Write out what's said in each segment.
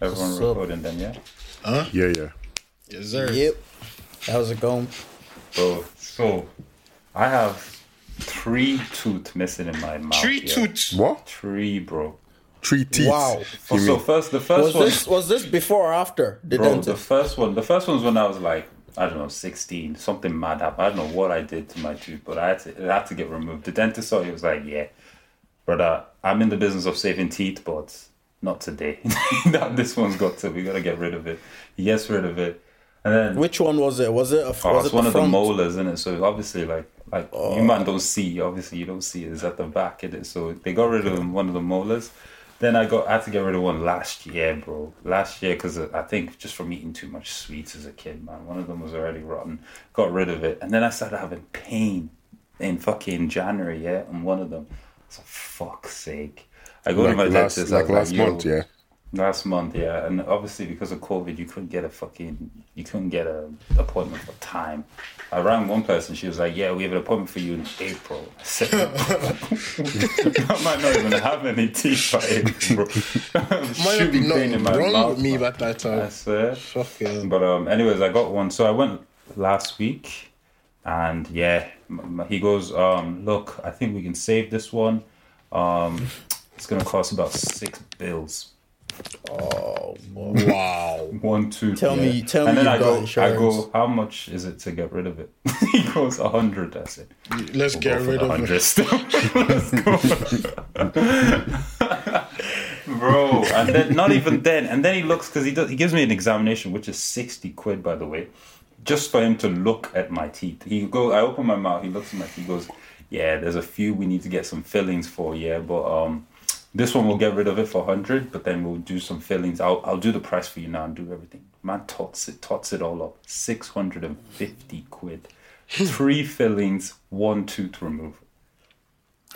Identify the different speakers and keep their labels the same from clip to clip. Speaker 1: Everyone
Speaker 2: What's up?
Speaker 1: recording then, yeah?
Speaker 3: Yeah, yeah.
Speaker 2: Yes, sir.
Speaker 4: Yep. How's it going?
Speaker 1: Bro, so I have three tooth missing in my mouth.
Speaker 2: Tree
Speaker 1: yeah.
Speaker 2: toots.
Speaker 3: What?
Speaker 1: Three, bro.
Speaker 3: Three teeth.
Speaker 4: Wow.
Speaker 1: so
Speaker 3: You mean?
Speaker 1: first, the
Speaker 4: Was
Speaker 1: first one,
Speaker 4: this was this before or after the
Speaker 1: bro. The
Speaker 4: dentist?
Speaker 1: first one, the first one's when I was like, I don't know, sixteen. Something mad happened. I don't know what I did to my tooth, but I had to, it had to get removed. The dentist saw it. He was like, yeah, brother, I'm in the business of saving teeth, but not today. that this one's got to. We gotta get rid of it. Yes, rid of it. And then
Speaker 4: Which one was it? Was it a, was
Speaker 1: Oh,
Speaker 4: it
Speaker 1: it's one
Speaker 4: the
Speaker 1: of the
Speaker 4: front?
Speaker 1: molars, isn't it? So obviously, like, like you man don't see. Obviously, you don't see it. It's at the back, is it? So they got rid of one of the molars. Then I got I had to get rid of one last year, bro. Last year because I think just from eating too much sweets as a kid, man. One of them was already rotten. Got rid of it, and then I started having pain in fucking January, yeah, on one of them. So fuck's sake. I go to
Speaker 3: Like
Speaker 1: my
Speaker 3: last,
Speaker 1: dentist I
Speaker 3: like
Speaker 1: was
Speaker 3: last
Speaker 1: "Yo,
Speaker 3: month, yeah.
Speaker 1: Last month, yeah, and obviously because of COVID, you couldn't get a fucking, you couldn't get a appointment for time. I rang one person, she was like, "Yeah, we have an appointment for you in April." I said, "I might not even have any teeth by April."
Speaker 2: Might
Speaker 1: Shooting
Speaker 2: have been
Speaker 1: pain in
Speaker 2: nothing
Speaker 1: my
Speaker 2: wrong
Speaker 1: mouth,
Speaker 2: with me
Speaker 1: man.
Speaker 2: at that time.
Speaker 1: I swear.
Speaker 2: Fucking.
Speaker 1: But um, anyways, I got one. So I went last week, and yeah, m- m- he goes, um, look, I think we can save this one. Um, it's gonna cost about six bills.
Speaker 2: Wow.
Speaker 1: One, two.
Speaker 4: Tell me- tell
Speaker 1: and
Speaker 4: me
Speaker 1: then I
Speaker 4: you've got
Speaker 1: go, I
Speaker 4: insurance.
Speaker 1: go, how much is it to get rid of it? he goes, a hundred. I said,
Speaker 2: Let's get rid
Speaker 1: a
Speaker 2: of it.
Speaker 1: hundred still. Let's go. Bro, and then not even then, and then he looks because he does. He gives me an examination, which is sixty quid, by the way, just for him to look at my teeth. He go, I open my mouth. He looks at my teeth. He goes, yeah, there's a few we need to get some fillings for, yeah, but um. This one we'll get rid of it for hundred, but then we'll do some fillings. I'll, I'll do the price for you now and do everything. Man tots it tots it all up. Six hundred and fifty quid. Three fillings, one tooth removal.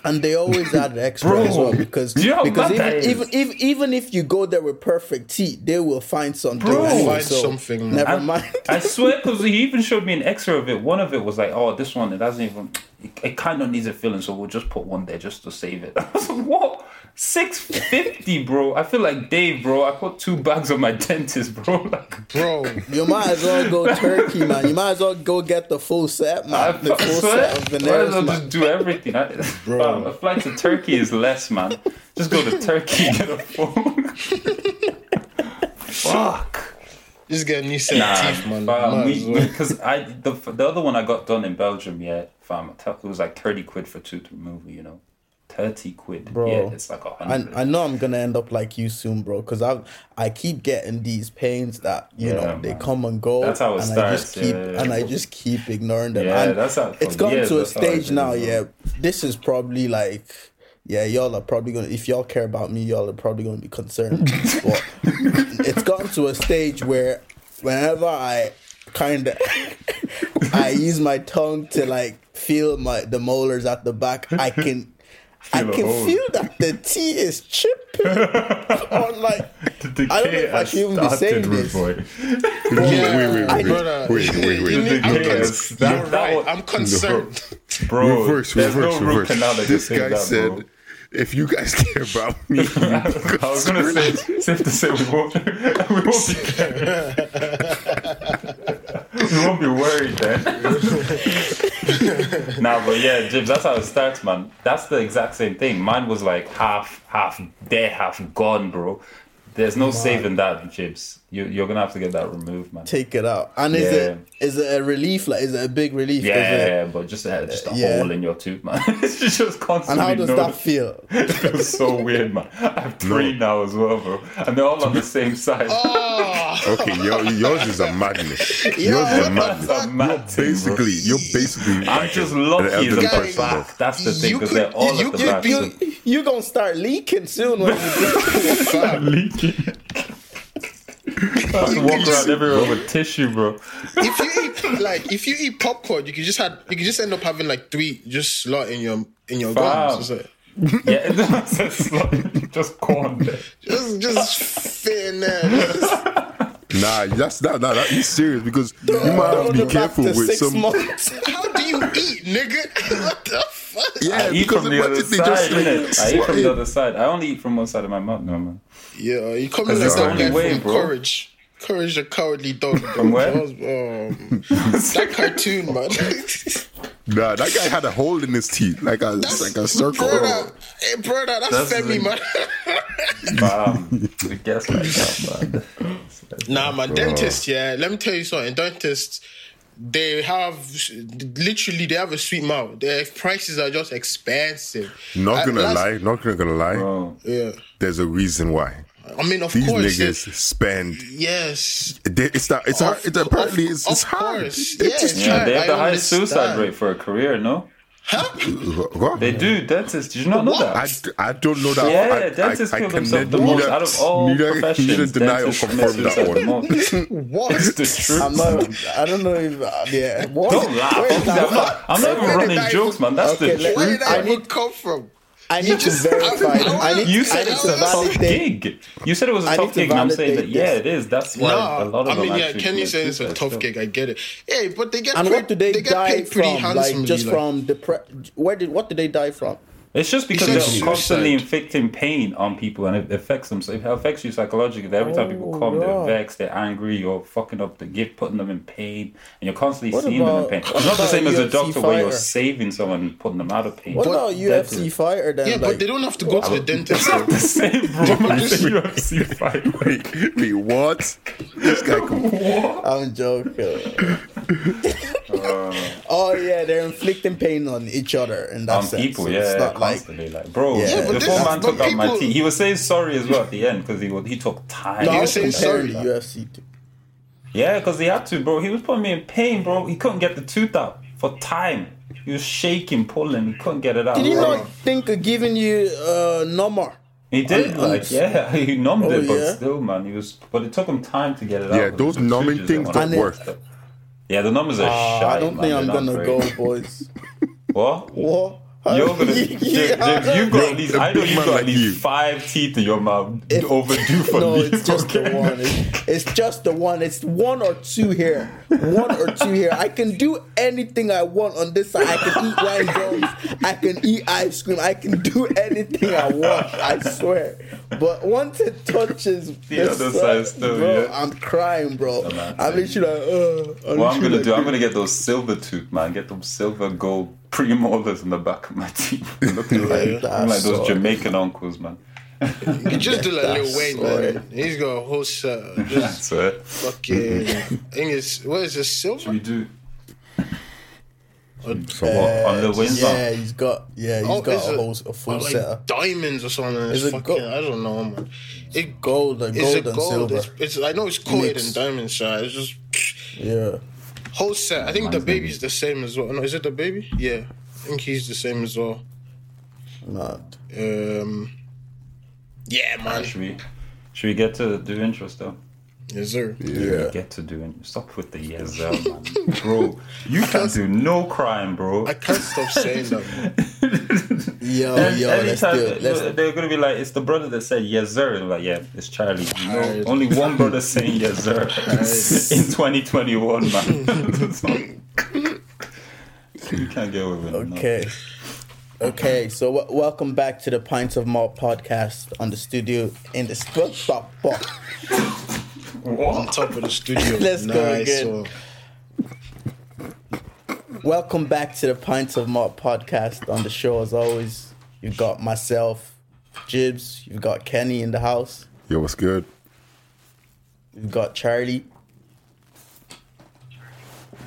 Speaker 4: And they always add extra
Speaker 1: Bro.
Speaker 4: as well because
Speaker 1: Do you know how
Speaker 4: because
Speaker 1: bad
Speaker 4: even,
Speaker 1: that is?
Speaker 4: even even even if you go there with perfect teeth, they will find something.
Speaker 1: Bro.
Speaker 4: anyway,
Speaker 2: Find
Speaker 4: so
Speaker 2: something, man.
Speaker 4: Never
Speaker 1: I-
Speaker 4: mind.
Speaker 1: I swear, because he even showed me an X-ray of it. One of it was like, "Oh, this one it doesn't even. It, it kind of needs a filling, so we'll just put one there just to save it." I was like, "What? Six fifty, bro? I feel like Dave, bro. I put two bags on my dentist, bro. Like,
Speaker 2: Bro,
Speaker 4: You might as well go turkey, man. You might as well go get the full set,
Speaker 1: I,
Speaker 4: man. The
Speaker 1: I
Speaker 4: full
Speaker 1: swear,
Speaker 4: set of
Speaker 1: might as well
Speaker 4: veneers,
Speaker 1: just
Speaker 4: man.
Speaker 1: do everything. I, bro, a flight to Turkey is less, man. Just go to Turkey, get a phone. Fuck.
Speaker 2: just get a new set
Speaker 1: Nah,
Speaker 2: of teeth, man.
Speaker 1: fam,
Speaker 2: Might
Speaker 1: Um, we-
Speaker 2: as well.
Speaker 1: because I the, the other one I got done in Belgium, yeah, fam, it was like thirty quid for tooth removal, you know, thirty quid,
Speaker 4: Bro.
Speaker 1: yeah, it's like a hundred.
Speaker 4: I, I know I'm gonna end up like you soon, bro, because I I keep getting these pains that you
Speaker 1: Yeah,
Speaker 4: know they
Speaker 1: man.
Speaker 4: come and go.
Speaker 1: That's how it
Speaker 4: and I
Speaker 1: starts,
Speaker 4: just keep
Speaker 1: yeah.
Speaker 4: and I just keep ignoring them.
Speaker 1: Yeah,
Speaker 4: and
Speaker 1: that's how-
Speaker 4: it's
Speaker 1: for
Speaker 4: gone
Speaker 1: years,
Speaker 4: to a
Speaker 1: that's how I
Speaker 4: stage
Speaker 1: did
Speaker 4: now.
Speaker 1: it,
Speaker 4: Yeah,
Speaker 1: man.
Speaker 4: this is probably like yeah, y'all are probably gonna if y'all care about me, y'all are probably gonna be concerned. but it's gone to a stage where whenever I kind of I use my tongue to like feel my the molars at the back, I can. I
Speaker 1: Feel a
Speaker 4: can
Speaker 1: hole.
Speaker 4: feel that the tea is chipping or like I don't know if I should even be saying this.
Speaker 3: Wait, wait, wait, wait,
Speaker 2: Brother,
Speaker 3: wait, wait,
Speaker 2: you
Speaker 3: wait.
Speaker 2: need- I'm,
Speaker 1: Yeah,
Speaker 2: cons-
Speaker 1: that- that
Speaker 2: you're right.
Speaker 1: one-
Speaker 2: I'm concerned.
Speaker 1: bro.
Speaker 3: reverse,
Speaker 1: there's
Speaker 3: reverse,
Speaker 1: no root
Speaker 3: reverse.
Speaker 1: canal that
Speaker 3: This
Speaker 1: can save
Speaker 3: guy
Speaker 1: that,
Speaker 3: said,
Speaker 1: bro.
Speaker 3: "If you guys care about me,
Speaker 1: I was gonna say, safe to say we won't, we won't be we won't be worried then. nah, but yeah, Jibs, that's how it starts, man. That's the exact same thing. Mine was like half, half there, half gone, bro. There's no saving that, Jibs. You, you're gonna have to get that removed, man.
Speaker 5: Take it out. And is it is it a relief? Like, is it a big relief? Is
Speaker 1: yeah,
Speaker 5: it-
Speaker 1: but just uh, just a
Speaker 5: yeah.
Speaker 1: hole in your tooth, man. it's just
Speaker 5: and
Speaker 1: constantly.
Speaker 5: how does that
Speaker 1: noticed.
Speaker 5: feel?
Speaker 1: It feels so weird, man. I have three now as well, bro, and they're all on the same side.
Speaker 5: Oh,
Speaker 3: Okay, your, yours is a madness. yours is
Speaker 5: what
Speaker 3: a
Speaker 5: the
Speaker 3: madness.
Speaker 1: That's a mad thing, bro.
Speaker 3: Basically, you're basically.
Speaker 1: I'm
Speaker 3: like
Speaker 1: just
Speaker 3: an
Speaker 1: lucky
Speaker 3: elderly
Speaker 1: that they're
Speaker 3: person, bro.
Speaker 1: back. That's the thing
Speaker 4: You
Speaker 1: because
Speaker 4: could-
Speaker 1: they're all
Speaker 4: you
Speaker 1: at the
Speaker 4: could
Speaker 1: back.
Speaker 4: be-
Speaker 1: so-
Speaker 5: You're gonna start leaking soon when you do
Speaker 1: Start leaking. I have to walk around everywhere with tissue, bro.
Speaker 4: if you eat like if you eat popcorn, you could just have you could just end up having like three just slot in your in your
Speaker 1: Fam.
Speaker 4: gums. It's like,
Speaker 1: Yeah, it's like just corn. there.
Speaker 4: Just just fit in there.
Speaker 3: Nah, that's not. Nah, that is serious because you might have
Speaker 5: Throw
Speaker 3: to
Speaker 5: them
Speaker 3: be
Speaker 5: back
Speaker 3: careful
Speaker 5: to
Speaker 3: with
Speaker 5: six
Speaker 3: some.
Speaker 5: months.
Speaker 4: How do you eat, nigga? what the fuck?
Speaker 3: Yeah,
Speaker 1: I eat
Speaker 3: because
Speaker 1: from the
Speaker 3: imagine
Speaker 1: other
Speaker 3: they
Speaker 1: side.
Speaker 3: just like,
Speaker 1: innit? I eat from
Speaker 3: swat
Speaker 1: the
Speaker 3: it.
Speaker 1: other side. I only eat from one side of my mouth, no man.
Speaker 4: Yeah, you coming
Speaker 1: That's the
Speaker 4: like that
Speaker 1: only
Speaker 4: guy
Speaker 1: way,
Speaker 4: from
Speaker 1: bro.
Speaker 4: Courage. Courage the Cowardly Dog. bro.
Speaker 1: From where?
Speaker 4: That, was, um, that cartoon, man.
Speaker 3: Nah, that guy had a hole in his teeth, like a like a circle.
Speaker 4: Brother, hey, brother, that's,
Speaker 1: That's
Speaker 4: family,
Speaker 1: the-
Speaker 4: man.
Speaker 1: Um, I guess like that, man.
Speaker 4: nah, man, dentist, yeah. Let me tell you something. Dentists, they have, literally, they have a sweet mouth. Their prices are just expensive.
Speaker 3: Not
Speaker 4: I-
Speaker 3: gonna
Speaker 4: that's-
Speaker 3: lie, not gonna, gonna lie.
Speaker 1: Bro,
Speaker 4: Yeah.
Speaker 3: There's a reason why
Speaker 4: I mean, of
Speaker 3: these
Speaker 4: course.
Speaker 3: niggas
Speaker 4: it-
Speaker 3: spend.
Speaker 4: Yes.
Speaker 3: They, it's that. It's hard.
Speaker 4: Of-
Speaker 3: It, apparently,
Speaker 4: of-
Speaker 3: it's, it's
Speaker 4: of
Speaker 3: hard.
Speaker 4: course,
Speaker 3: They
Speaker 4: yes.
Speaker 3: just
Speaker 1: yeah,
Speaker 3: try.
Speaker 1: they have the
Speaker 4: I
Speaker 1: highest suicide
Speaker 4: understand.
Speaker 1: rate for a career, no?
Speaker 3: What?
Speaker 1: They do. Dentists, did you not know that?
Speaker 3: I, I don't know that.
Speaker 1: Yeah,
Speaker 3: I,
Speaker 1: dentists
Speaker 3: I, I
Speaker 1: kill
Speaker 3: can
Speaker 1: themselves the
Speaker 3: neither-
Speaker 1: most out of all
Speaker 3: neither,
Speaker 1: professions.
Speaker 3: Neither deny or
Speaker 1: dentists
Speaker 3: confirm
Speaker 1: commit
Speaker 3: that
Speaker 1: suicide the
Speaker 3: one.
Speaker 1: most.
Speaker 4: What?
Speaker 1: It's the truth.
Speaker 5: I'm not. I don't know if. uh, yeah. What?
Speaker 1: Don't laugh.
Speaker 5: Wait,
Speaker 1: I'm
Speaker 5: now,
Speaker 1: not, I'm not even
Speaker 4: Where did
Speaker 1: running
Speaker 4: I-
Speaker 1: jokes, man. That's
Speaker 5: Okay,
Speaker 1: the
Speaker 5: let-
Speaker 4: Where
Speaker 1: truth.
Speaker 4: did that
Speaker 5: I need-
Speaker 4: even come from?
Speaker 5: I need to
Speaker 4: just-
Speaker 5: verify.
Speaker 4: I- I-
Speaker 5: I need.
Speaker 1: You
Speaker 5: I
Speaker 1: said
Speaker 5: need
Speaker 1: it's
Speaker 5: to
Speaker 1: a top
Speaker 5: validate.
Speaker 1: gig. You said it was a
Speaker 5: I
Speaker 1: top
Speaker 5: need to
Speaker 1: gig, and I'm saying that
Speaker 5: validate
Speaker 1: yeah,
Speaker 5: this.
Speaker 1: it is. That's why a
Speaker 4: No,
Speaker 1: lot of
Speaker 4: I
Speaker 1: them
Speaker 4: mean, yeah,
Speaker 1: actually
Speaker 4: Kenny
Speaker 1: commit
Speaker 4: says it's a
Speaker 1: suicide
Speaker 4: tough
Speaker 1: still.
Speaker 4: gig. I get it. Hey, but they get
Speaker 5: And
Speaker 4: paid,
Speaker 5: what do they,
Speaker 4: they get
Speaker 5: die
Speaker 4: paid pretty
Speaker 5: from? Like
Speaker 4: handsomely.
Speaker 5: just
Speaker 4: like.
Speaker 5: from depression. Where did what did they die from?
Speaker 1: It's just because
Speaker 4: said
Speaker 1: they're
Speaker 4: suicide.
Speaker 1: constantly inflicting pain on people, and it affects them. So it affects you psychologically. Every time people come,
Speaker 5: Oh,
Speaker 1: they're
Speaker 5: right.
Speaker 1: vexed, they're angry, you're fucking up the gift, putting them in pain, and you're constantly
Speaker 5: What
Speaker 1: seeing
Speaker 5: about-
Speaker 1: them in pain.
Speaker 5: what
Speaker 1: It's not the
Speaker 5: about
Speaker 1: same as a
Speaker 5: UFC
Speaker 1: doctor where you're
Speaker 5: fighter?
Speaker 1: saving someone and putting them out of pain.
Speaker 5: What
Speaker 1: But
Speaker 5: about
Speaker 1: that's
Speaker 5: UFC
Speaker 1: it.
Speaker 5: fighter then?
Speaker 4: Yeah,
Speaker 5: like,
Speaker 4: but they don't have to go to the
Speaker 1: It's
Speaker 4: dentist.
Speaker 1: not the same, bro. Like the UFC fight.
Speaker 3: Wait, wait, what? This guy. com-
Speaker 5: I'm joking. oh yeah, they're inflicting pain on each other in that
Speaker 1: on
Speaker 5: sense.
Speaker 1: people,
Speaker 5: So
Speaker 1: yeah,
Speaker 5: it's not like
Speaker 1: constantly, like, bro.
Speaker 5: Yeah,
Speaker 1: Yeah,
Speaker 5: but
Speaker 1: the
Speaker 5: this-
Speaker 1: poor man
Speaker 4: but
Speaker 1: took out my
Speaker 4: people-
Speaker 1: teeth. He was saying sorry as well at the end because he wa- he took time.
Speaker 5: no, I
Speaker 4: you're
Speaker 5: was
Speaker 4: saying
Speaker 5: comparing
Speaker 4: sorry.
Speaker 5: the UFC to
Speaker 1: Yeah, because he had to, bro. He was putting me in pain, bro. He couldn't get the tooth out for time. He was shaking, pulling. He couldn't get it out.
Speaker 5: Did he
Speaker 1: bro.
Speaker 5: not think of giving you uh, a number?
Speaker 1: He did, like, yeah, he numbed
Speaker 5: Oh,
Speaker 1: it, but
Speaker 5: yeah?
Speaker 1: still, man, he was. But it took him time to get it out.
Speaker 3: Yeah,
Speaker 1: 'cause
Speaker 3: those
Speaker 1: the
Speaker 3: numbing
Speaker 1: sutures
Speaker 3: things
Speaker 1: and
Speaker 3: don't
Speaker 1: whatnot.
Speaker 3: work.
Speaker 1: Yeah, the numbers are shy.
Speaker 5: Ah, I don't
Speaker 1: man.
Speaker 5: think
Speaker 1: They're
Speaker 5: I'm
Speaker 1: not
Speaker 5: gonna
Speaker 1: great.
Speaker 5: go, boys.
Speaker 1: What?
Speaker 5: What?
Speaker 1: You're gonna, James, James, you've got at least,
Speaker 3: a
Speaker 1: I know
Speaker 3: big
Speaker 1: you've
Speaker 3: man
Speaker 1: got
Speaker 3: like
Speaker 1: at least
Speaker 3: you.
Speaker 1: five teeth in your mouth overdue for
Speaker 5: no,
Speaker 1: me.
Speaker 5: it's just the
Speaker 1: okay?
Speaker 5: one. It's, it's just the one. It's one or two here. One or two here. I can do anything I want on this side. I can eat wine gums. I can eat ice cream. I can do anything I want. I swear. But once it touches this
Speaker 1: other side
Speaker 5: side,
Speaker 1: still,
Speaker 5: bro,
Speaker 1: yeah.
Speaker 5: I'm crying, bro.
Speaker 1: man,
Speaker 5: I'm literally like, uh,
Speaker 1: What I'm gonna
Speaker 5: literally
Speaker 1: do,
Speaker 5: like-
Speaker 1: I'm gonna get those silver tooth, man. Get them silver gold premolars in the back of my teeth. Looking like, I'm like those
Speaker 5: That's
Speaker 1: Jamaican uncles, man.
Speaker 4: You just do like Lil Wayne,
Speaker 5: sorry.
Speaker 4: man. He's got a whole set. of Just
Speaker 1: That's it.
Speaker 4: fucking. I think it's what is this silver?
Speaker 1: We do.
Speaker 3: So what?
Speaker 1: What, on the wins
Speaker 5: uh, Yeah, he's got. Yeah, he's
Speaker 4: Oh,
Speaker 5: got
Speaker 4: is
Speaker 5: a
Speaker 4: it-
Speaker 5: whole a full
Speaker 4: or like
Speaker 5: setup.
Speaker 4: diamonds or something. It's
Speaker 5: it
Speaker 4: fucking,
Speaker 5: gold?
Speaker 4: I don't know, man. It
Speaker 5: Gold, like
Speaker 4: It's
Speaker 5: gold
Speaker 4: a
Speaker 5: and
Speaker 4: gold.
Speaker 5: silver.
Speaker 4: It's, it's I know it's coated
Speaker 5: Mix.
Speaker 4: in diamonds, so it's just
Speaker 5: Yeah.
Speaker 4: whole set. I think the baby's the same as well. No, is it the baby? Yeah, I think he's the same as well.
Speaker 5: Mad.
Speaker 4: Um, yeah, man.
Speaker 1: Should we? Should we get to do intros though?
Speaker 4: Yes, sir.
Speaker 3: Yeah.
Speaker 1: Get to doing. Stop with the yes, sir, man, bro. You can do no crime, bro.
Speaker 4: I can't stop saying that. Man.
Speaker 5: Yo,
Speaker 1: And
Speaker 5: yo, let's do
Speaker 1: anytime
Speaker 5: it. Let's
Speaker 1: they're- they're gonna be like, it's the brother that said yes sir. They're like, yeah, it's Charlie. No,
Speaker 4: Alright.
Speaker 1: only one brother saying yes sir in 2021, man. you can't get away with it. no.
Speaker 5: Okay. Okay, so w- welcome back to the Pints of Malt podcast on the studio in the spot. spot- spot.
Speaker 4: On top of the studio.
Speaker 5: Let's go
Speaker 4: nice
Speaker 5: again.
Speaker 4: one.
Speaker 5: Welcome back to the Pints of Malt podcast on the show. As always, you've got myself, Jibs, you've got Kenny in the house.
Speaker 3: Yo, what's good?
Speaker 5: We've got Charlie.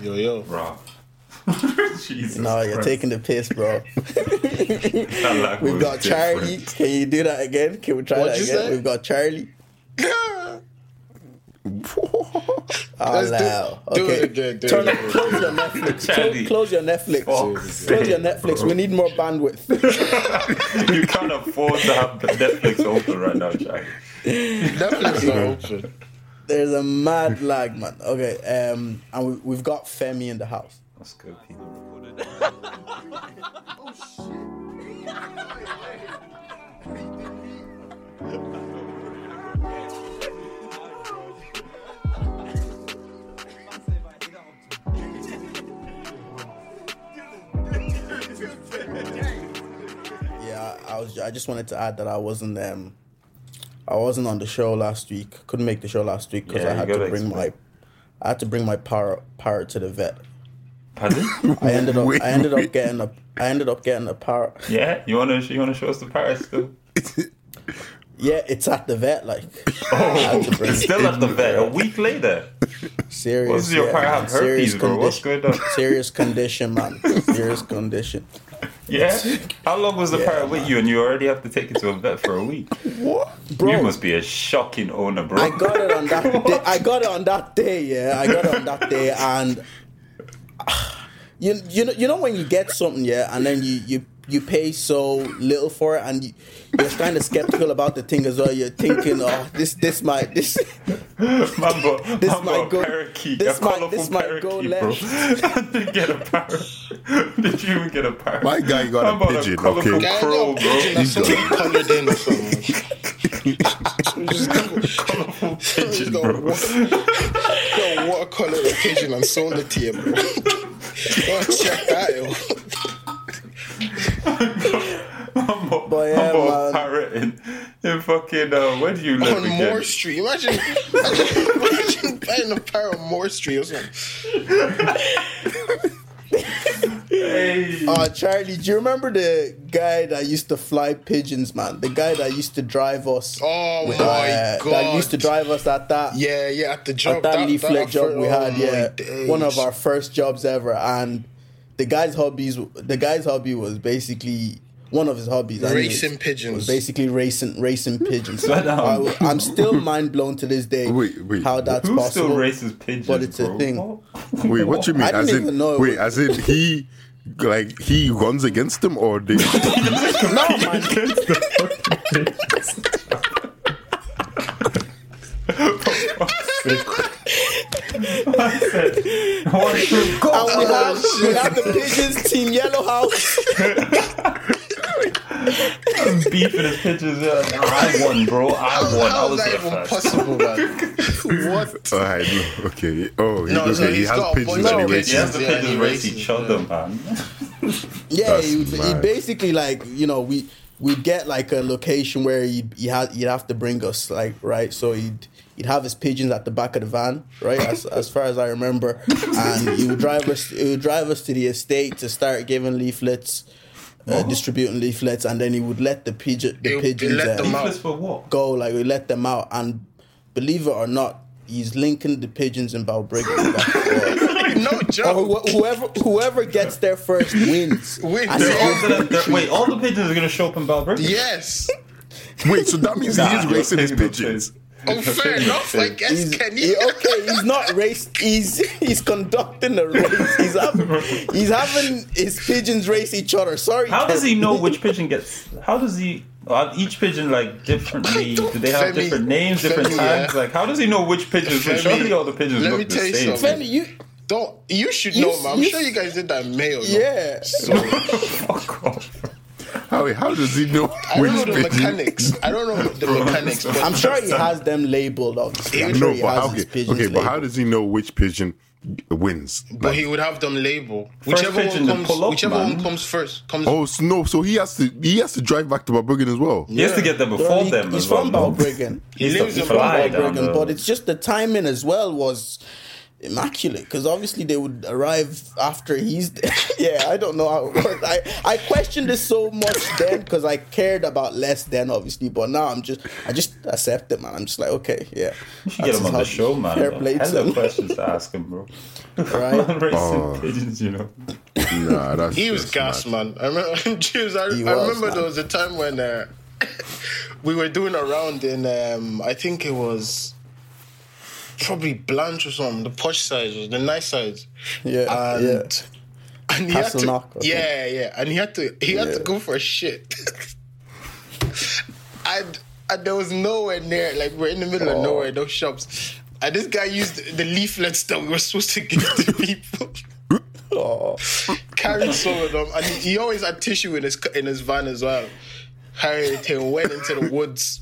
Speaker 6: Yo, yo.
Speaker 1: Bro. Jesus.
Speaker 5: No, you're
Speaker 1: Christ.
Speaker 5: taking the piss, bro.
Speaker 1: That lag
Speaker 5: We've
Speaker 1: was
Speaker 5: got Charlie.
Speaker 1: different.
Speaker 5: Can you do that again? Can we try
Speaker 6: What'd
Speaker 5: that
Speaker 6: you
Speaker 5: again?
Speaker 6: say?
Speaker 5: We've got Charlie. Oh,
Speaker 6: Let's do-
Speaker 5: no.
Speaker 6: do
Speaker 5: okay.
Speaker 6: it again, do it
Speaker 5: Turn up-
Speaker 6: again.
Speaker 5: close your Netflix. Clo-
Speaker 1: Charlie.
Speaker 5: Close, your Netflix.
Speaker 1: Fuck's
Speaker 5: Close your
Speaker 1: sake,
Speaker 5: Netflix.
Speaker 1: bro.
Speaker 5: We need more bandwidth.
Speaker 1: You can't afford to have the Netflix open right now, Charlie.
Speaker 6: Netflix not open.
Speaker 5: There's a mad lag, man. Okay, um, and we, we've got Femi in the house.
Speaker 1: Let's go, Pete.
Speaker 5: Yeah, I, I was. I just wanted to add that I wasn't. Um, I wasn't on the show last week. Couldn't make the show last week because
Speaker 1: Yeah,
Speaker 5: I
Speaker 1: you
Speaker 5: had to
Speaker 1: gotta
Speaker 5: bring my.
Speaker 1: explain.
Speaker 5: I had to bring my parrot parrot to the vet.
Speaker 1: Pardon?
Speaker 5: I ended up.
Speaker 3: Wait,
Speaker 5: I ended
Speaker 3: wait.
Speaker 5: up getting a. I ended up getting a parrot.
Speaker 1: Yeah, you wanna you wanna show us the parrot still?
Speaker 5: Yeah, it's at the vet. Like, I had to bring
Speaker 1: Oh, It's still at the vet a week later.
Speaker 5: serious.
Speaker 1: What's your
Speaker 5: yeah,
Speaker 1: parrot have
Speaker 5: serious
Speaker 1: herpes, bro? What's
Speaker 5: condition-
Speaker 1: going on?
Speaker 5: Serious condition, man. serious condition.
Speaker 1: Yeah. How long was the
Speaker 5: Yeah,
Speaker 1: parrot with you and you already have to take it to a vet for a week?
Speaker 3: What?
Speaker 5: Bro,
Speaker 1: You must be a shocking owner, bro.
Speaker 5: I got it on that day. I got it on that day. Yeah, I got it on that day, and ah, you you know you know when you get something, yeah, and then you you you pay so little for it, and you, you're kind of skeptical about the thing as well. You're thinking, oh, this this might this
Speaker 1: Mambo,
Speaker 5: This
Speaker 1: Mambo,
Speaker 5: might go-
Speaker 1: parakeet,
Speaker 5: this
Speaker 1: a
Speaker 5: might-
Speaker 1: colourful
Speaker 5: this might go
Speaker 1: parakeet, bro. Did get a parrot? Did you even get a parrot?
Speaker 3: My guy got a
Speaker 1: How about
Speaker 3: pigeon,
Speaker 1: colourful
Speaker 3: okay.
Speaker 6: Yeah, I
Speaker 1: crow, bro.
Speaker 6: know. Pigeon that's
Speaker 3: You
Speaker 6: something coloured in or something.
Speaker 1: Colourful
Speaker 6: He's
Speaker 1: pigeon,
Speaker 6: got
Speaker 1: bro.
Speaker 6: wa- got watercolor and pigeon and sold it to you, bro. Oh, check that out.
Speaker 1: Mambo,
Speaker 5: But yeah,
Speaker 1: Mambo
Speaker 5: man.
Speaker 1: parrot in, in fucking uh, where do you live
Speaker 6: on
Speaker 1: again?
Speaker 6: Moore Street. Imagine, imagine, imagine buying a pair on Moore Street or something.
Speaker 1: Hey,
Speaker 5: Uh, Charlie, do you remember the guy that used to fly pigeons, man? The guy that used to drive us.
Speaker 6: Oh
Speaker 5: with,
Speaker 6: my
Speaker 5: That
Speaker 6: God.
Speaker 5: used to drive us at that.
Speaker 6: Yeah, yeah, at the job.
Speaker 5: At that, leaflet job we had, yeah,
Speaker 6: oh
Speaker 5: one of our
Speaker 6: our.
Speaker 5: first jobs ever, and the guy's hobbies, the guy's hobby was basically one of his hobbies, anyways,
Speaker 6: Racing pigeons.
Speaker 5: was basically racing, racing pigeons.
Speaker 1: Slow down.
Speaker 5: I, am still mind blown to this day
Speaker 3: Wait, wait,
Speaker 5: how that's
Speaker 1: who
Speaker 5: possible.
Speaker 1: still races pigeons?
Speaker 5: but it's a
Speaker 1: bro?
Speaker 5: thing.
Speaker 3: Wait, what you mean?
Speaker 5: I didn't
Speaker 3: as in,
Speaker 5: even know it
Speaker 3: wait, as
Speaker 5: was-
Speaker 3: in he, like he runs against them, or they?
Speaker 5: No, man,
Speaker 1: I said, one, two, go.
Speaker 5: and we
Speaker 6: Oh,
Speaker 5: have, we have the pigeons team Yellow House.
Speaker 1: beefing his pitches. Yeah. I won, bro. I won. I
Speaker 6: How
Speaker 1: was
Speaker 6: is that
Speaker 1: there
Speaker 6: even
Speaker 1: first.
Speaker 6: possible, man? what?
Speaker 3: All right, no, Oh, okay. Oh, he,
Speaker 6: No,
Speaker 3: okay,
Speaker 6: no,
Speaker 3: he
Speaker 6: he's
Speaker 3: has
Speaker 6: got a
Speaker 3: pigeons
Speaker 6: bunch of
Speaker 3: and he
Speaker 6: pigeons.
Speaker 1: Yeah,
Speaker 3: races.
Speaker 1: the
Speaker 6: Yeah,
Speaker 1: pitches
Speaker 6: he
Speaker 1: race
Speaker 6: races,
Speaker 1: each other, man.
Speaker 5: Yeah,
Speaker 3: That's
Speaker 5: he, would- he
Speaker 3: mad.
Speaker 5: basically like you know we we'd get like a location where he he had he'd have to bring us like right, so he'd he'd have his pigeons at the back of the van, right? As as far as I remember, and he would drive us he would drive us to the estate to start giving leaflets, uh,
Speaker 3: Oh.
Speaker 5: distributing leaflets, and then he would let the pigeon the
Speaker 6: He- he
Speaker 5: pigeons
Speaker 6: let
Speaker 5: um,
Speaker 6: them out.
Speaker 1: Leaflets for what?
Speaker 5: go, like we let them out, and believe it or not, he's linking the pigeons in Balbriggan. back to us.
Speaker 6: No
Speaker 5: Or
Speaker 6: joke.
Speaker 5: wh- whoever whoever gets there first wins.
Speaker 6: Wins.
Speaker 5: And
Speaker 1: They're all
Speaker 5: it's-
Speaker 1: gonna- they're- wait, all the pigeons are gonna show up in Balbriggan.
Speaker 6: Yes.
Speaker 3: Wait, so that means he is
Speaker 1: you're
Speaker 3: racing his
Speaker 1: kidding me,
Speaker 3: pigeons.
Speaker 1: You're
Speaker 6: Oh, fair
Speaker 1: kidding
Speaker 6: enough.
Speaker 1: me.
Speaker 6: I guess
Speaker 5: He's,
Speaker 6: Kenny.
Speaker 5: he- okay, he's not race. He's he's conducting the race. He's having he's having his pigeons race each other. Sorry,
Speaker 1: How does he
Speaker 5: Ken.
Speaker 1: know which pigeon gets? How does he? Are each pigeon like differently? Do they have
Speaker 6: Femi-
Speaker 1: different names, different
Speaker 6: Femi, yeah.
Speaker 1: tags? Like, how does he know which pigeons?
Speaker 6: Femi,
Speaker 1: surely all the pigeons
Speaker 6: let
Speaker 1: look
Speaker 6: me
Speaker 1: the
Speaker 6: tell you
Speaker 1: same.
Speaker 6: something.
Speaker 5: Femi, you
Speaker 6: Don't. You should
Speaker 5: You-
Speaker 6: know, man. I'm
Speaker 5: you-
Speaker 6: sure you guys did that mail. no?
Speaker 5: yeah.
Speaker 1: Fuck off.
Speaker 3: How, how does he know
Speaker 6: I
Speaker 3: which
Speaker 6: don't know the
Speaker 3: pigeon?
Speaker 6: mechanics. I don't know the mechanics, but
Speaker 5: I'm sure he has them labeled. Obviously, I'm sure
Speaker 3: No,
Speaker 5: he
Speaker 3: but
Speaker 5: has
Speaker 3: how,
Speaker 5: his
Speaker 3: okay,
Speaker 5: pigeons
Speaker 3: okay but how
Speaker 5: labeled.
Speaker 3: does he know which pigeon wins?
Speaker 6: But
Speaker 3: Like,
Speaker 6: he would have them label.
Speaker 1: First
Speaker 6: Whichever
Speaker 1: pigeon
Speaker 6: one
Speaker 1: to
Speaker 6: comes,
Speaker 1: pull up,
Speaker 6: whichever
Speaker 1: man.
Speaker 6: one comes first comes.
Speaker 3: oh so no, so he has to he has to drive back to Barbergen as well.
Speaker 1: He has to get there before
Speaker 5: Well, he-
Speaker 1: them.
Speaker 5: he's
Speaker 1: as well,
Speaker 5: from
Speaker 1: no?
Speaker 5: Balbriggan.
Speaker 1: He
Speaker 6: lives
Speaker 1: lives
Speaker 6: in
Speaker 1: fly
Speaker 6: Balbriggan,
Speaker 1: down
Speaker 5: Balbriggan,
Speaker 1: the-
Speaker 5: but it's just the timing as well was immaculate because obviously they would arrive after he's there. yeah i don't know how it worked i i questioned this so much then because i cared about less then obviously but now i'm just i just accept it man i'm just like okay yeah
Speaker 1: You get him on the show, man.
Speaker 5: fair play to
Speaker 1: Hella
Speaker 5: him.
Speaker 1: questions to ask him, bro.
Speaker 5: right
Speaker 1: Racing
Speaker 3: Oh.
Speaker 1: pigeons, you know.
Speaker 3: Nah, that's
Speaker 4: He was
Speaker 3: that's
Speaker 4: gas,
Speaker 3: mad.
Speaker 4: man. I remember, James, I,
Speaker 5: He
Speaker 4: I
Speaker 5: was,
Speaker 4: remember
Speaker 5: man.
Speaker 4: there was a time when uh, we were doing a round in, um, I think it was probably Blanche or something, the posh size, or the nice size.
Speaker 5: yeah
Speaker 4: And,
Speaker 5: yeah
Speaker 4: and he had to,
Speaker 5: Hasselnock, I think.
Speaker 4: yeah, yeah, and he had to, he had to
Speaker 5: Yeah.
Speaker 4: go for a shit. and, and there was nowhere near, like we're in the middle of nowhere, no shops. And this guy used the leaflets that we were supposed to give to people.
Speaker 5: oh
Speaker 4: carried some of them, and he he always had tissue in his in his van as well. Harrington went into the woods,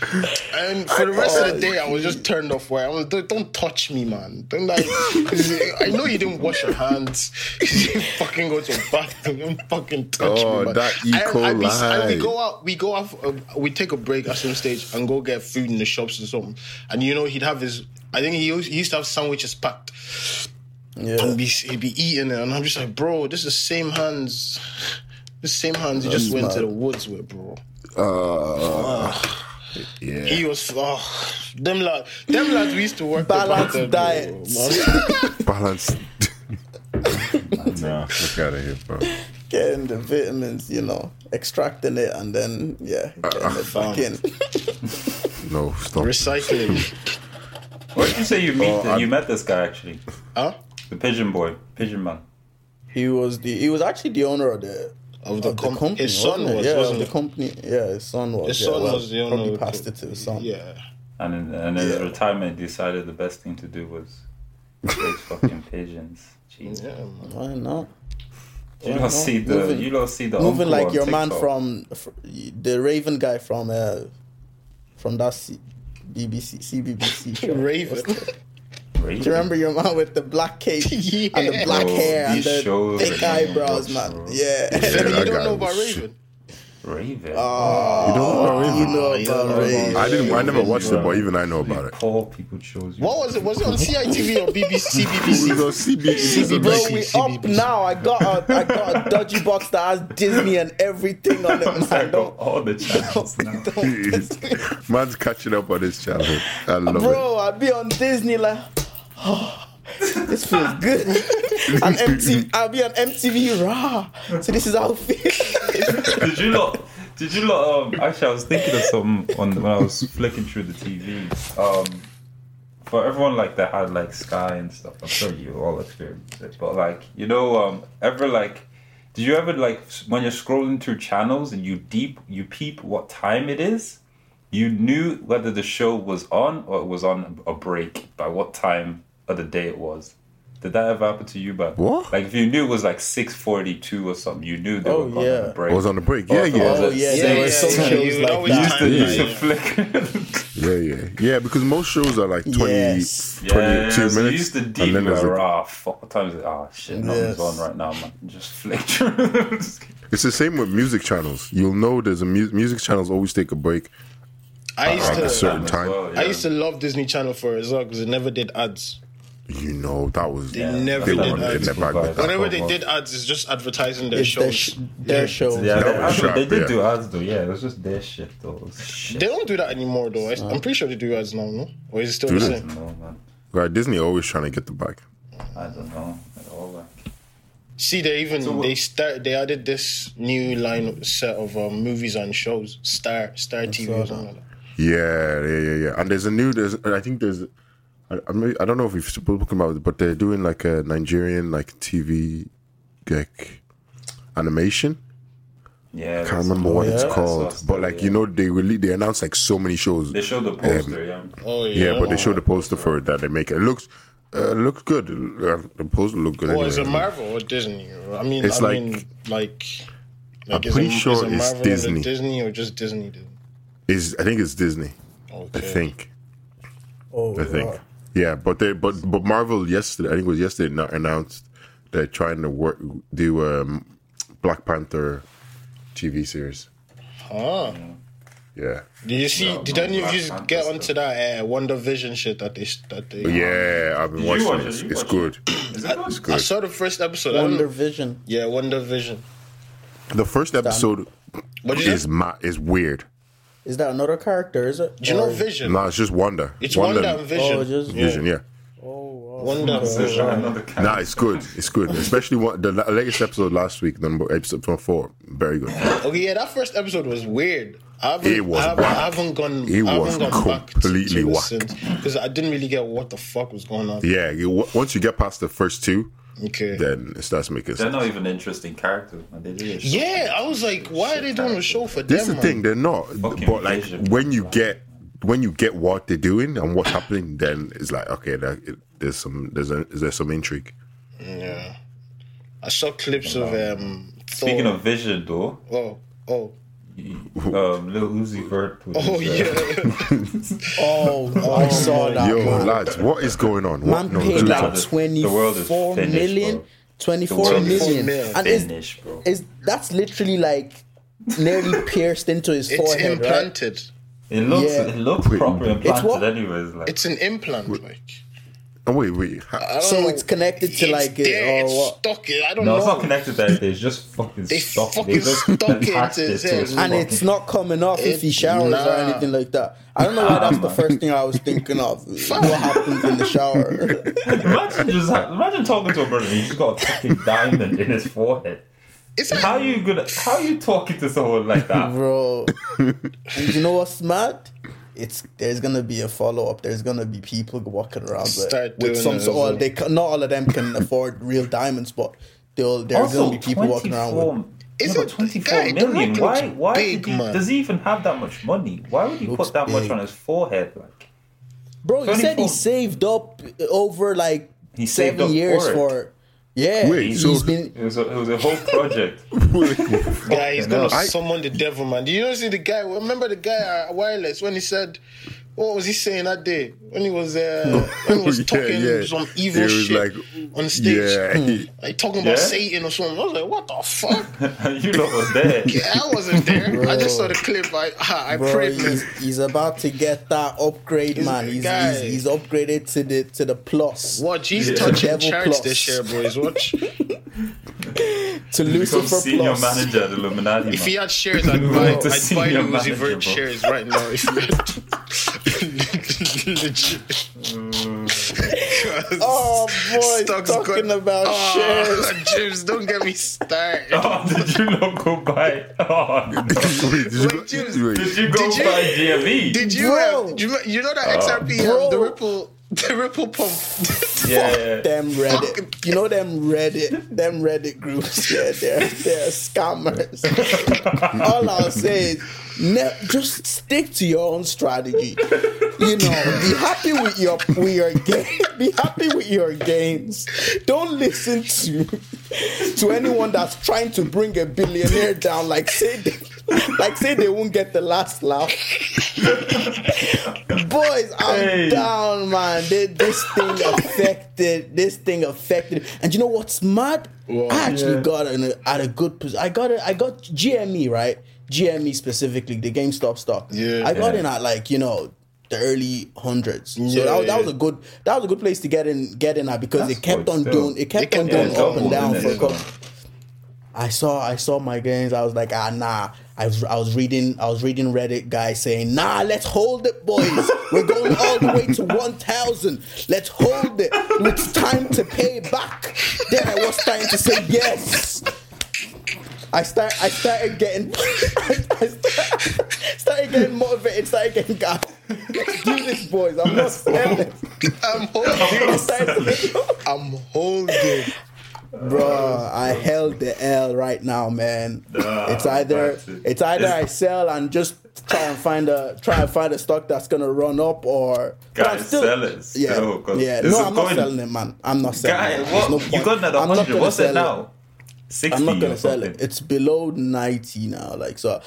Speaker 4: and for the rest of the day, I was just turned off. Where I was, don't, don't touch me, man. Don't like. 'cause I know you didn't wash your hands. You didn't fucking go to a bathroom. Don't fucking touch
Speaker 3: Oh,
Speaker 4: me, man.
Speaker 3: that E.
Speaker 4: I- I be- I- we
Speaker 3: coli.
Speaker 4: go out. We go out. for- Uh, we take a break at some stage and go get food in the shops or something. And you know, he'd have his. I think he used, he used to have sandwiches packed
Speaker 5: yeah
Speaker 4: and be, he'd be eating it, and I'm just like, bro, this is the same hands, the same hands he just
Speaker 5: That's
Speaker 4: went to
Speaker 5: mad.
Speaker 4: the woods with, bro.
Speaker 3: Uh, yeah.
Speaker 4: He was, oh, them lads, them lads we used to work
Speaker 5: Balanced
Speaker 4: the
Speaker 5: diet.
Speaker 3: Balance.
Speaker 1: No.
Speaker 3: Look out of here, bro.
Speaker 5: getting the vitamins you know extracting it and then yeah getting it back in
Speaker 3: No, stop.
Speaker 4: recycling,
Speaker 1: What did you say you meet?
Speaker 3: Oh, I'm-
Speaker 1: you met this guy actually,
Speaker 4: huh?
Speaker 1: the pigeon boy, pigeon man.
Speaker 5: he was the he was actually the owner of the
Speaker 4: Of the, com-
Speaker 5: company.
Speaker 4: his son
Speaker 5: wasn't it?
Speaker 4: was,
Speaker 5: yeah,
Speaker 4: wasn't
Speaker 5: of
Speaker 4: it?
Speaker 5: the company. Yeah, his son was.
Speaker 4: His
Speaker 5: yeah,
Speaker 4: son
Speaker 5: well,
Speaker 4: was the
Speaker 5: probably
Speaker 4: owner.
Speaker 5: passed it to his son.
Speaker 4: Yeah,
Speaker 1: And in, and in his
Speaker 5: Yeah.
Speaker 1: retirement, decided the best thing to do was raise fucking pigeons. Jeez.
Speaker 4: yeah, man.
Speaker 5: why not?
Speaker 1: You
Speaker 5: Why
Speaker 1: don't
Speaker 5: not?
Speaker 1: see the
Speaker 5: Moving-
Speaker 1: you don't see the
Speaker 5: Moving
Speaker 1: uncle
Speaker 5: like
Speaker 1: on
Speaker 5: your man
Speaker 1: TikTok.
Speaker 5: from, fr the Raven guy from uh, from that C- BBC CBBC. show.
Speaker 4: Raven.
Speaker 1: Raven.
Speaker 5: Do you remember your man with the black cape
Speaker 4: Yeah.
Speaker 5: and the black
Speaker 1: Bro,
Speaker 5: hair and
Speaker 1: these
Speaker 5: the
Speaker 1: shows
Speaker 5: thick
Speaker 1: are
Speaker 5: eyebrows,
Speaker 1: nuts,
Speaker 5: man?
Speaker 1: bro.
Speaker 5: Yeah.
Speaker 3: Yeah,
Speaker 4: you
Speaker 3: that
Speaker 4: don't
Speaker 3: guy
Speaker 4: know about
Speaker 3: was shit.
Speaker 4: Raven.
Speaker 1: Raven.
Speaker 5: Oh,
Speaker 3: You don't know about Raven?
Speaker 5: you know
Speaker 4: you don't
Speaker 5: about
Speaker 4: know
Speaker 5: Raven.
Speaker 4: about
Speaker 3: Oh, I didn't. I never
Speaker 1: Raven,
Speaker 3: watched
Speaker 1: bro.
Speaker 3: it, but even I know about it.
Speaker 1: Poor people chose you.
Speaker 4: What was it? Was it on CITV or BBC?
Speaker 3: He's on
Speaker 4: BBC?
Speaker 3: CBBC.
Speaker 5: Bro,
Speaker 4: CBBC.
Speaker 5: we up now. I got a, I got a dodgy box that has Disney and everything on it,
Speaker 1: I
Speaker 5: man.
Speaker 1: got
Speaker 5: Don't,
Speaker 1: all the channels now.
Speaker 3: Jeez. Man's catching up on his childhood. I love it.
Speaker 5: Bro, I'd be on Disney like, this feels good. I'm MTV, I'll be on MTV Raw. So this is how it feels.
Speaker 1: did you not? Did you not? Um, actually, I was thinking of something on when I was flicking through the TV. Um, for everyone like that had like Sky and stuff. I'm sure you all experienced it, but like you know, um, ever like, did you ever like s- when you're scrolling through channels and you deep you peep what time it is? You knew whether the show was on or it was on a break by what time of the day it was. Did that ever happen to you? But
Speaker 3: What?
Speaker 1: Like if you knew it was like six forty-two or something, you knew they
Speaker 5: Oh,
Speaker 1: were going on
Speaker 5: yeah.
Speaker 1: a break.
Speaker 3: I was on the break. Yeah, yeah.
Speaker 5: Oh, yeah, there were some
Speaker 4: yeah,
Speaker 5: shows
Speaker 4: you
Speaker 5: like
Speaker 4: always
Speaker 5: that.
Speaker 4: time
Speaker 3: Yeah.
Speaker 1: It's
Speaker 4: that,
Speaker 1: a flick.
Speaker 3: Yeah, yeah, yeah. Because most shows are like 20,
Speaker 5: Yes.
Speaker 3: 22 minutes,
Speaker 1: so you used to deep
Speaker 3: and then there's
Speaker 1: like,
Speaker 3: like,
Speaker 1: ah, fuck, what time is it? Ah, shit, nothing's
Speaker 5: Yes.
Speaker 1: on right now, man. Just flick through.
Speaker 3: it's the same with music channels. You'll know there's a mu- music channels always take a break.
Speaker 4: I
Speaker 3: Like a
Speaker 4: used to,
Speaker 3: certain time,
Speaker 4: I used to love Disney Channel for it as well because it never did ads.
Speaker 3: you know that was
Speaker 4: They never
Speaker 3: they
Speaker 4: did
Speaker 3: wanted
Speaker 4: that.
Speaker 3: in their bag with that.
Speaker 4: Whenever they did ads, it's just advertising their
Speaker 5: It's their,
Speaker 4: shows.
Speaker 5: sh- their shows.
Speaker 1: Yeah,
Speaker 3: That
Speaker 1: they,
Speaker 3: was
Speaker 1: I mean, they
Speaker 3: sharp,
Speaker 1: did
Speaker 3: yeah.
Speaker 1: do ads though. Yeah, it was just their shit though. It was Shit.
Speaker 4: They don't do that anymore, though. I, I'm pretty sure they do ads now, no? Or is it still
Speaker 3: Do
Speaker 4: the
Speaker 3: they?
Speaker 4: same?
Speaker 1: No, man.
Speaker 3: Right, Disney always trying to get the bag.
Speaker 1: I don't know at all. Like,
Speaker 4: See, they even
Speaker 1: what-
Speaker 4: they start they added this new line set of um, movies and shows, Star Star TV or something like that.
Speaker 3: Yeah, yeah, yeah, yeah. And there's a new. There's I think there's. I, I'm, not- I don't know if we've spoken about it, but they're doing like a Nigerian like TV, like animation.
Speaker 1: yeah,
Speaker 3: I can't remember what it's
Speaker 5: yeah?
Speaker 3: called, but like you know, Um, they really they announced like so many shows.
Speaker 1: they showed the poster. yeah,
Speaker 4: Oh yeah,
Speaker 3: yeah, but they showed the poster for it that they make. It looks, uh, looks good. Uh, the poster look good.
Speaker 4: Or is it
Speaker 3: anyway.
Speaker 4: Marvel or Disney? I mean,
Speaker 3: It's
Speaker 4: I
Speaker 3: like-
Speaker 4: mean, like,
Speaker 3: I'm pretty sure
Speaker 4: it
Speaker 3: it's
Speaker 4: under
Speaker 3: Disney.
Speaker 4: Disney or just Disney? Dude?
Speaker 3: Is I think it's Disney.
Speaker 4: Okay.
Speaker 3: I think.
Speaker 5: Oh,
Speaker 3: I think.
Speaker 5: wow.
Speaker 3: Yeah, but they but but Marvel yesterday I think it was yesterday not announced they're trying to work do um Black Panther TV series.
Speaker 4: Ah,
Speaker 3: Yeah.
Speaker 6: Did you see?
Speaker 1: No,
Speaker 6: did
Speaker 1: no,
Speaker 6: any of
Speaker 1: Black
Speaker 6: you
Speaker 1: Panther
Speaker 6: get
Speaker 1: stuff.
Speaker 6: onto that uh, Wonder Vision shit that they s- that they?
Speaker 3: Yeah, I've been
Speaker 1: You
Speaker 3: watching
Speaker 1: watch
Speaker 3: it.
Speaker 1: it,
Speaker 3: It's,
Speaker 1: you
Speaker 3: it's
Speaker 1: watch
Speaker 3: good.
Speaker 1: Is it good?
Speaker 3: It's
Speaker 6: I
Speaker 3: good.
Speaker 6: saw the first episode. I don't
Speaker 4: Wonder
Speaker 6: know-
Speaker 4: Vision.
Speaker 6: yeah, Wonder Vision.
Speaker 3: The first episode
Speaker 6: What is
Speaker 3: is
Speaker 6: it?
Speaker 3: ma- is weird.
Speaker 4: Is that another character? Is it?
Speaker 6: Do you know
Speaker 4: Or-
Speaker 6: Vision?
Speaker 3: No, it's just Oh, Wanda.
Speaker 6: It's Wonder, and Vision.
Speaker 4: Oh, just
Speaker 3: Vision, yeah.
Speaker 6: Wonder
Speaker 1: There's
Speaker 6: Vision.
Speaker 1: another character.
Speaker 3: Nah, it's good. It's good. Especially one, the la- latest episode last week, the number episode from four. Very good.
Speaker 6: Okay, yeah, that first episode was weird. I haven't,
Speaker 3: It was
Speaker 6: I haven't,
Speaker 3: whack.
Speaker 6: I haven't gone.
Speaker 3: It
Speaker 6: I haven't
Speaker 3: was
Speaker 6: gone back to-
Speaker 3: completely
Speaker 6: to
Speaker 3: whack.
Speaker 6: because I didn't really get what the fuck was going on.
Speaker 3: Yeah, you, w- once you get past the first two,
Speaker 6: Okay.
Speaker 3: then it starts making
Speaker 1: They're
Speaker 3: sense.
Speaker 1: not even interesting characters. man. They do a show.
Speaker 6: Yeah, I was like, why are they doing a show for
Speaker 3: This is
Speaker 6: them?
Speaker 3: the
Speaker 6: man?
Speaker 3: thing; they're not.
Speaker 1: Fucking
Speaker 3: but like
Speaker 1: vision.
Speaker 3: when you get when you get what they're doing and what's happening, then it's like okay, there, it, there's some there's a, is there some intrigue.
Speaker 6: Yeah, I saw clips of um. Thor.
Speaker 1: Speaking of Vision, though,
Speaker 6: oh, oh,
Speaker 1: um, Lil Uzi Vert. was,
Speaker 6: oh
Speaker 1: uh,
Speaker 6: yeah.
Speaker 4: Oh, I saw that.
Speaker 3: Yo,
Speaker 4: man.
Speaker 3: lads, what is going on? What?
Speaker 4: Man
Speaker 3: No,
Speaker 4: paid
Speaker 3: dude,
Speaker 1: like
Speaker 3: what-
Speaker 4: like
Speaker 1: the- the world is
Speaker 4: 24
Speaker 1: finished,
Speaker 4: million.
Speaker 1: bro.
Speaker 4: 24
Speaker 1: world is
Speaker 4: million.
Speaker 6: finished,
Speaker 4: And it's,
Speaker 1: Finish, bro.
Speaker 4: it's, that's literally like nearly pierced into his
Speaker 6: It's
Speaker 4: forehead. right?
Speaker 6: implanted.
Speaker 1: It looks,
Speaker 4: Yeah.
Speaker 1: it looks proper
Speaker 4: It's what-
Speaker 1: implanted, anyways. Like,
Speaker 6: It's an implant. Like,
Speaker 3: oh, wait, wait. Ha-
Speaker 6: I don't
Speaker 4: So
Speaker 6: know.
Speaker 4: it's connected to,
Speaker 6: Oh, It's
Speaker 4: like, it,
Speaker 6: there,
Speaker 4: or
Speaker 6: it's
Speaker 4: what?
Speaker 6: stuck. I don't
Speaker 1: no,
Speaker 6: know.
Speaker 1: it's not connected to anything. It's just fucking
Speaker 6: They
Speaker 1: stuck.
Speaker 6: fucking stuck it
Speaker 1: attached
Speaker 6: to his
Speaker 1: to his
Speaker 6: head.
Speaker 4: and
Speaker 1: fucking-
Speaker 4: it's not coming off if he
Speaker 6: It-
Speaker 4: showers or
Speaker 6: nah.
Speaker 4: anything like that. I don't know why that's the first thing I was thinking of. what happens in the shower?
Speaker 1: Imagine just ha- imagine talking to a brother. and He's just got a fucking diamond in his forehead.
Speaker 6: It's like,
Speaker 1: How you gonna? How you talking to someone like that?
Speaker 4: bro. and you know what's mad? It's there's gonna be a follow up. There's gonna be people walking around with,
Speaker 6: Start
Speaker 4: with
Speaker 6: doing
Speaker 4: some
Speaker 6: it as
Speaker 4: sort. Well,
Speaker 6: well.
Speaker 4: they ca- not all of them can afford real diamonds, but they'll, there's
Speaker 1: Also,
Speaker 4: gonna be people walking around with.
Speaker 6: Is
Speaker 1: no,
Speaker 6: it-
Speaker 1: but 24
Speaker 6: guy, the
Speaker 1: million?
Speaker 6: record
Speaker 1: Why?
Speaker 6: looks
Speaker 1: Why
Speaker 6: big,
Speaker 1: did he,
Speaker 6: man.
Speaker 1: does he even have that much money? Why would he
Speaker 4: Looks
Speaker 1: put that much
Speaker 4: big.
Speaker 1: on his forehead? Like
Speaker 4: Bro, you said he
Speaker 1: 24.
Speaker 4: saved up over like
Speaker 1: He saved
Speaker 4: seven
Speaker 1: up
Speaker 4: years
Speaker 1: for it.
Speaker 4: for. it. Yeah,
Speaker 3: Wait,
Speaker 4: he's
Speaker 3: so-
Speaker 4: been
Speaker 1: it was a, it was a whole project.
Speaker 6: guy, he's gonna
Speaker 3: I-
Speaker 6: summon the devil, man. Do you know see the guy? Remember the guy at Wireless when he said, "What was he saying that day when he was uh, when he was
Speaker 3: Yeah,
Speaker 6: talking
Speaker 3: yeah.
Speaker 6: some evil
Speaker 3: It was
Speaker 6: shit
Speaker 3: like-
Speaker 6: on stage,
Speaker 3: Yeah.
Speaker 6: like talking about
Speaker 1: Yeah?
Speaker 6: Satan or something?" I was like, "What the fuck?"
Speaker 1: you lot was there.
Speaker 6: I wasn't there. I just saw the clip. I I
Speaker 4: Bro,
Speaker 6: prayed.
Speaker 4: he's,
Speaker 6: man.
Speaker 4: he's about to get that upgrade,
Speaker 6: He's-
Speaker 4: man. He's,
Speaker 6: guy.
Speaker 4: he's he's upgraded to the to the plus
Speaker 6: Watch, he's
Speaker 1: Yeah.
Speaker 6: touching
Speaker 4: Devil
Speaker 6: church
Speaker 4: plus.
Speaker 6: this year, boys. Watch.
Speaker 4: to
Speaker 1: Become
Speaker 4: Lucifer
Speaker 1: senior
Speaker 4: plus.
Speaker 1: manager at Illuminati.
Speaker 6: If
Speaker 1: man.
Speaker 6: he had shares, I'd buy.
Speaker 1: Bro,
Speaker 6: I'd
Speaker 1: the
Speaker 6: buy
Speaker 1: senior
Speaker 6: the Uzi
Speaker 1: manager,
Speaker 6: Vert
Speaker 1: bro.
Speaker 6: shares right now. If he had. Legit.
Speaker 4: Oh boy,
Speaker 6: Stocks
Speaker 4: talking
Speaker 6: got-
Speaker 4: about shares.
Speaker 6: Oh, James, don't get me started.
Speaker 1: Oh, did you not go buy? Oh,
Speaker 3: Wait, did you,
Speaker 6: Wait,
Speaker 3: go-
Speaker 6: Jules,
Speaker 3: wait.
Speaker 1: did you go
Speaker 6: Did you-
Speaker 1: buy E? GME?
Speaker 6: Did you,
Speaker 4: Bro.
Speaker 6: uh, do you you know
Speaker 5: Oh,
Speaker 6: that XRP
Speaker 4: Bro.
Speaker 6: um, the ripple the ripple pump?
Speaker 1: yeah, yeah.
Speaker 4: Them Reddit, you know them Reddit, them Reddit groups. Yeah, they're they're scammers. All I'll say is, ne- just stick to your own strategy. You know, be happy with your with your game. Be happy with your gains. Don't listen to to anyone that's trying to bring a billionaire down. Like say, they, like say they won't get the last laugh. Boys, I'm
Speaker 1: Hey.
Speaker 4: down, man. They, this thing affected. This thing affected. And you know what's mad? I actually got in a, at a good position. I got a, I got GME right. E GME specifically, the GameStop stock.
Speaker 6: Yeah.
Speaker 4: I got
Speaker 1: Yeah.
Speaker 4: in at like you know the early hundreds. So
Speaker 6: Yeah,
Speaker 4: that, was- that was
Speaker 6: yeah.
Speaker 4: a good that was a good place to get in get in at because
Speaker 1: That's
Speaker 4: it kept
Speaker 1: good
Speaker 4: on
Speaker 1: still.
Speaker 4: doing it kept
Speaker 6: It
Speaker 4: on
Speaker 6: kept
Speaker 4: going
Speaker 6: on
Speaker 4: up and
Speaker 6: going,
Speaker 4: down
Speaker 6: didn't
Speaker 4: for a
Speaker 6: it?
Speaker 4: couple. I saw I saw my gains. I was like, ah, nah. I was, I was reading I was reading Reddit guys saying, nah, let's hold it, boys. We're going all the way to one thousand. Let's hold it. It's time to pay back. Then I was starting to say yes. I start I started getting I, I start, started getting motivated. Started getting gas. Let's do this, boys. I'm not selling.
Speaker 6: I'm
Speaker 4: I
Speaker 6: holding.
Speaker 4: started to make-
Speaker 6: I'm holding.
Speaker 4: Bro, I held the L right now, man.
Speaker 1: Nah,
Speaker 4: it's either
Speaker 1: that's it.
Speaker 4: it's either I sell and just try and find a try and find a stock that's gonna run up or but I'm
Speaker 1: Guys, sell it
Speaker 4: Yeah,
Speaker 1: still, 'cause
Speaker 4: yeah.
Speaker 1: this
Speaker 4: No,
Speaker 1: is
Speaker 4: I'm not
Speaker 1: going-
Speaker 4: selling it, man. I'm not selling
Speaker 1: Guy,
Speaker 4: it. There's
Speaker 1: what?
Speaker 4: no
Speaker 1: you
Speaker 4: point.
Speaker 1: got another
Speaker 4: I'm not
Speaker 1: 100.
Speaker 4: gonna
Speaker 1: What's it
Speaker 4: sell
Speaker 1: now? 60
Speaker 4: I'm not
Speaker 1: or
Speaker 4: gonna sell it.
Speaker 1: something.
Speaker 4: It's below ninety now, like so.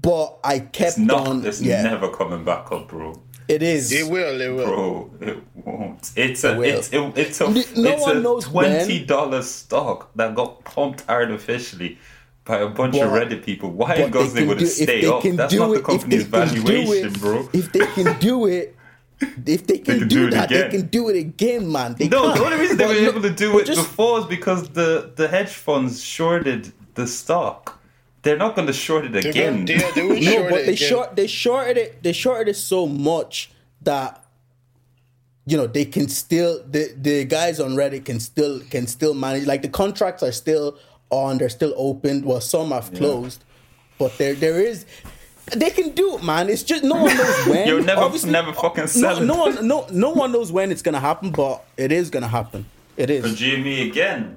Speaker 4: But I kept
Speaker 1: It's not.
Speaker 4: on.
Speaker 1: it's
Speaker 4: yeah,
Speaker 1: never coming back up, bro.
Speaker 4: it is.
Speaker 6: It will. It will.
Speaker 1: Bro, it won't. It's a.
Speaker 4: will.
Speaker 1: It's, it, it's a.
Speaker 4: N- no
Speaker 1: it's
Speaker 4: one
Speaker 1: a
Speaker 4: knows when.
Speaker 1: twenty dollar stock that got pumped artificially by a bunch of
Speaker 5: But-
Speaker 1: Reddit people. Why
Speaker 5: But
Speaker 1: in God's
Speaker 5: they
Speaker 1: name
Speaker 5: can
Speaker 1: would
Speaker 5: do-
Speaker 1: it
Speaker 5: if
Speaker 1: stay
Speaker 5: they
Speaker 1: up?
Speaker 5: can
Speaker 1: That's
Speaker 5: do
Speaker 1: not the
Speaker 5: it- if they
Speaker 1: company's
Speaker 5: can do
Speaker 1: valuation,
Speaker 5: it-
Speaker 1: bro.
Speaker 5: If they can do it, if they can,
Speaker 1: can
Speaker 5: do,
Speaker 1: do it
Speaker 5: that,
Speaker 1: again.
Speaker 5: they can do it again, man. They
Speaker 1: No,
Speaker 5: can't.
Speaker 1: the only reason they
Speaker 5: But
Speaker 1: were
Speaker 5: no-
Speaker 1: able to do
Speaker 5: but
Speaker 1: it before is because the, the hedge funds shorted the stock. They're not going to short it
Speaker 6: They were,
Speaker 1: again.
Speaker 6: they, they were
Speaker 5: No,
Speaker 6: short
Speaker 5: but
Speaker 6: it
Speaker 5: they
Speaker 6: again.
Speaker 5: short they shorted it they shorted it so much that you know they can still the the guys on Reddit can still can still manage like the contracts are still on they're still open well some have closed but there there is they can do it man it's just no one knows when
Speaker 1: You're never-
Speaker 5: Obviously, oh,
Speaker 1: never fucking
Speaker 5: no,
Speaker 1: selling.
Speaker 5: no one no no one knows when it's gonna happen but it is gonna happen it
Speaker 1: But
Speaker 5: is
Speaker 1: Jimmy E again.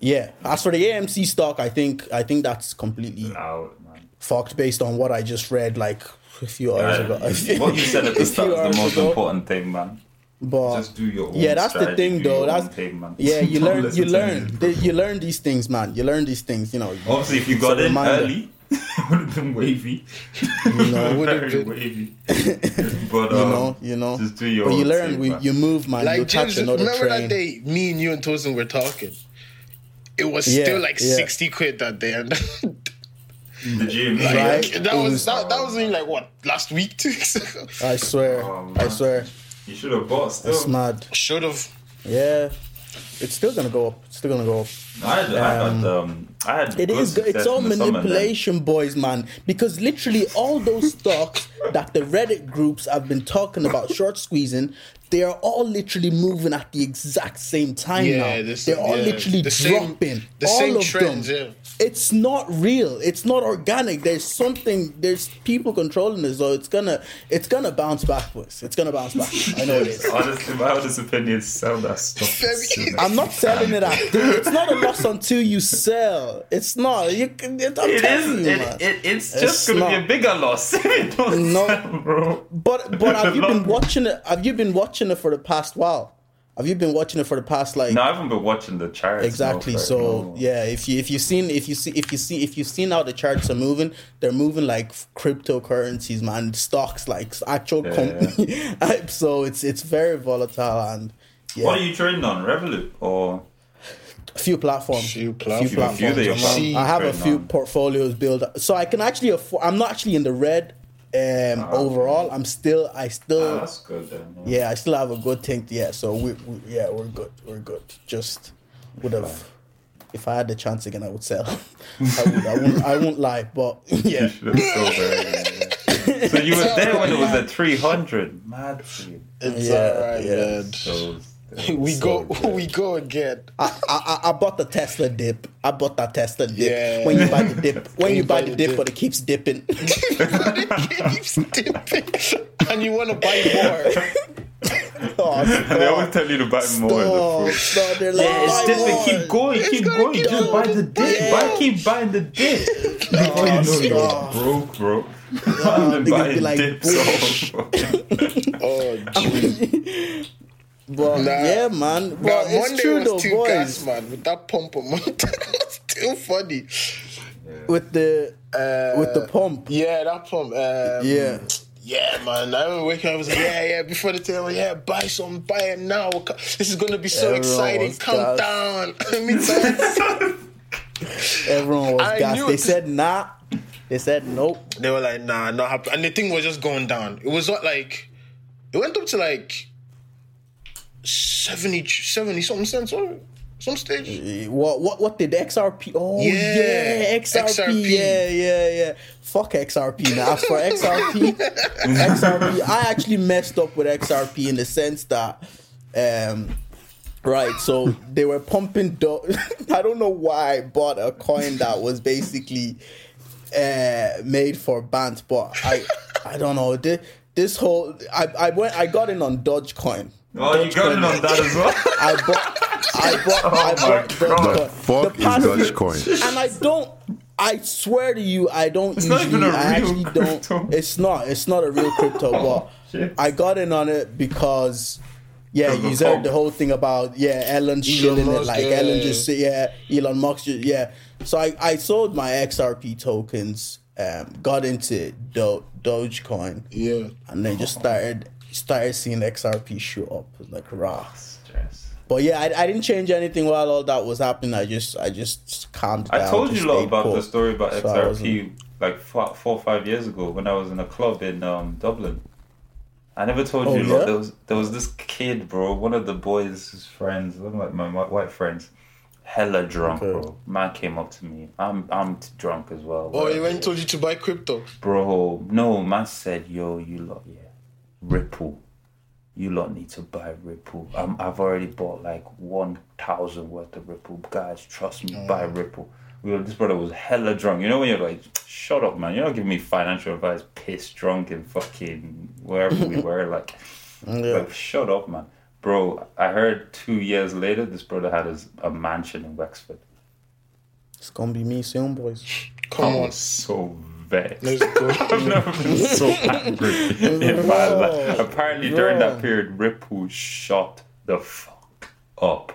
Speaker 5: yeah as for the AMC stock I think I think that's completely
Speaker 1: Out, Oh, man. Uh,
Speaker 5: fucked based on what I just read like a few hours ago.
Speaker 1: what you said at
Speaker 5: A
Speaker 1: the
Speaker 5: few
Speaker 1: start is
Speaker 5: hours
Speaker 1: the most
Speaker 5: ago.
Speaker 1: important thing, man.
Speaker 5: But
Speaker 1: Just do your own
Speaker 5: yeah, that's the
Speaker 1: strategy,
Speaker 5: thing
Speaker 1: do
Speaker 5: though.
Speaker 1: your
Speaker 5: That's
Speaker 1: own thing, man.
Speaker 5: yeah, you
Speaker 1: Don't
Speaker 5: learn
Speaker 1: listen
Speaker 5: you
Speaker 1: to
Speaker 5: learn
Speaker 1: me.
Speaker 5: th- you learn these things, man. You learn these things, you know.
Speaker 1: Obviously, if you
Speaker 5: It's a
Speaker 1: got in
Speaker 5: reminder.
Speaker 1: early, it would have been wavy.
Speaker 6: it would have
Speaker 1: Very
Speaker 6: been-
Speaker 1: wavy. But,
Speaker 5: You
Speaker 1: um,
Speaker 5: know, you know.
Speaker 1: Just do your
Speaker 5: but you
Speaker 1: own
Speaker 5: learn,
Speaker 1: thing,
Speaker 5: we,
Speaker 1: man.
Speaker 5: you move, man. you
Speaker 6: Like
Speaker 5: catch
Speaker 6: James,
Speaker 5: another
Speaker 6: remember
Speaker 5: train.
Speaker 6: that day me and you and Tosin were talking? It was
Speaker 5: Yeah,
Speaker 6: still like
Speaker 5: yeah.
Speaker 6: sixty quid that day. And
Speaker 1: the gym.
Speaker 5: Right.
Speaker 6: like, that
Speaker 5: it
Speaker 6: was
Speaker 5: was-
Speaker 6: that, that was only like what last week, two weeks ago.
Speaker 5: I swear,
Speaker 1: Oh,
Speaker 5: I
Speaker 1: man.
Speaker 5: swear,
Speaker 1: You should have bought still.
Speaker 5: it's mad.
Speaker 6: Should have.
Speaker 5: Yeah, it's still gonna go up. It's still gonna go up.
Speaker 1: I had, I had, um, I had
Speaker 5: It
Speaker 1: good
Speaker 5: is.
Speaker 1: success
Speaker 5: It's all
Speaker 1: in the summer then.
Speaker 5: manipulation, boys, man. Because literally all those stocks that the Reddit groups have been talking about short squeezing, they are all literally moving at the exact same time now.
Speaker 6: Yeah, this-
Speaker 5: They're all
Speaker 6: yeah.
Speaker 5: literally
Speaker 6: The same-
Speaker 5: dropping.
Speaker 6: the
Speaker 5: all
Speaker 6: same
Speaker 5: of
Speaker 6: trends,
Speaker 5: them.
Speaker 6: yeah.
Speaker 5: It's not real. It's not organic. There's something. There's people controlling this, so it's gonna. It's gonna bounce backwards. It's gonna bounce back. I know it is.
Speaker 1: Honestly, my honest opinion is sell that stuff.
Speaker 6: Very-
Speaker 1: Soon.
Speaker 5: I'm not selling it. At, it's not a loss until you sell. It's not. You can. I'm
Speaker 1: It
Speaker 5: telling
Speaker 1: is.
Speaker 5: you,
Speaker 1: It,
Speaker 5: man.
Speaker 1: it, it's
Speaker 5: It's
Speaker 1: just gonna be
Speaker 5: not.
Speaker 1: a bigger loss. if you don't
Speaker 5: No.
Speaker 1: sell, bro.
Speaker 5: But but have you been
Speaker 1: Look.
Speaker 5: watching it? Have you been watching it for the past while? Have you been watching it for the past like
Speaker 1: No, I haven't been watching the charts. no,
Speaker 5: exactly?
Speaker 1: fair,
Speaker 5: so
Speaker 1: no.
Speaker 5: yeah, if you if you seen if you see if you see if you've seen how the charts are moving, they're moving like f- cryptocurrencies, man, stocks like s- actual
Speaker 1: Yeah,
Speaker 5: company. so it's it's very volatile and yeah,
Speaker 1: What are you trading on? Revolut or?
Speaker 5: a few platforms,
Speaker 6: Few
Speaker 5: a
Speaker 6: platforms. Few
Speaker 1: that you're
Speaker 5: I'm
Speaker 1: seeing
Speaker 5: on. I have a
Speaker 1: right
Speaker 5: few
Speaker 1: now.
Speaker 5: portfolios built, up. so I can actually afford. I'm not actually in the red um,
Speaker 1: Uh-huh.
Speaker 5: overall. I'm still I
Speaker 1: Oh,
Speaker 5: still.
Speaker 1: that's good then.
Speaker 5: Yeah, I still have a good thing. Yeah, so we, we yeah, we're good. We're good. Just would have if I had the chance again, I would sell. I would. I won't. I won't lie. But yeah,
Speaker 1: Should have sold it, yeah. So you were there when it was at 300. Mad. for you.
Speaker 6: It's
Speaker 5: Yeah,
Speaker 6: alright,
Speaker 5: yeah.
Speaker 6: man.
Speaker 1: So,
Speaker 6: We
Speaker 1: so
Speaker 6: go,
Speaker 1: good.
Speaker 6: we go again.
Speaker 5: I, I I bought the Tesla dip. I bought that Tesla dip.
Speaker 6: Yeah.
Speaker 5: When you buy the dip, when you buy the dip, but it keeps dipping.
Speaker 6: Keeps dipping. and you want to buy more.
Speaker 5: oh,
Speaker 1: They always tell you to buy more. in the
Speaker 5: oh,
Speaker 1: fruit.
Speaker 5: so they're like,
Speaker 1: Yeah, it's
Speaker 5: "Buy
Speaker 1: different.
Speaker 5: more."
Speaker 1: Keep going, keep
Speaker 6: gonna
Speaker 1: going.
Speaker 6: keep
Speaker 1: Just
Speaker 6: going.
Speaker 1: buy the dip.
Speaker 6: Yeah.
Speaker 1: Buy, keep buying the dip. Before you know it,
Speaker 5: stop.
Speaker 1: you're broke, bro. I'm
Speaker 5: they're gonna
Speaker 1: buying
Speaker 5: be like,
Speaker 1: dips. all over.
Speaker 6: Oh,
Speaker 5: But
Speaker 6: Nah.
Speaker 5: yeah, man.
Speaker 6: Nah,
Speaker 5: Well, it's
Speaker 6: Monday
Speaker 5: true
Speaker 6: was
Speaker 5: though,
Speaker 6: too
Speaker 5: boys.
Speaker 6: gas, man. With that pump on Monday, it was too funny.
Speaker 5: With the with the pump.
Speaker 6: Uh, Yeah, that pump. Um,
Speaker 5: Yeah.
Speaker 6: Yeah, man. I remember waking up. I was like, yeah, yeah. Before the table, yeah, buy some, buy it now. This is gonna be so
Speaker 5: Everyone
Speaker 6: exciting.
Speaker 5: was
Speaker 6: Calm
Speaker 5: gas.
Speaker 6: down. Let me tell you.
Speaker 5: Everyone was
Speaker 6: I
Speaker 5: gassed.
Speaker 6: knew
Speaker 5: They
Speaker 6: it.
Speaker 5: said nah. They said nope.
Speaker 6: they were like, nah, not happy. And the thing was just going down. It was not like it went up to like 70, 70 something cents or some stage.
Speaker 5: What what what did XRP? Oh yeah,
Speaker 6: Yeah,
Speaker 5: XRP,
Speaker 6: XRP.
Speaker 5: Yeah, yeah, yeah. Fuck XRP now. As for XRP, XRP, I actually messed up with XRP in the sense that, um, right. So they were pumping. Do- I don't know why I bought a coin that was basically uh, made for bans, but I I don't know. This, this whole I I went I got in on Dogecoin.
Speaker 1: Oh, you got it on that as well.
Speaker 5: I bought. I bought. I
Speaker 1: Oh my God.
Speaker 3: The fuck
Speaker 5: bought Dogecoin. The past
Speaker 3: is
Speaker 5: few-
Speaker 3: Dogecoin?
Speaker 5: And I don't. I swear to you, I don't
Speaker 1: It's not
Speaker 5: usually.
Speaker 1: even a
Speaker 5: I
Speaker 1: real
Speaker 5: actually don't.
Speaker 1: crypto.
Speaker 5: It's not. It's not a real crypto.
Speaker 1: shit.
Speaker 5: but I got in on it because. Yeah,
Speaker 1: Because
Speaker 5: you
Speaker 1: of
Speaker 5: heard
Speaker 1: Pog.
Speaker 5: the whole thing about yeah, Ellen shilling it
Speaker 6: Musk,
Speaker 5: like
Speaker 6: yeah.
Speaker 5: Ellen just say, yeah, Elon Musk just, yeah. So I, I sold my XRP tokens, um, got into Do- Dogecoin,
Speaker 6: Yeah.
Speaker 5: and then just started started seeing XRP shoot up like rah.
Speaker 1: Stress.
Speaker 5: But yeah, I, I didn't change anything while all that was happening. I just I just calmed down.
Speaker 1: I told
Speaker 5: just
Speaker 1: you a lot
Speaker 5: stayed
Speaker 1: about
Speaker 5: put.
Speaker 1: the story about
Speaker 5: So I
Speaker 1: XRP
Speaker 5: wasn't-
Speaker 1: like four, four or five years ago when I was in a club in um, Dublin. I never told
Speaker 5: Oh,
Speaker 1: you. lot.
Speaker 5: yeah?
Speaker 1: There was there was this kid, bro. One of the boys' friends, one of like my whi- white friends, hella drunk,
Speaker 5: Okay.
Speaker 1: bro. Man came up to me. I'm I'm t- drunk as well.
Speaker 6: Or
Speaker 1: whatever.
Speaker 6: when he told you to buy crypto.
Speaker 1: bro. No, man said, yo, you lot, yeah, Ripple. You lot need to buy Ripple. Um, I've already bought like 1,000 worth of Ripple. Guys, trust me, buy Ripple. We were, this brother was hella drunk. You know when you're like, shut up, man. You're not giving me financial advice, pissed drunk and fucking wherever we were. Like, like, shut up, man. Bro, I heard two years later, this brother had his, a mansion in Wexford.
Speaker 5: It's gonna be me soon, boys. Oh,
Speaker 6: Come on.
Speaker 1: Oh, So vexed.
Speaker 6: Let's go.
Speaker 1: I've never been so angry in my life. Apparently, during
Speaker 5: Bro.
Speaker 1: that period, Ripple shot the fuck up.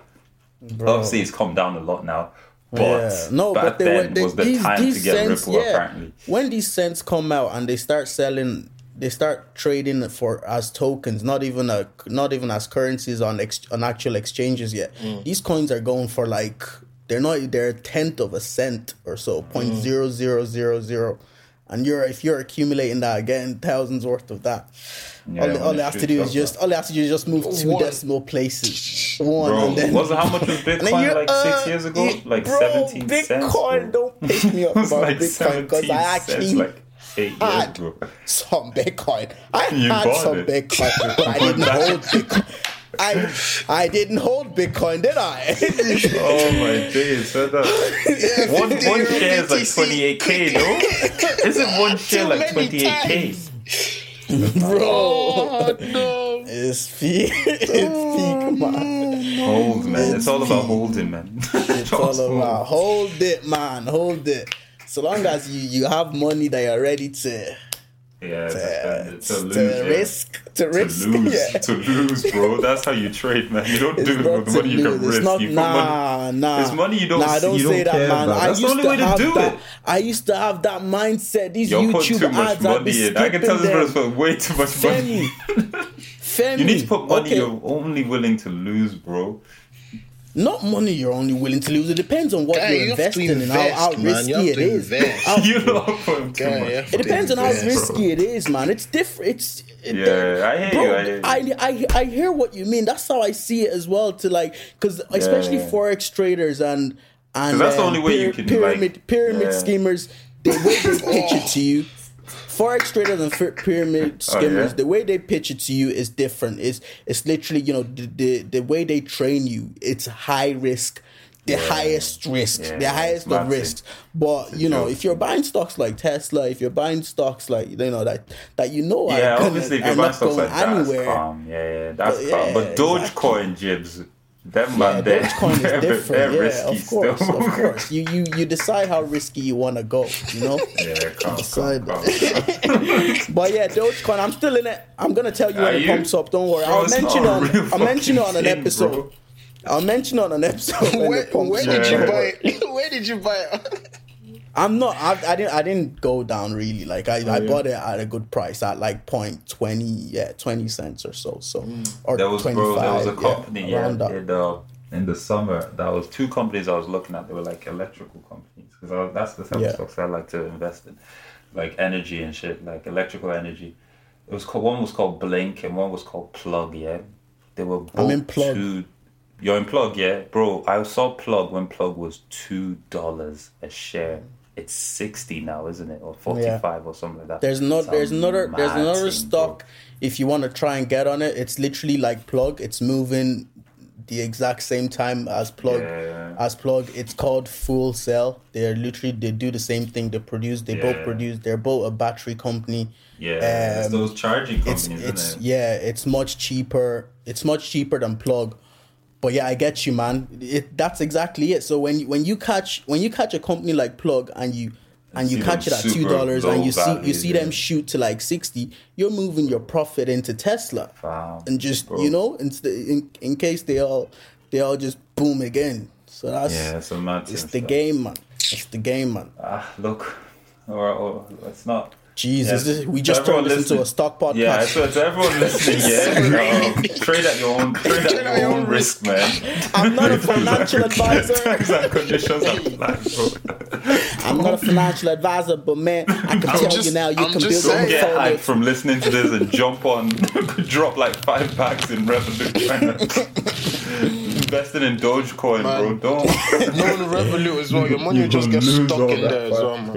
Speaker 1: Obviously, it's come down a lot now. But
Speaker 5: Yeah. No,
Speaker 1: back
Speaker 5: but they
Speaker 1: then
Speaker 5: were they,
Speaker 1: was the
Speaker 5: these,
Speaker 1: time
Speaker 5: these
Speaker 1: to get
Speaker 5: cents,
Speaker 1: Ripple,
Speaker 5: yeah.
Speaker 1: apparently.
Speaker 5: When these cents come out and they start selling, they start trading it for as tokens, not even a not even as currencies on ex, on actual exchanges
Speaker 4: Mm.
Speaker 5: yet. These coins are going for like they're not they're a tenth of a cent or so,
Speaker 1: Mm.
Speaker 5: point zero zero zero zero. And you're if you're accumulating that again, thousands worth of that.
Speaker 1: Yeah,
Speaker 5: all
Speaker 1: when
Speaker 5: all
Speaker 1: it
Speaker 5: they have to
Speaker 1: shoots
Speaker 5: do
Speaker 1: up,
Speaker 5: is just all they have to do is just move two
Speaker 6: One.
Speaker 5: decimal places. One
Speaker 1: Bro,
Speaker 5: and then
Speaker 1: wasn't how much was
Speaker 5: and then
Speaker 1: Bitcoin
Speaker 5: you're,
Speaker 1: like
Speaker 5: uh,
Speaker 1: six years ago?
Speaker 5: you-
Speaker 1: Like
Speaker 5: bro,
Speaker 1: 17
Speaker 5: Bitcoin,
Speaker 1: cents. bro.
Speaker 5: don't pick me
Speaker 1: It
Speaker 5: up
Speaker 1: was
Speaker 5: about
Speaker 1: like
Speaker 5: Bitcoin
Speaker 1: 17
Speaker 5: because I actually
Speaker 1: cents, like eight years
Speaker 5: had
Speaker 1: ago.
Speaker 5: some Bitcoin. I
Speaker 1: You
Speaker 5: had
Speaker 1: bought
Speaker 5: some
Speaker 1: it.
Speaker 5: Bitcoin, but I didn't hold Bitcoin. I I didn't hold Bitcoin, did I?
Speaker 1: Oh my days, so that one, one share is like 28k, no? Isn't one share like 28k? Oh,
Speaker 5: Bro,
Speaker 6: no.
Speaker 5: it's fee, it's
Speaker 1: Oh,
Speaker 5: fee, come on.
Speaker 1: Hold, man. It's all about holding, man.
Speaker 5: It's all about hold it, man, hold it. So long as you you have money that you're ready to
Speaker 1: Yeah, it's a- it's a lose.
Speaker 5: to
Speaker 1: yeah.
Speaker 5: risk to
Speaker 1: To
Speaker 5: risk,
Speaker 1: lose,
Speaker 5: yeah.
Speaker 1: to lose, bro. That's how you trade, man. You don't
Speaker 5: It's
Speaker 1: do it
Speaker 5: not
Speaker 1: with money you
Speaker 5: to
Speaker 1: can
Speaker 5: lose.
Speaker 1: risk.
Speaker 5: It's not,
Speaker 1: you put
Speaker 5: nah,
Speaker 1: money,
Speaker 5: nah.
Speaker 1: It's money you don't.
Speaker 5: Nah,
Speaker 1: see-
Speaker 5: don't
Speaker 1: you don't
Speaker 5: say that,
Speaker 1: care
Speaker 5: man.
Speaker 1: about.
Speaker 5: I
Speaker 1: That's the
Speaker 5: used
Speaker 1: only
Speaker 5: to
Speaker 1: way to
Speaker 5: have
Speaker 1: do
Speaker 5: that.
Speaker 1: it.
Speaker 5: I used to have that mindset. These
Speaker 1: You're putting
Speaker 5: YouTube
Speaker 1: too much
Speaker 5: ads, I'd be
Speaker 1: money in. I
Speaker 5: skipping
Speaker 1: can tell this
Speaker 5: them.
Speaker 1: person put way too much money.
Speaker 5: Femi, Femi,
Speaker 1: You need to put money
Speaker 5: okay.
Speaker 1: you're only willing to lose, bro.
Speaker 5: Not money you're only willing to lose. It depends on what
Speaker 6: Guy,
Speaker 5: you're
Speaker 6: you have to
Speaker 5: investing in, how, how
Speaker 6: invest,
Speaker 5: risky
Speaker 6: man. You have
Speaker 5: it
Speaker 6: to
Speaker 5: is.
Speaker 6: invest.
Speaker 5: How-
Speaker 1: You don't put too
Speaker 6: Yeah,
Speaker 1: much.
Speaker 6: yeah.
Speaker 5: it depends on how
Speaker 6: Invest,
Speaker 5: risky it is, man. It's different. It's
Speaker 1: Yeah, I hear
Speaker 5: bro,
Speaker 1: you. I hear you.
Speaker 5: I, I I hear what you mean. That's how I see it as well. To like, because especially
Speaker 1: yeah.
Speaker 5: forex traders and and
Speaker 1: that's the
Speaker 5: uh,
Speaker 1: only way you can, like-
Speaker 5: pyramid pyramid
Speaker 1: yeah.
Speaker 5: schemers. The way they pitch it to you, forex traders and fir- pyramid
Speaker 1: Oh,
Speaker 5: skimmers,
Speaker 1: yeah?
Speaker 5: the way they pitch it to you is different. It's it's literally you know the the, the way they train you. It's high risk. The highest risk,
Speaker 1: Yeah,
Speaker 5: the
Speaker 1: it's
Speaker 5: highest of
Speaker 1: massive.
Speaker 5: risks, but you know,
Speaker 1: joke.
Speaker 5: if you're buying stocks like Tesla, if you're buying stocks like you know that that you know are
Speaker 1: Yeah,
Speaker 5: gonna-
Speaker 1: obviously, if
Speaker 5: are
Speaker 1: you're buying
Speaker 5: not
Speaker 1: stuff
Speaker 5: going
Speaker 1: like that,
Speaker 5: anywhere.
Speaker 1: that's calm. Yeah, yeah, that's
Speaker 5: But,
Speaker 1: calm.
Speaker 5: yeah,
Speaker 1: But Dogecoin jibs, them
Speaker 5: Yeah,
Speaker 1: man, they're,
Speaker 5: Dogecoin
Speaker 1: they're,
Speaker 5: is
Speaker 1: they're
Speaker 5: different. Yeah,
Speaker 1: risky
Speaker 5: of course,
Speaker 1: still.
Speaker 5: of course. You you you decide how risky you want to go. You know.
Speaker 1: yeah, calm, calm,
Speaker 5: Decide.
Speaker 1: calm.
Speaker 5: But yeah, Dogecoin. I'm still in it. I'm gonna tell you
Speaker 1: Are
Speaker 5: when it
Speaker 1: you?
Speaker 5: pumps up. Don't worry.
Speaker 1: Bro,
Speaker 5: I'll
Speaker 1: it's not
Speaker 5: mention it
Speaker 1: a
Speaker 5: on.
Speaker 1: real
Speaker 5: I'll mention it on an
Speaker 1: fucking thing,
Speaker 5: episode.
Speaker 1: bro.
Speaker 5: I'll mention it on an episode when
Speaker 6: Where,
Speaker 5: it pumps
Speaker 6: where
Speaker 5: up.
Speaker 6: did you
Speaker 1: Yeah.
Speaker 6: buy it? Where did you buy it?
Speaker 5: I'm not. I, I didn't. I didn't go down really. Like I,
Speaker 6: Oh,
Speaker 5: I bought it at a good price at like point twenty, yeah, twenty cents or so. So
Speaker 6: Mm.
Speaker 5: or
Speaker 1: There was bro, there was a
Speaker 5: 25, yeah,
Speaker 1: company yeah,
Speaker 5: around that.
Speaker 1: in, uh, in the summer. That was two companies I was looking at. They were like electrical companies because that's the type
Speaker 5: Yeah.
Speaker 1: of stocks I like to invest in, like energy and shit, like electrical energy. It was called one was called Blink and one was called Plug. Yeah, they were both
Speaker 5: in Plug.
Speaker 1: two. You're in Plug, yeah, bro. I saw Plug when Plug was two dollars a share. It's sixty now, isn't it, or forty-five or something like that.
Speaker 5: There's no,
Speaker 1: It's a
Speaker 5: there's another, there's
Speaker 1: mad
Speaker 5: another
Speaker 1: thing, bro.
Speaker 5: stock. If you want to try and get on it, it's literally like plug. It's moving the exact same time as plug.
Speaker 1: Yeah.
Speaker 5: As plug, it's called Full Cell. They're literally they do the same thing. They produce. They both
Speaker 1: Yeah.
Speaker 5: produce. They're both a battery company.
Speaker 1: Yeah, it's
Speaker 5: Um,
Speaker 1: those charging
Speaker 5: it's
Speaker 1: companies,
Speaker 5: it's
Speaker 1: isn't it?
Speaker 5: yeah it's much cheaper it's much cheaper than plug but yeah i get you man it, that's exactly it so when you when you catch when you catch a company like plug and you and you
Speaker 1: see
Speaker 5: catch it
Speaker 1: them
Speaker 5: at two
Speaker 1: super
Speaker 5: dollars and
Speaker 1: low
Speaker 5: you see you
Speaker 1: value,
Speaker 5: see
Speaker 1: yeah.
Speaker 5: them shoot to like 60 you're moving your profit into tesla
Speaker 1: Wow,
Speaker 5: and just
Speaker 1: bro.
Speaker 5: you know in, in, in case they all they all just boom again so that's
Speaker 1: Yeah, it's a mad
Speaker 5: it's
Speaker 1: thing,
Speaker 5: the
Speaker 1: so.
Speaker 5: game man it's the game man
Speaker 1: Ah, look, or, or it's not.
Speaker 5: Jesus,
Speaker 1: Yeah.
Speaker 5: this, we just
Speaker 1: Everyone
Speaker 5: turned this into
Speaker 1: listening-
Speaker 5: a stock podcast.
Speaker 1: Yeah, so to everyone listening, yeah, no, trade at your own, trade
Speaker 6: Trade
Speaker 1: at your own risk, man.
Speaker 5: I'm not a financial advisor.
Speaker 1: Terms and conditions apply, bro.
Speaker 5: I'm not a financial advisor, but man, I can
Speaker 6: I'm
Speaker 5: tell you
Speaker 6: just-
Speaker 5: now you
Speaker 6: I'm
Speaker 5: can build
Speaker 6: just
Speaker 5: your
Speaker 6: saying.
Speaker 5: own
Speaker 1: Don't get hyped
Speaker 5: phone.
Speaker 1: from listening to this and jump on, drop like five packs in Revolut Finance. Investing in Dogecoin,
Speaker 6: Man.
Speaker 1: bro. Don't.
Speaker 6: No, in Revolut as well. Your money will just get stuck in there as well, man.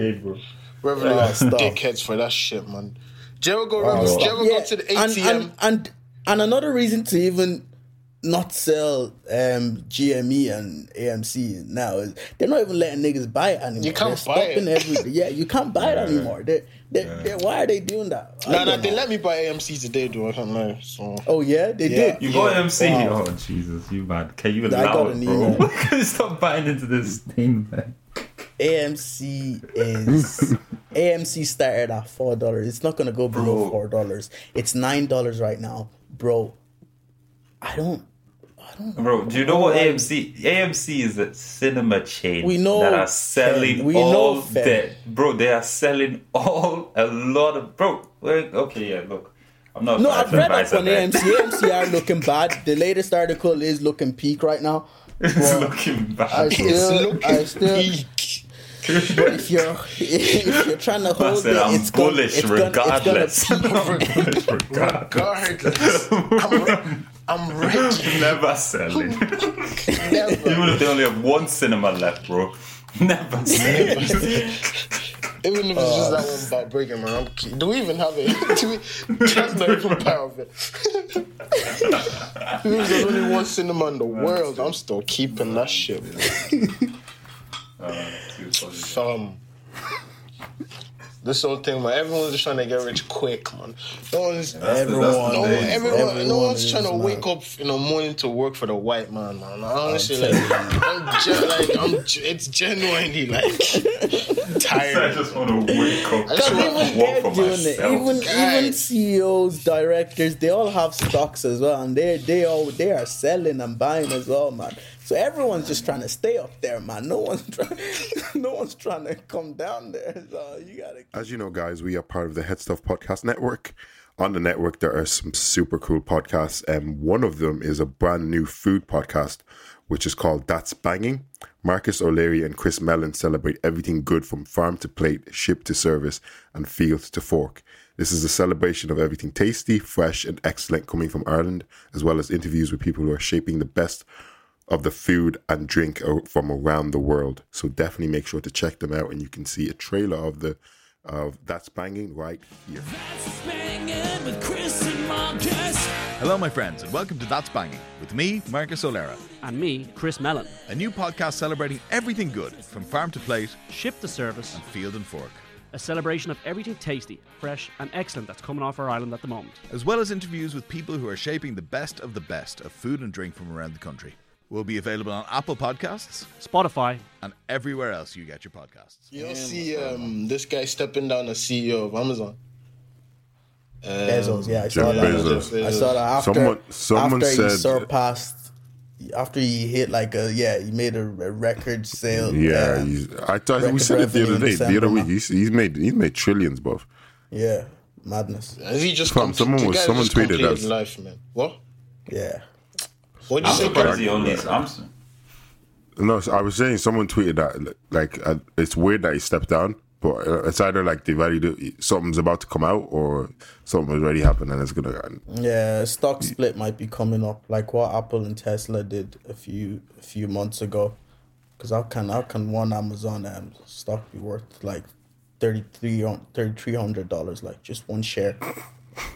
Speaker 6: Revolut
Speaker 5: Yeah,
Speaker 6: has
Speaker 5: stuff.
Speaker 6: dickheads for that shit, man. Do you ever go, Revolut- do you ever
Speaker 5: Yeah,
Speaker 6: go to the
Speaker 5: and,
Speaker 6: ATM?
Speaker 5: and, and and another reason to even not sell um, GME and AMC now is they're not even letting niggas buy it anymore.
Speaker 6: You can't
Speaker 5: they're
Speaker 6: buy it.
Speaker 5: stopping every yeah, you can't buy it anymore. They they they why are they doing that? I
Speaker 6: nah, nah,
Speaker 5: don't
Speaker 6: they
Speaker 5: know.
Speaker 6: let me buy AMC today, though. I can't lie. So.
Speaker 5: Oh yeah, they
Speaker 6: Yeah.
Speaker 5: did.
Speaker 1: You got
Speaker 6: Yeah,
Speaker 1: MC.
Speaker 5: wow.
Speaker 1: Oh Jesus, you mad? Can you
Speaker 5: I
Speaker 1: allow
Speaker 5: got
Speaker 1: it,
Speaker 5: an
Speaker 1: bro?
Speaker 5: email.
Speaker 1: Stop buying into this thing, man.
Speaker 5: AMC is AMC started at four dollars. It's not gonna go below
Speaker 1: Bro.
Speaker 5: four dollars. It's nine dollars right now, bro. I don't.
Speaker 1: Bro, do you know what AMC? AMC is a cinema chain
Speaker 5: We know,
Speaker 1: that are selling
Speaker 5: Fed. We
Speaker 1: all
Speaker 5: know, Fed.
Speaker 1: that. Bro, they are selling all a lot of bro. Wait, okay, yeah, look, I'm not. a
Speaker 5: No,
Speaker 1: financial
Speaker 5: I've read up
Speaker 1: advisor,
Speaker 5: on
Speaker 1: man.
Speaker 5: AMC. AMC are looking bad. The latest article is looking peak right now.
Speaker 1: it's looking bad.
Speaker 5: I still, I still.
Speaker 6: Eek.
Speaker 5: If you're, if you're trying to
Speaker 1: I
Speaker 5: hold it,
Speaker 1: said I'm
Speaker 5: it's gonna-
Speaker 1: bullish
Speaker 5: it's gonna-
Speaker 1: regardless.
Speaker 5: it's gonna peak.
Speaker 1: I'm bullish regardless.
Speaker 6: Regardless, I'm, re- I'm ready.
Speaker 1: Never selling.
Speaker 6: Never.
Speaker 1: Even if they only have one cinema left, bro. Never selling.
Speaker 6: Even if it's just that one about breaking, man. I'm key. Do we even have it? Do we? That's not even part of it. Even if there's only one cinema in the world, I'm still keeping that shit. man. Um, this whole thing, man. Everyone's just trying to get rich quick, man. No
Speaker 1: that's
Speaker 6: one's,
Speaker 1: the- that's the
Speaker 6: no, one-
Speaker 1: days,
Speaker 6: everyone, no
Speaker 5: Everyone
Speaker 6: one's
Speaker 5: is,
Speaker 6: trying to
Speaker 5: man.
Speaker 6: wake up in the morning to work for the white man, man. Honestly, like, I'm ge- like, I'm, ge- it's genuinely like
Speaker 1: I
Speaker 6: tired.
Speaker 1: just want to wake up.
Speaker 6: just
Speaker 1: and
Speaker 6: want-
Speaker 5: Even
Speaker 1: walk
Speaker 5: they're
Speaker 1: for
Speaker 5: doing it.
Speaker 1: myself.
Speaker 5: Even
Speaker 6: Guys.
Speaker 5: even CEOs, directors, they all have stocks as well, and they they all they are selling and buying as well, man. So everyone's just trying to stay up there, man. No one's trying, no one's trying to come down there. So you gotta.
Speaker 3: As you know, guys, we are part of the Head Stuff Podcast Network. On the network, there are some super cool podcasts, and one of them is a brand new food podcast, which is called That's Banging. Marcus O'Leary and Chris Mellon celebrate everything good from farm to plate, ship to service, and field to fork. This is a celebration of everything tasty, fresh, and excellent coming from Ireland, as well as interviews with people who are shaping the best of the food and drink o- from around the world. So definitely make sure to check them out, and you can see a trailer of the of that's banging right here.
Speaker 7: Hello, my friends, and welcome to That's Banging with me, Marcus O'Lara,
Speaker 8: And me, Chris Mellon.
Speaker 7: a new podcast celebrating everything good from farm to plate,
Speaker 8: Ship the Service,
Speaker 7: field and fork,
Speaker 8: a celebration of everything tasty, fresh, and excellent that's coming off our island at the moment.
Speaker 7: as well as interviews with people who are shaping the best of the best of food and drink from around the country. We'll be available on Apple Podcasts
Speaker 8: Spotify,
Speaker 7: and everywhere else you get your podcasts.
Speaker 6: You'll see um, this guy stepping down as CEO of Amazon.
Speaker 5: Bezos, yeah, I saw
Speaker 3: Jeff
Speaker 5: that.
Speaker 3: Bezos.
Speaker 5: I saw that after
Speaker 3: Someone- someone
Speaker 5: after he
Speaker 3: said-
Speaker 5: surpassed. After he hit like a yeah, he made a, a record sale.
Speaker 3: Yeah,
Speaker 5: yeah,
Speaker 3: he's- I thought we
Speaker 5: Record
Speaker 3: said it the
Speaker 5: revenue
Speaker 3: other
Speaker 5: in
Speaker 3: day, the
Speaker 5: December,
Speaker 3: other week.
Speaker 5: man.
Speaker 3: He's, he's made he's made trillions, bruv.
Speaker 5: yeah, madness.
Speaker 6: Is he just
Speaker 3: Fam,
Speaker 6: compl-
Speaker 3: someone
Speaker 6: the
Speaker 3: was-
Speaker 6: guy
Speaker 3: someone
Speaker 6: just
Speaker 3: tweeted
Speaker 6: completed
Speaker 3: us.
Speaker 6: life, man. What?
Speaker 5: Yeah,
Speaker 6: What
Speaker 1: I'm
Speaker 3: Ah,
Speaker 6: did you say?
Speaker 1: surprised
Speaker 6: Chris?
Speaker 1: he only. I'm. su-
Speaker 3: No, so I was saying someone tweeted that like uh, it's weird that he stepped down, but uh, it's either like they've already something's about to come out or something's already happened and it's gonna.
Speaker 5: yeah. Stock split might be coming up, like what Apple and Tesla did a few a few months ago. Because how can how can one Amazon um, stock be worth like thirty three dollars? Like just one share.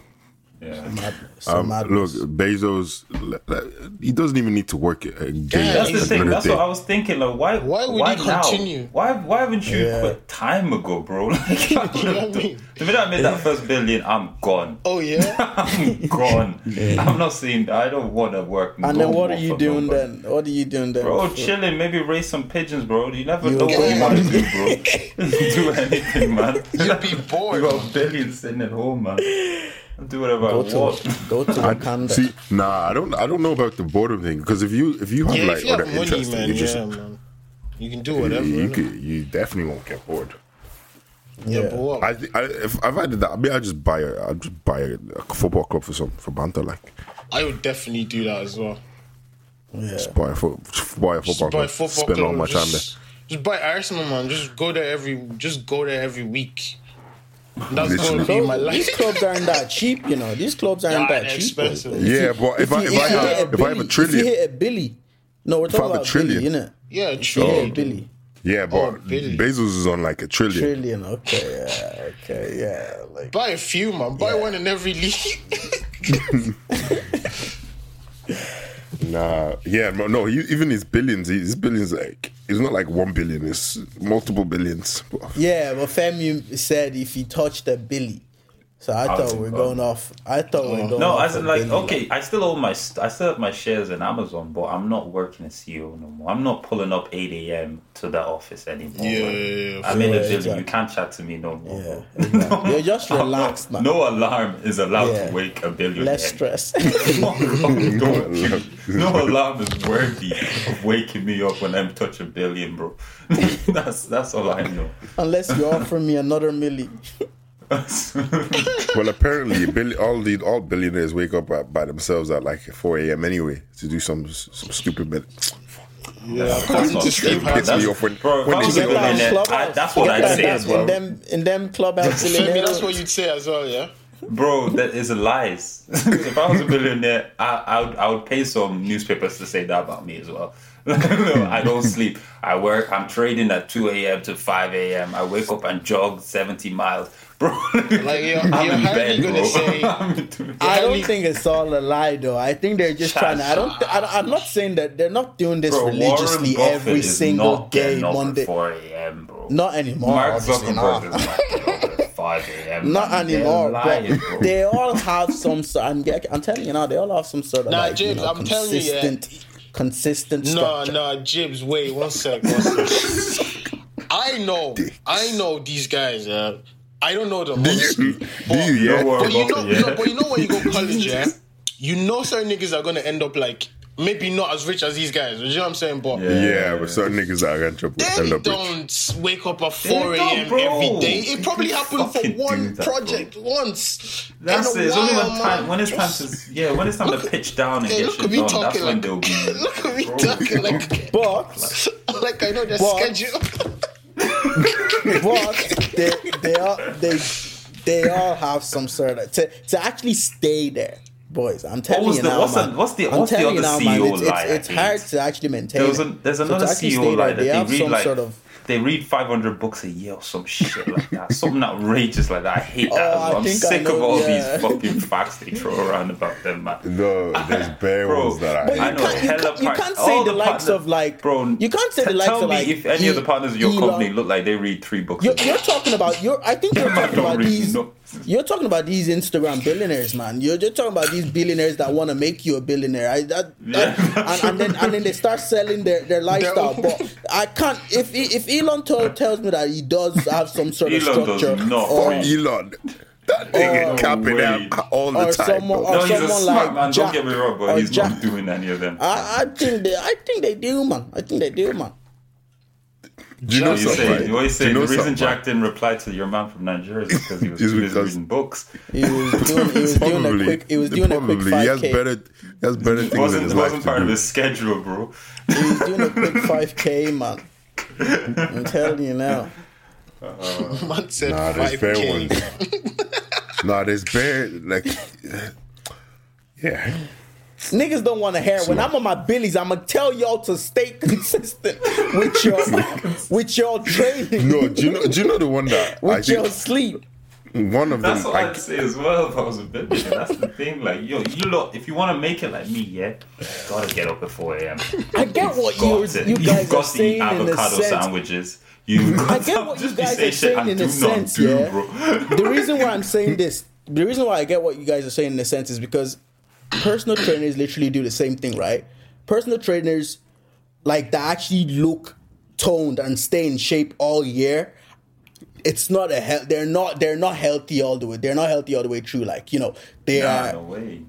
Speaker 1: Yeah. Um,
Speaker 5: Madness.
Speaker 3: Look,
Speaker 5: madness.
Speaker 3: Bezos, l- l- he doesn't even need to work again.
Speaker 1: That's the thing.
Speaker 3: another
Speaker 1: That's
Speaker 3: day.
Speaker 1: what I was thinking. Like, why?
Speaker 6: Why would
Speaker 1: why
Speaker 6: he
Speaker 1: now?
Speaker 6: continue?
Speaker 1: Why? Why haven't you
Speaker 5: Yeah.
Speaker 1: quit time ago, bro? Like, the minute I made that first billion, I'm gone.
Speaker 6: Oh yeah.
Speaker 1: I'm gone. I'm not seeing. I don't want to work. no
Speaker 5: and then what
Speaker 1: more
Speaker 5: are you
Speaker 1: for
Speaker 5: doing
Speaker 1: nobody.
Speaker 5: then? What are you doing then?
Speaker 1: Bro,
Speaker 5: for-
Speaker 1: chilling, maybe raise some pigeons, bro. You never
Speaker 5: You
Speaker 1: know what you
Speaker 5: okay?
Speaker 1: want to do, bro. do anything, man.
Speaker 6: You'd be bored.
Speaker 1: You got billions sitting at home, man. I'll do whatever I
Speaker 5: Go
Speaker 1: want.
Speaker 5: to go to Wakanda.
Speaker 3: See, nah, I don't, I don't know about the boredom thing because if you, if you have
Speaker 6: Yeah,
Speaker 3: like
Speaker 6: if you
Speaker 3: other
Speaker 6: have money,
Speaker 3: interests,
Speaker 6: man.
Speaker 3: you just,
Speaker 6: yeah, man. You can do
Speaker 3: you,
Speaker 6: whatever.
Speaker 3: you
Speaker 6: innit?
Speaker 3: could- you definitely won't get bored.
Speaker 6: Yeah, but what?
Speaker 3: I, thi- I if, if I did that, I mean, I'd just buy a, I'd just buy a, a football club for some for banter, like
Speaker 6: I would definitely do that as well.
Speaker 5: Yeah.
Speaker 3: just buy a, fo- just buy a
Speaker 6: Just
Speaker 3: football
Speaker 6: buy a
Speaker 3: club,
Speaker 6: football
Speaker 3: spend
Speaker 6: club.
Speaker 3: all my time there.
Speaker 6: just, just buy Arsenal, man. Just go there every. Just go there every week. That's gonna be
Speaker 5: So
Speaker 6: my life.
Speaker 5: these clubs aren't that cheap, you know. These clubs aren't
Speaker 6: Nah,
Speaker 5: that
Speaker 6: they're
Speaker 5: cheap.
Speaker 6: expensive.
Speaker 5: bro.
Speaker 3: Yeah,
Speaker 5: you-
Speaker 3: but if I-
Speaker 5: you-
Speaker 3: if I
Speaker 5: you
Speaker 3: have- if
Speaker 5: hit
Speaker 3: I have a
Speaker 5: billy-
Speaker 3: trillion-
Speaker 5: if you hit a billy, no, we're
Speaker 3: I
Speaker 5: talking
Speaker 3: have a
Speaker 5: about trillion,
Speaker 3: trillion- Oh.
Speaker 5: billion, innit?
Speaker 6: Yeah,
Speaker 5: You hit
Speaker 6: true.
Speaker 5: a billy,
Speaker 3: Yeah,
Speaker 6: Oh,
Speaker 3: but
Speaker 6: Billy.
Speaker 3: Bezos is on like a trillion.
Speaker 5: trillion. Okay, yeah, okay, yeah. Like,
Speaker 6: Buy a few, man. Buy one in every league.
Speaker 3: Nah, yeah, no, no. He, even his billions, his billions, like it's not like one billion. It's multiple billions.
Speaker 5: yeah, but Femi said if he touched a billy, so I
Speaker 1: was
Speaker 5: thought we're
Speaker 1: involved.
Speaker 5: going off. I thought we're going.
Speaker 1: No,
Speaker 5: off
Speaker 1: as
Speaker 5: a
Speaker 1: in like
Speaker 5: billy.
Speaker 1: okay, I still own my st- I still have my shares in Amazon, but I'm not working as CEO no more. I'm not pulling up eight a.m. to the office anymore.
Speaker 6: Yeah,
Speaker 1: man.
Speaker 6: yeah, yeah,
Speaker 1: I'm in a
Speaker 5: yeah,
Speaker 1: building.
Speaker 5: exactly.
Speaker 1: You can't chat to me no more.
Speaker 5: Yeah,
Speaker 1: bro.
Speaker 5: exactly. you're just relaxed now.
Speaker 1: No alarm is allowed
Speaker 5: Yeah.
Speaker 1: to wake a billionaire.
Speaker 5: less stress.
Speaker 1: Don't you- no alarm is worthy of waking me up when I'm touching a billion, bro. that's that's all I know.
Speaker 5: Unless you offer me another milli.
Speaker 3: well, apparently, bill- all the all billionaires wake up by, by themselves at like four a.m. anyway to do some some stupid bit.
Speaker 1: That's not
Speaker 6: to sleep
Speaker 1: true, man.
Speaker 3: hard.
Speaker 1: That's-
Speaker 3: Piss me off when-
Speaker 1: bro, if
Speaker 3: when
Speaker 1: I
Speaker 3: they
Speaker 1: was a
Speaker 3: get that on
Speaker 1: billionaire, I-
Speaker 5: Clubhouse.
Speaker 1: that's what
Speaker 5: Get
Speaker 1: I'd
Speaker 5: that
Speaker 1: say
Speaker 5: down
Speaker 1: as well.
Speaker 5: In them, in them clubhouse.
Speaker 6: Femi,
Speaker 5: billionaires.
Speaker 6: that's what you'd say as well, yeah.
Speaker 1: Bro, that is lies. if I was a billionaire, I, I would I would pay some newspapers to say that about me as well. No, I don't sleep. I work. I'm trading at 2 a.m. to 5 a.m. I wake up and jog 70 miles, bro.
Speaker 6: Like, you're- you're hardly gonna say-
Speaker 1: I'm in-
Speaker 5: I
Speaker 6: Only-
Speaker 5: don't think it's all a lie, though. I think they're just
Speaker 1: Shut
Speaker 5: trying. To, I don't. Th- I, I'm not saying that they're not doing this
Speaker 1: bro,
Speaker 5: religiously
Speaker 1: Warren Buffett
Speaker 5: every
Speaker 1: is
Speaker 5: single
Speaker 1: not
Speaker 5: day,
Speaker 1: getting up at
Speaker 5: Monday.
Speaker 1: 4 a.m., bro.
Speaker 5: Not anymore.
Speaker 1: Mark
Speaker 5: obviously, nah.
Speaker 1: Zuckerberg is not getting up at 5 a.m.
Speaker 5: Not
Speaker 1: man. They're
Speaker 5: anymore.
Speaker 1: lying,
Speaker 5: but
Speaker 1: bro.
Speaker 5: they all have some sort. I'm, ge- I'm telling you now, they all have some sort of
Speaker 6: Nah,
Speaker 5: like,
Speaker 6: James,
Speaker 5: you know,
Speaker 6: I'm telling you, yeah.
Speaker 5: consistent, consistent
Speaker 6: No,
Speaker 5: structure.
Speaker 6: no, Jibs, wait, one sec, one sec. I know, I know these guys, yeah. I don't know them.
Speaker 3: Do you?
Speaker 6: honestly.
Speaker 3: Do you? Yeah.
Speaker 1: No Warren
Speaker 6: But you know,
Speaker 1: Buffett,
Speaker 6: no,
Speaker 1: yeah.
Speaker 6: but you know when you go college, yeah, you know certain niggas are gonna end up like maybe not as rich as these guys. You know what I'm saying? But
Speaker 1: Yeah.
Speaker 3: Yeah, but certain niggas are gonna trouble.
Speaker 6: they
Speaker 3: End up rich.
Speaker 6: don't wake up at
Speaker 1: don't,
Speaker 6: 4 a.m.
Speaker 1: bro.
Speaker 6: every day.
Speaker 1: You
Speaker 6: It probably happened for
Speaker 1: fucking do
Speaker 6: one
Speaker 1: that, bro.
Speaker 6: project once.
Speaker 1: That's
Speaker 6: In a
Speaker 1: it. It's only
Speaker 6: while,
Speaker 1: when time
Speaker 6: man.
Speaker 1: when it's time to yeah when it's time to pitch down and
Speaker 6: Hey,
Speaker 1: get
Speaker 6: look at
Speaker 1: shit
Speaker 6: me
Speaker 1: done.
Speaker 6: talking
Speaker 1: That's when
Speaker 6: like-
Speaker 1: they'll be.
Speaker 6: Look at me talking like,
Speaker 5: But
Speaker 6: like I know their
Speaker 5: But-
Speaker 6: schedule.
Speaker 5: but they they all they they all have some sort of to to actually stay there, boys. I'm telling
Speaker 1: was
Speaker 5: you
Speaker 1: the-
Speaker 5: now,
Speaker 1: what's the-
Speaker 5: man.
Speaker 1: what's the-
Speaker 5: I'm
Speaker 1: what's the
Speaker 5: telling you
Speaker 1: other
Speaker 5: now, man,
Speaker 1: CEO
Speaker 5: it's, it's-
Speaker 1: lie, I
Speaker 5: It's
Speaker 1: think?
Speaker 5: hard to actually maintain.
Speaker 1: There was
Speaker 5: it.
Speaker 1: a, there's
Speaker 5: So to
Speaker 1: another
Speaker 5: actually
Speaker 1: CEO
Speaker 5: stay
Speaker 1: like that
Speaker 5: there,
Speaker 1: they
Speaker 5: have
Speaker 1: read
Speaker 5: some
Speaker 1: like
Speaker 5: sort of.
Speaker 1: they read 500 books a year or some shit like that something outrageous like that I hate that
Speaker 5: Oh,
Speaker 1: as well.
Speaker 5: I
Speaker 1: I'm
Speaker 5: think I
Speaker 1: sick of
Speaker 5: know,
Speaker 1: all
Speaker 5: yeah.
Speaker 1: these fucking facts they throw around about them man
Speaker 3: No, there's bare
Speaker 1: bro
Speaker 3: ones that I.
Speaker 5: But you
Speaker 1: I
Speaker 3: hate.
Speaker 1: know
Speaker 5: can't- you
Speaker 1: hella
Speaker 5: can't- you
Speaker 1: part-
Speaker 5: can't say
Speaker 1: all
Speaker 5: the likes
Speaker 1: partner-
Speaker 5: of, like-
Speaker 1: bro
Speaker 5: you can't say the
Speaker 1: t-
Speaker 5: likes
Speaker 1: tell
Speaker 5: of,
Speaker 1: me
Speaker 5: like,
Speaker 1: if any of the
Speaker 5: E-
Speaker 1: partners of your
Speaker 5: Elon-
Speaker 1: company look like they read three books
Speaker 5: You're,
Speaker 1: a
Speaker 5: you're
Speaker 1: year.
Speaker 5: talking about you're. I think you're
Speaker 1: I
Speaker 5: talking
Speaker 1: don't
Speaker 5: about
Speaker 1: really
Speaker 5: these.
Speaker 1: know.
Speaker 5: You're talking about these Instagram billionaires, man. You're just talking about these billionaires that want to make you a billionaire. I, that, that-
Speaker 1: Yeah.
Speaker 5: and, and then and then they start selling their, their lifestyle.
Speaker 6: own-
Speaker 5: But I can't. If if Elon told, tells me that he does have some sort of
Speaker 1: Elon does
Speaker 5: structure,
Speaker 1: not
Speaker 5: or,
Speaker 1: read.
Speaker 3: Elon,
Speaker 1: Oh,
Speaker 3: that nigga capping
Speaker 1: way.
Speaker 3: out all the
Speaker 5: or
Speaker 3: time.
Speaker 5: someone,
Speaker 3: bro.
Speaker 5: or
Speaker 1: no he's a
Speaker 5: someone
Speaker 1: smart
Speaker 5: like
Speaker 1: man don't
Speaker 5: Jack,
Speaker 1: get me wrong
Speaker 5: or
Speaker 1: but he's
Speaker 5: Jack. Ah,
Speaker 1: not doing any of them
Speaker 5: I, I think they. I think they do, man. I think they do, man.
Speaker 3: Do you know
Speaker 1: You
Speaker 3: something?
Speaker 1: say,
Speaker 3: right?
Speaker 1: you always
Speaker 3: Do
Speaker 1: say
Speaker 3: you know
Speaker 1: the reason
Speaker 3: something,
Speaker 1: Jack
Speaker 3: right?
Speaker 1: didn't reply to your man from Nigeria is because he was
Speaker 3: Is
Speaker 1: too busy
Speaker 3: because-
Speaker 1: reading books.
Speaker 5: He was doing. He was doing a quick. He was doing a quick
Speaker 3: Probably. He
Speaker 5: five
Speaker 3: has
Speaker 5: k.
Speaker 3: better. He has better
Speaker 1: It
Speaker 3: things in
Speaker 1: wasn't,
Speaker 3: his
Speaker 1: it
Speaker 3: life
Speaker 1: wasn't part
Speaker 3: to
Speaker 1: of
Speaker 3: do.
Speaker 1: his schedule, bro.
Speaker 5: He's doing a quick 5K, man. I'm telling you now.
Speaker 6: Man said
Speaker 3: Nah, there's bare
Speaker 6: 5K.
Speaker 3: ones. nah, there's bare like. Yeah,
Speaker 5: Niggas don't want to hear. it. When I'm on my billies, I'm gonna tell y'all to stay consistent with your with your training,
Speaker 3: no. Do you know? Do you know the one that I
Speaker 5: with your
Speaker 3: think
Speaker 5: sleep.
Speaker 3: one of
Speaker 1: That's
Speaker 3: them?
Speaker 1: what I'd say as well if I was a billionaire. That's the thing. Like, yo, you lot, if you want to make it like me, yeah, you gotta get up at 4 a.m.
Speaker 5: I get what
Speaker 1: Got
Speaker 5: you
Speaker 1: to.
Speaker 5: you guys
Speaker 1: You've got
Speaker 5: are
Speaker 1: to eat
Speaker 5: saying in a
Speaker 1: avocado
Speaker 5: sense.
Speaker 1: sandwiches. You've got
Speaker 5: I get
Speaker 1: to
Speaker 5: what you
Speaker 1: just be
Speaker 5: guys are
Speaker 1: saying shit
Speaker 5: saying
Speaker 1: and
Speaker 5: in
Speaker 1: do
Speaker 5: a
Speaker 1: not
Speaker 5: sense,
Speaker 1: do,
Speaker 5: yeah.
Speaker 1: bro.
Speaker 5: The reason why I'm saying this, the reason why I get what you guys are saying in a sense is because personal trainers literally do the same thing, right? Personal trainers like that actually look toned and stay in shape all year. It's not a hel- they're not they're not healthy all the way. They're not healthy all the way through. Like you know they
Speaker 1: Nah,
Speaker 5: are
Speaker 1: no way.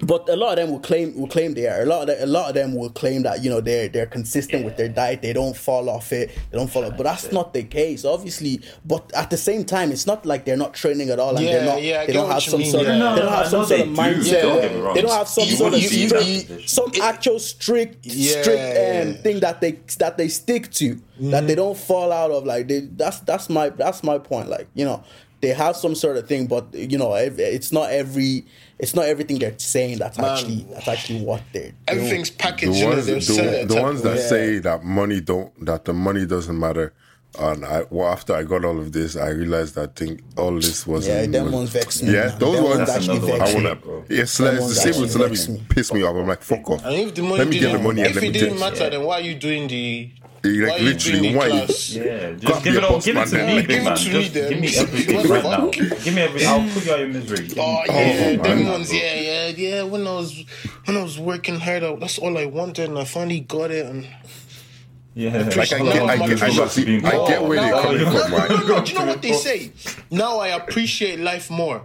Speaker 5: but a lot of them will claim will claim they are. A lot of the, a lot of them will claim that you know they're they're consistent with their diet. They don't fall off it. They don't fall off. But that's not the case, obviously. But at the same time, it's not like they're not training at all and they're
Speaker 6: Yeah,
Speaker 5: not.
Speaker 6: yeah, I
Speaker 5: they
Speaker 6: get
Speaker 5: don't
Speaker 6: what
Speaker 5: have
Speaker 6: you
Speaker 5: some
Speaker 6: mean,
Speaker 5: sort. of-
Speaker 6: yeah. No, no,
Speaker 5: They don't
Speaker 1: I
Speaker 5: have some
Speaker 1: know
Speaker 5: sort of
Speaker 1: they do,
Speaker 5: mindset.
Speaker 1: don't get me wrong.
Speaker 5: They don't have some
Speaker 1: You
Speaker 5: sort of
Speaker 1: wouldn't see that
Speaker 5: strict-
Speaker 1: position.
Speaker 5: some actual strict
Speaker 6: Yeah.
Speaker 5: strict um, thing that they that they stick to that
Speaker 3: Mm-hmm.
Speaker 5: they don't fall out of. Like they, that's that's my that's my point. Like you know they have some sort of thing, but you know ev- it's not every it's not everything they're saying that's actually that's actually what they're doing.
Speaker 6: Everything's
Speaker 3: The
Speaker 6: packaged. you know,
Speaker 3: ones,
Speaker 6: they'll sell it
Speaker 3: the,
Speaker 6: at
Speaker 3: the
Speaker 6: Tesco.
Speaker 3: ones that
Speaker 6: Yeah.
Speaker 3: say that money don't that the money doesn't matter. And I, well, after I got all of this, I realized that thing all this was
Speaker 5: Yeah, them
Speaker 3: was,
Speaker 5: ones vex me,
Speaker 3: Yeah,
Speaker 5: man.
Speaker 3: those
Speaker 5: Them
Speaker 3: ones,
Speaker 5: ones actually
Speaker 3: I
Speaker 5: vex
Speaker 3: wanna-
Speaker 1: me, bro.
Speaker 3: Yeah, celebs,
Speaker 5: ones
Speaker 3: the same
Speaker 5: actually
Speaker 3: with
Speaker 5: vex
Speaker 3: celebrities
Speaker 5: me.
Speaker 3: piss me off. I'm like, fuck off.
Speaker 6: And if the money
Speaker 3: Let me get the
Speaker 6: didn't-
Speaker 3: money and
Speaker 6: if
Speaker 3: let
Speaker 6: it
Speaker 3: me
Speaker 6: didn't
Speaker 3: take
Speaker 6: matter, then why are you doing the?
Speaker 3: Like,
Speaker 6: why are you
Speaker 3: literally,
Speaker 6: doing the
Speaker 3: why you-
Speaker 6: class?
Speaker 1: Yeah,
Speaker 3: Got
Speaker 1: just give
Speaker 3: me
Speaker 1: it
Speaker 3: a
Speaker 1: all.
Speaker 3: boss
Speaker 1: Give it to
Speaker 3: man
Speaker 1: me,
Speaker 3: then.
Speaker 1: big
Speaker 6: Give it
Speaker 1: man.
Speaker 6: to me
Speaker 1: Just
Speaker 6: then.
Speaker 1: give me everything right now. Give me everything. I'll put you out of your misery. Give me-
Speaker 6: Oh yeah,
Speaker 3: man.
Speaker 6: them ones. Yeah, yeah, yeah. When I was when I was working hard, I, that's all I wanted, and I finally got it. And
Speaker 1: Yeah.
Speaker 3: Like, I get, I get, I
Speaker 1: Go
Speaker 3: get,
Speaker 1: back to being
Speaker 3: I get
Speaker 1: poor.
Speaker 3: where they're
Speaker 6: now,
Speaker 3: coming
Speaker 6: no,
Speaker 3: from,
Speaker 6: no, no,
Speaker 3: man.
Speaker 6: no, Do you know what they say? Now I appreciate life more.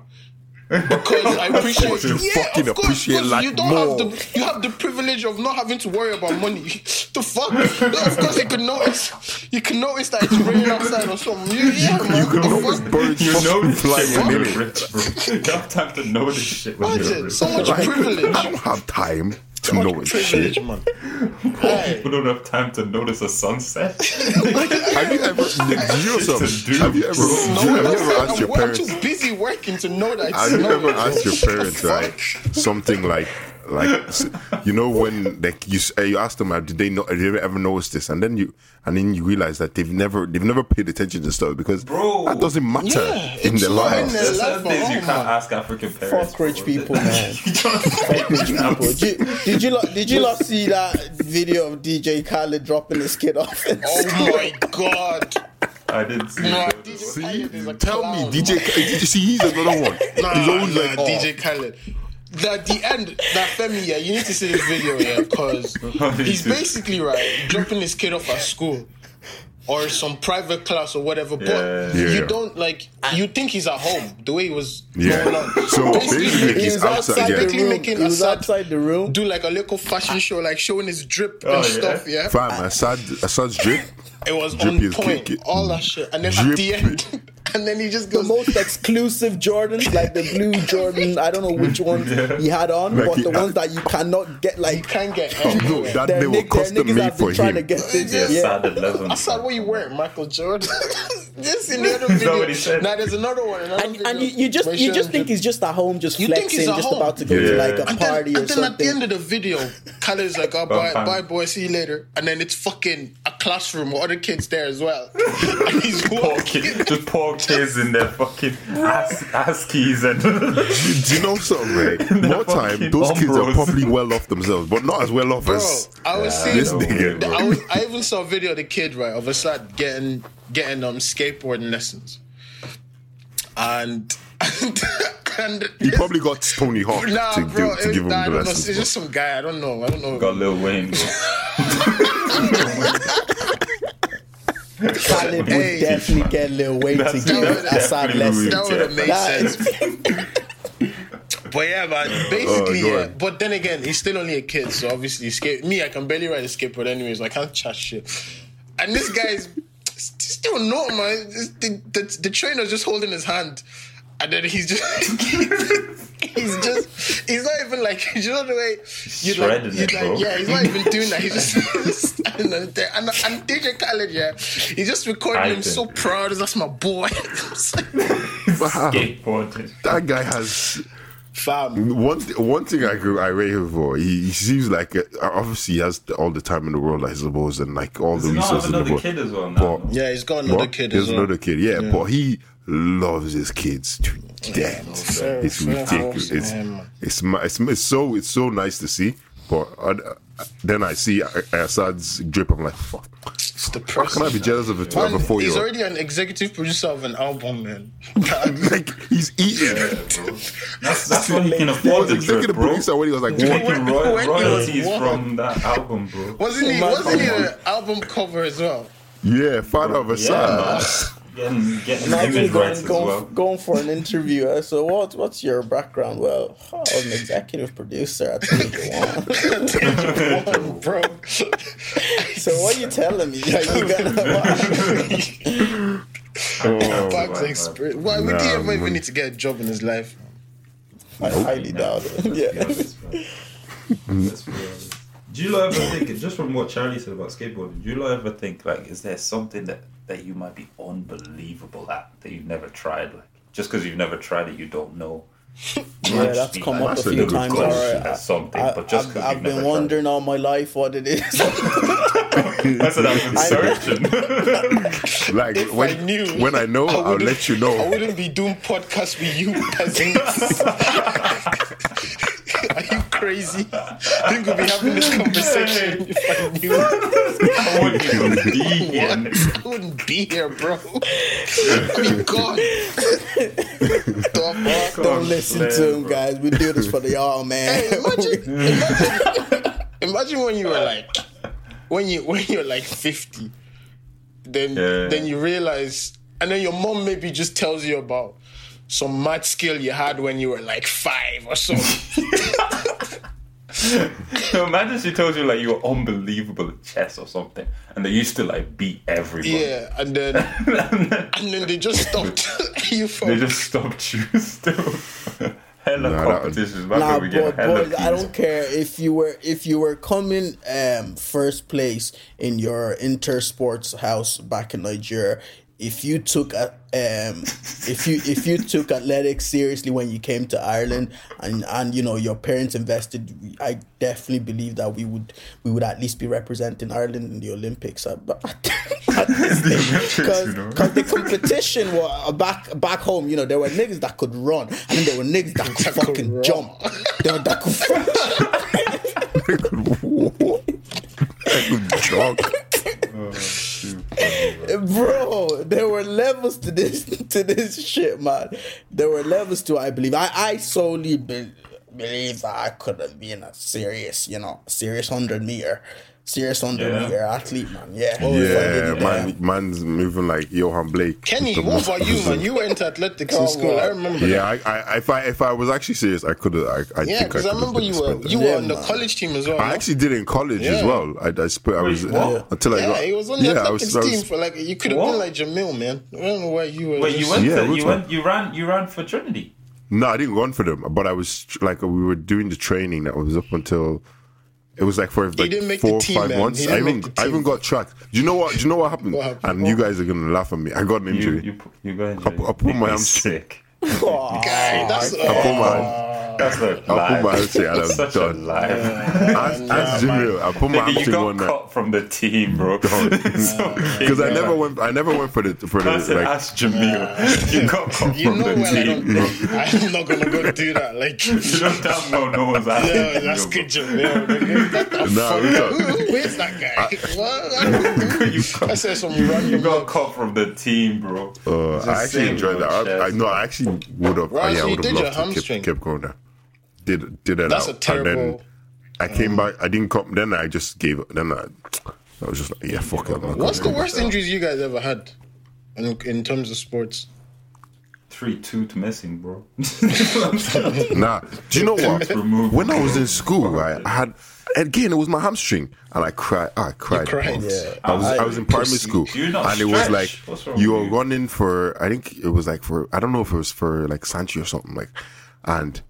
Speaker 6: Because I appreciate,
Speaker 3: course you
Speaker 6: yeah,
Speaker 3: fucking
Speaker 6: of course,
Speaker 3: appreciate
Speaker 6: because
Speaker 3: life
Speaker 6: you don't
Speaker 3: more.
Speaker 6: have the you have the privilege of not having to worry about money. the fuck, no, of course you could notice, you can notice that it's raining outside or something. You, yeah, man,
Speaker 3: You can
Speaker 6: what the
Speaker 3: always
Speaker 6: fuck?
Speaker 3: birds
Speaker 1: You know
Speaker 3: fucking
Speaker 1: this
Speaker 3: fly
Speaker 1: shit
Speaker 3: when
Speaker 1: when
Speaker 3: they
Speaker 1: you're rich, bro. You have time to know this shit when
Speaker 6: Imagine,
Speaker 1: you're rich.
Speaker 6: so much
Speaker 3: Like,
Speaker 6: privilege.
Speaker 3: I don't have time to
Speaker 6: What
Speaker 3: know
Speaker 6: privilege,
Speaker 3: shit.
Speaker 6: man. Hey,
Speaker 1: People don't have time to notice a sunset.
Speaker 3: Have you ever, yourself,
Speaker 1: to do.
Speaker 3: have you ever,
Speaker 1: No,
Speaker 3: have you
Speaker 6: that's
Speaker 3: ever
Speaker 6: it.
Speaker 3: asked
Speaker 6: I'm,
Speaker 3: your
Speaker 6: wor- I'm
Speaker 3: parents?
Speaker 6: too busy working to know that.
Speaker 3: Have
Speaker 6: it's
Speaker 3: you
Speaker 6: not
Speaker 3: ever
Speaker 6: my job.
Speaker 3: asked your parents
Speaker 6: Fuck.
Speaker 3: like something like like s- you know when like you s- uh, you ask them uh, did they know did they ever notice this and then you and then you realize that they've never they've never paid attention to stuff because
Speaker 1: Bro.
Speaker 3: that doesn't matter
Speaker 6: Yeah,
Speaker 3: in
Speaker 6: it's
Speaker 3: their
Speaker 6: not in
Speaker 3: lives.
Speaker 6: their
Speaker 1: There's certain
Speaker 6: life
Speaker 1: things you
Speaker 6: at
Speaker 1: can't
Speaker 6: all, man.
Speaker 1: ask African parents.
Speaker 5: Fuck rich
Speaker 1: bro.
Speaker 5: people, man.
Speaker 1: You know what I'm saying?
Speaker 5: People, did, you- did you lot, did you lot see that video of DJ Khaled dropping his kid off? in
Speaker 6: Oh
Speaker 5: school?
Speaker 6: my god.
Speaker 1: I didn't see
Speaker 6: No,
Speaker 1: that.
Speaker 6: DJ
Speaker 3: See,
Speaker 6: Khaled is a
Speaker 3: tell
Speaker 6: clown,
Speaker 3: me, DJ.
Speaker 6: man.
Speaker 3: Did you see? He's another one.
Speaker 6: Nah,
Speaker 3: he's always
Speaker 6: nah,
Speaker 3: like, oh,
Speaker 6: DJ Khaled. The, the end, that Femi, yeah, you need to see this video, yeah, because he's basically right, dropping his kid off at school or some private class or whatever, but
Speaker 1: Yeah.
Speaker 3: Yeah.
Speaker 6: you don't like, you think he's at home the way he was
Speaker 3: Yeah.
Speaker 6: going on.
Speaker 3: So basically,
Speaker 5: He
Speaker 3: he's
Speaker 5: was
Speaker 3: outside,
Speaker 5: outside
Speaker 3: yeah.
Speaker 5: the
Speaker 6: Basically
Speaker 5: room. He
Speaker 6: making
Speaker 5: was
Speaker 6: Assad
Speaker 5: outside the room.
Speaker 6: do like a little fashion show, like showing his drip
Speaker 1: Oh,
Speaker 6: and
Speaker 1: yeah.
Speaker 6: stuff, yeah.
Speaker 3: fam, Assad, Assad's drip.
Speaker 6: It was
Speaker 3: Drip
Speaker 6: on
Speaker 3: is
Speaker 6: point,
Speaker 3: kicking.
Speaker 6: all that shit, and then
Speaker 3: Drip.
Speaker 6: at the end, and then he just
Speaker 5: the
Speaker 6: goes,
Speaker 5: most exclusive Jordans, like the blue Jordan. I don't know which ones he had on,
Speaker 3: Like
Speaker 5: but
Speaker 3: he-
Speaker 5: the ones that you cannot get,
Speaker 6: "You
Speaker 5: like
Speaker 6: can't get."
Speaker 3: No,
Speaker 6: anywhere."
Speaker 3: that
Speaker 5: their
Speaker 3: they were
Speaker 5: nick- their
Speaker 3: custom
Speaker 5: niggas
Speaker 3: made
Speaker 5: have been
Speaker 3: for
Speaker 5: trying to
Speaker 3: him.
Speaker 5: get this.
Speaker 1: Yeah,
Speaker 5: yeah.
Speaker 1: sad at 11.
Speaker 6: I said, "What you wearing, Michael Jordan?" Just in the other video.
Speaker 1: what he said.
Speaker 6: Now there's another one. Another
Speaker 5: And,
Speaker 6: video.
Speaker 5: and you, you just
Speaker 6: Where
Speaker 5: you
Speaker 6: Sharon
Speaker 5: just think he's just at home, just
Speaker 6: You think
Speaker 5: flexing,
Speaker 6: he's at
Speaker 5: just
Speaker 6: home?
Speaker 5: about to go to
Speaker 1: Yeah.
Speaker 5: like a
Speaker 6: and then,
Speaker 5: party
Speaker 6: and
Speaker 5: or
Speaker 6: then at the end
Speaker 5: something.
Speaker 6: of the video, Khaled's like, "Oh,
Speaker 1: Bam,
Speaker 6: bye,
Speaker 1: bam.
Speaker 6: bye, boy, see you later." And then it's fucking a classroom with other kids there as well. and he's
Speaker 1: Poor
Speaker 6: walking.
Speaker 1: kid, just poor kids in their fucking ass, ass keys and
Speaker 3: Do you know something, right?
Speaker 1: They're
Speaker 3: More time,
Speaker 1: fucking
Speaker 3: those kids are
Speaker 1: Umbros.
Speaker 3: probably well off themselves, but not as well off
Speaker 6: Bro,
Speaker 3: as
Speaker 6: I was
Speaker 3: this
Speaker 6: seeing.
Speaker 3: nigga.
Speaker 1: no way,
Speaker 6: I, was, I even saw a video of the kid right of Assad getting getting um skateboarding lessons, and and, and
Speaker 3: He probably got Tony Hawk
Speaker 6: Nah,
Speaker 3: to,
Speaker 6: bro,
Speaker 3: give,
Speaker 6: it
Speaker 3: to
Speaker 6: was-
Speaker 3: give him
Speaker 6: nah,
Speaker 3: the
Speaker 6: I don't know. It's
Speaker 3: lessons.
Speaker 6: just some guy. I don't know. I don't know.
Speaker 1: got Lil Wayne. bro.
Speaker 5: Khaled
Speaker 6: Hey.
Speaker 5: would definitely get Lil Wayne to
Speaker 1: That's-
Speaker 5: give
Speaker 6: that's
Speaker 5: Assad
Speaker 1: definitely
Speaker 5: lessons.
Speaker 6: that would have made
Speaker 5: Nah,
Speaker 6: sense. But yeah,
Speaker 1: Oh,
Speaker 6: man. Basically,
Speaker 3: go
Speaker 6: yeah.
Speaker 3: on.
Speaker 6: But then again, he's still only a kid, so obviously, skate. Me, I can barely ride a skateboard, anyways. I can't chat shit. And this guy's still not man. It's- The, the, the trainer's just holding his hand, and then he's just. He's just, he's not even like, you know the way you'd like,
Speaker 1: Shredding
Speaker 6: you'd
Speaker 1: it, bro.
Speaker 6: like yeah, he's not even doing that. He's just standing there. And, and DJ Khaled, yeah, he's just recording him
Speaker 1: Hyping.
Speaker 6: so proud. That's my boy. It's like-
Speaker 3: Wow.
Speaker 1: Skateboarding.
Speaker 3: That guy has
Speaker 6: Fam.
Speaker 3: one th- one thing I could I rate him for. He, he seems like a, obviously he has all the time in the world, I suppose, and like all
Speaker 1: Does
Speaker 3: the
Speaker 1: he not have
Speaker 3: resources in the
Speaker 1: another
Speaker 3: world.
Speaker 1: kid as well now?
Speaker 3: But-
Speaker 6: Yeah, he's got another
Speaker 3: What?
Speaker 6: kid
Speaker 3: There's
Speaker 6: as well.
Speaker 3: another kid, yeah, but he loves his kids to death.
Speaker 6: fair-
Speaker 3: it's
Speaker 6: fair
Speaker 3: ridiculous.
Speaker 6: house,
Speaker 3: It's,
Speaker 6: man.
Speaker 3: it's ma- it's it's so it's so nice to see. But I, then I see Assad's drip. I'm like, fuck.
Speaker 6: It's
Speaker 3: How
Speaker 6: depressing.
Speaker 3: can I be jealous of a, of
Speaker 6: Man,
Speaker 3: a four
Speaker 6: he's
Speaker 3: year old?
Speaker 6: already an executive producer of an album, man.
Speaker 3: like he's eating.
Speaker 1: That's, that's what he can afford to
Speaker 3: Look at
Speaker 1: trip,
Speaker 3: the
Speaker 1: bro.
Speaker 3: producer when he was like,
Speaker 1: He's
Speaker 3: what?
Speaker 1: making
Speaker 6: When-
Speaker 1: roy-
Speaker 6: when he was
Speaker 1: royalties
Speaker 6: one.
Speaker 1: from that album, bro.
Speaker 6: Wasn't he?
Speaker 5: Imagine
Speaker 6: Wasn't he
Speaker 5: that.
Speaker 6: an album cover as well?
Speaker 3: yeah, father of a
Speaker 1: Yeah,
Speaker 3: son.
Speaker 1: man. Getting, getting
Speaker 5: Imagine
Speaker 1: image
Speaker 5: going,
Speaker 1: rights as
Speaker 5: going,
Speaker 1: well.
Speaker 5: going for an interview. eh? So what? What's your background? Well, I'm an executive producer at Media One.
Speaker 6: bro.
Speaker 3: Oh
Speaker 5: so what are you telling me? Are you gonna,
Speaker 3: Oh,
Speaker 6: Bags
Speaker 1: wow.
Speaker 6: experience. Why would he
Speaker 3: Nah,
Speaker 6: ever even
Speaker 3: man.
Speaker 6: need to get a job in his life?
Speaker 5: I highly doubt it. Yeah.
Speaker 1: Do you lot ever think, just from what Charlie said about skateboarding, do you lot ever think, like, is there something that, that you might be unbelievable at that you've never tried? Like, just because you've never tried it, you don't know. You might
Speaker 5: Yeah,
Speaker 1: just
Speaker 5: that's
Speaker 1: be
Speaker 5: come
Speaker 1: like,
Speaker 5: up a
Speaker 3: that's a
Speaker 5: few
Speaker 3: good
Speaker 5: times
Speaker 1: question.
Speaker 5: already.
Speaker 1: That's something,
Speaker 5: I,
Speaker 1: but just
Speaker 5: I've,
Speaker 1: 'cause
Speaker 5: I've
Speaker 1: you've never
Speaker 5: been
Speaker 1: tried.
Speaker 5: wondering all my life what it is.
Speaker 1: That's what I've been searching.
Speaker 3: Like
Speaker 6: If
Speaker 3: when
Speaker 6: I knew,
Speaker 3: when I know,
Speaker 6: I
Speaker 3: I'll
Speaker 6: wouldn't-
Speaker 3: let you know.
Speaker 6: I wouldn't be doing podcasts with you peasants. Are you crazy? I think we'll be having this conversation if I knew.
Speaker 1: I wouldn't even be here.
Speaker 6: I wouldn't be here, bro. I'd be gone. The fuck?
Speaker 5: Don't listen to him,
Speaker 1: bro.
Speaker 5: guys. We do this for the y'all, man.
Speaker 6: Hey, imagine, imagine, imagine when you were like, when you when you're like fifty, then
Speaker 1: Yeah.
Speaker 6: then you realize, and then your mom maybe just tells you about some mad skill you had when you were like five or something.
Speaker 1: So imagine she told you like you were unbelievable at chess or something, and they used to like beat everyone.
Speaker 6: yeah, and then and then they just stopped. you from
Speaker 1: They just stopped you still. hella
Speaker 3: Nah, that-
Speaker 1: competitions. man.
Speaker 5: Nah,
Speaker 1: we
Speaker 5: boy,
Speaker 1: get hella
Speaker 5: boy, I
Speaker 1: beats.
Speaker 5: don't care if you were if you were coming um first place in your intersports house back in Nigeria. If you took a, um, if you if you took athletics seriously when you came to Ireland, and and you know your parents invested, we- I definitely believe that we would we would at least be representing Ireland in the Olympics. Uh, but-
Speaker 1: you know.
Speaker 5: Because the competition were back back home, you know, there were niggas that could run, and then there were niggas that could
Speaker 6: could
Speaker 5: fucking
Speaker 6: run.
Speaker 5: jump. They were that could fuck-
Speaker 3: Jog.
Speaker 5: bro. There were levels to this to this shit, man. There were levels to. it, I believe. I I solely be- believe that I could have been a serious, you know, serious hundred meter, serious hundred
Speaker 1: Yeah.
Speaker 5: meter athlete, man. Yeah.
Speaker 3: Oh, Yeah, man, man's moving like Johan Blake.
Speaker 6: Kenny,
Speaker 3: The
Speaker 6: what
Speaker 3: most-
Speaker 6: about you, man? You went to athletics in
Speaker 5: Come
Speaker 6: school.
Speaker 5: on.
Speaker 6: I remember.
Speaker 3: Yeah, I, I, if I if I was actually serious, I could have. I, I
Speaker 6: that. yeah,
Speaker 3: think
Speaker 6: because I,
Speaker 3: could've
Speaker 6: remember
Speaker 3: been
Speaker 6: you were
Speaker 3: sprinter.
Speaker 6: you were
Speaker 5: Yeah,
Speaker 6: on the
Speaker 5: man.
Speaker 6: college team as well.
Speaker 3: I
Speaker 6: no?
Speaker 3: actually did in college as
Speaker 6: Yeah.
Speaker 3: well. I, I split. I was
Speaker 1: what?
Speaker 3: until I
Speaker 6: yeah,
Speaker 3: got.
Speaker 6: he was on the
Speaker 3: yeah, I
Speaker 6: athletics
Speaker 3: was, I was-
Speaker 6: team for like you could have
Speaker 1: What?
Speaker 6: been like Jamil, man. I don't know why you were.
Speaker 1: Wait, you
Speaker 6: just-
Speaker 1: went?
Speaker 3: Yeah,
Speaker 1: to,
Speaker 3: what's
Speaker 1: you went? You ran? You ran for Trinity?
Speaker 3: No, I didn't run for them, but I was tr- like we were doing the training that was up until it was like for like
Speaker 6: didn't make
Speaker 3: four
Speaker 6: the team,
Speaker 3: five
Speaker 6: man.
Speaker 3: months.
Speaker 6: He
Speaker 3: I
Speaker 6: didn't
Speaker 3: even
Speaker 6: make the
Speaker 3: I even
Speaker 6: team.
Speaker 3: got tracked. Do you know what? Do you know what happened?
Speaker 6: What happened?
Speaker 3: And you guys are gonna laugh at me. I got an
Speaker 1: You
Speaker 3: injury.
Speaker 1: you pu- you got
Speaker 3: I pu- I pulled my hamstring.
Speaker 1: sick.
Speaker 6: Guy, that's
Speaker 3: Oh, I
Speaker 6: uh,
Speaker 3: pulled my
Speaker 1: That's a
Speaker 3: I
Speaker 1: lie.
Speaker 3: pulled my hamstring and I'm
Speaker 1: Such a
Speaker 3: done.
Speaker 1: lie.
Speaker 6: Oh,
Speaker 3: Ask, ask Jamil. I put my
Speaker 1: Nigga, you
Speaker 3: hamstring
Speaker 1: got
Speaker 3: on that
Speaker 1: cut from the team, bro. Because
Speaker 3: because I never went. I never went for the for the
Speaker 1: That's an
Speaker 3: like.
Speaker 1: ask Jamil. You got cut
Speaker 6: you
Speaker 1: from
Speaker 6: know
Speaker 1: the
Speaker 6: well. I
Speaker 1: team,
Speaker 6: don't.
Speaker 1: bro.
Speaker 6: I'm not gonna go do that. Like,
Speaker 1: You
Speaker 6: yeah,
Speaker 1: know damn well no one's asking.
Speaker 6: that's
Speaker 1: you,
Speaker 6: good, Jamil. nigga. What the
Speaker 3: Nah,
Speaker 6: fuck?
Speaker 3: we got-
Speaker 6: Who- who is that guy?
Speaker 1: bro.
Speaker 6: What?
Speaker 1: you
Speaker 6: I
Speaker 1: got,
Speaker 6: said some
Speaker 1: you
Speaker 6: random.
Speaker 1: got cut from the team, bro.
Speaker 3: Uh,
Speaker 1: It's
Speaker 3: I actually
Speaker 1: insane,
Speaker 3: enjoyed
Speaker 1: bro,
Speaker 3: that. I, I
Speaker 1: Chaz.
Speaker 3: no, I actually would have. uh,
Speaker 6: Right,
Speaker 3: yeah,
Speaker 6: so
Speaker 3: I
Speaker 6: you
Speaker 3: would
Speaker 6: did
Speaker 3: have
Speaker 6: your
Speaker 3: loved to
Speaker 6: hamstring.
Speaker 3: keep, keep going there. Did did it
Speaker 6: That's
Speaker 3: out,
Speaker 6: a
Speaker 3: And
Speaker 6: terrible- um,
Speaker 3: then I came back. I didn't come. Then I just gave. it. Then I, I was just like, yeah, fuck it. I'm not
Speaker 6: What's the
Speaker 3: gonna do
Speaker 6: worst injuries you guys ever had, in, in terms of sports?
Speaker 1: Three tooth missing, bro.
Speaker 3: it. Nah, do you know what?
Speaker 1: Remove
Speaker 3: when I was
Speaker 1: bro.
Speaker 3: in school, right, I had again. It was my hamstring, and I cried. I cried.
Speaker 6: cried?
Speaker 3: bro.
Speaker 6: Yeah.
Speaker 3: I was I was in primary school,
Speaker 1: You're not
Speaker 3: and it was
Speaker 1: stretched.
Speaker 3: like
Speaker 1: What's wrong
Speaker 3: you
Speaker 1: with
Speaker 3: were
Speaker 1: you?
Speaker 3: running for. I think it was like for. I don't know if it was for like Sanchi or something like, and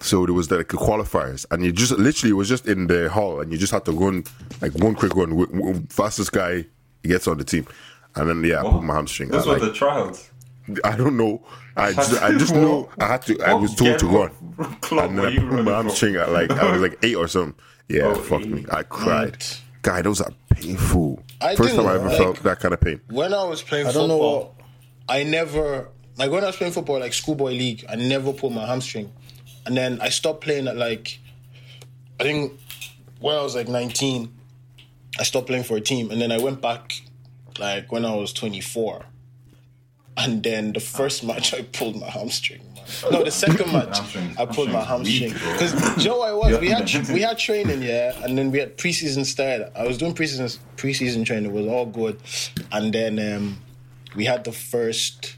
Speaker 3: so there was like the qualifiers, and you just literally it was just in the hall, and you just had to run like one quick run. W- w- Fastest guy gets on the team, and then yeah, I put my hamstring.
Speaker 1: Those
Speaker 3: I,
Speaker 1: were
Speaker 3: like,
Speaker 1: the trials.
Speaker 3: I don't know. I just, I just know I had to. I
Speaker 1: What
Speaker 3: was told to
Speaker 1: game
Speaker 3: run.
Speaker 1: of club
Speaker 3: And
Speaker 1: were
Speaker 3: then I
Speaker 1: you
Speaker 3: put
Speaker 1: running
Speaker 3: my
Speaker 1: from?
Speaker 3: hamstring at like I was like eight or something. Yeah,
Speaker 5: Oh,
Speaker 3: fuck me. I cried.
Speaker 5: Mm.
Speaker 6: Right.
Speaker 3: God, those are painful.
Speaker 6: I
Speaker 3: First time I
Speaker 6: didn't
Speaker 3: ever
Speaker 6: like-
Speaker 3: felt that kind of pain.
Speaker 6: When I was playing
Speaker 5: I
Speaker 6: football,
Speaker 5: don't know what-
Speaker 6: I never like when I was playing football, like schoolboy league, I never pulled my hamstring, and then I stopped playing at like, I think when I was like nineteen, I stopped playing for a team, and then I went back like when I was twenty four, and then the first match I pulled my hamstring. man. No, the second match
Speaker 1: Hamstrings-
Speaker 6: I pulled my
Speaker 1: hamstrings
Speaker 6: hamstring
Speaker 1: weak,
Speaker 6: because
Speaker 1: bro.
Speaker 6: you know what it was. We
Speaker 1: Yeah.
Speaker 6: had we had training, yeah, and then we had preseason start. I was doing preseason preseason training. It was all good, and then um, we had the first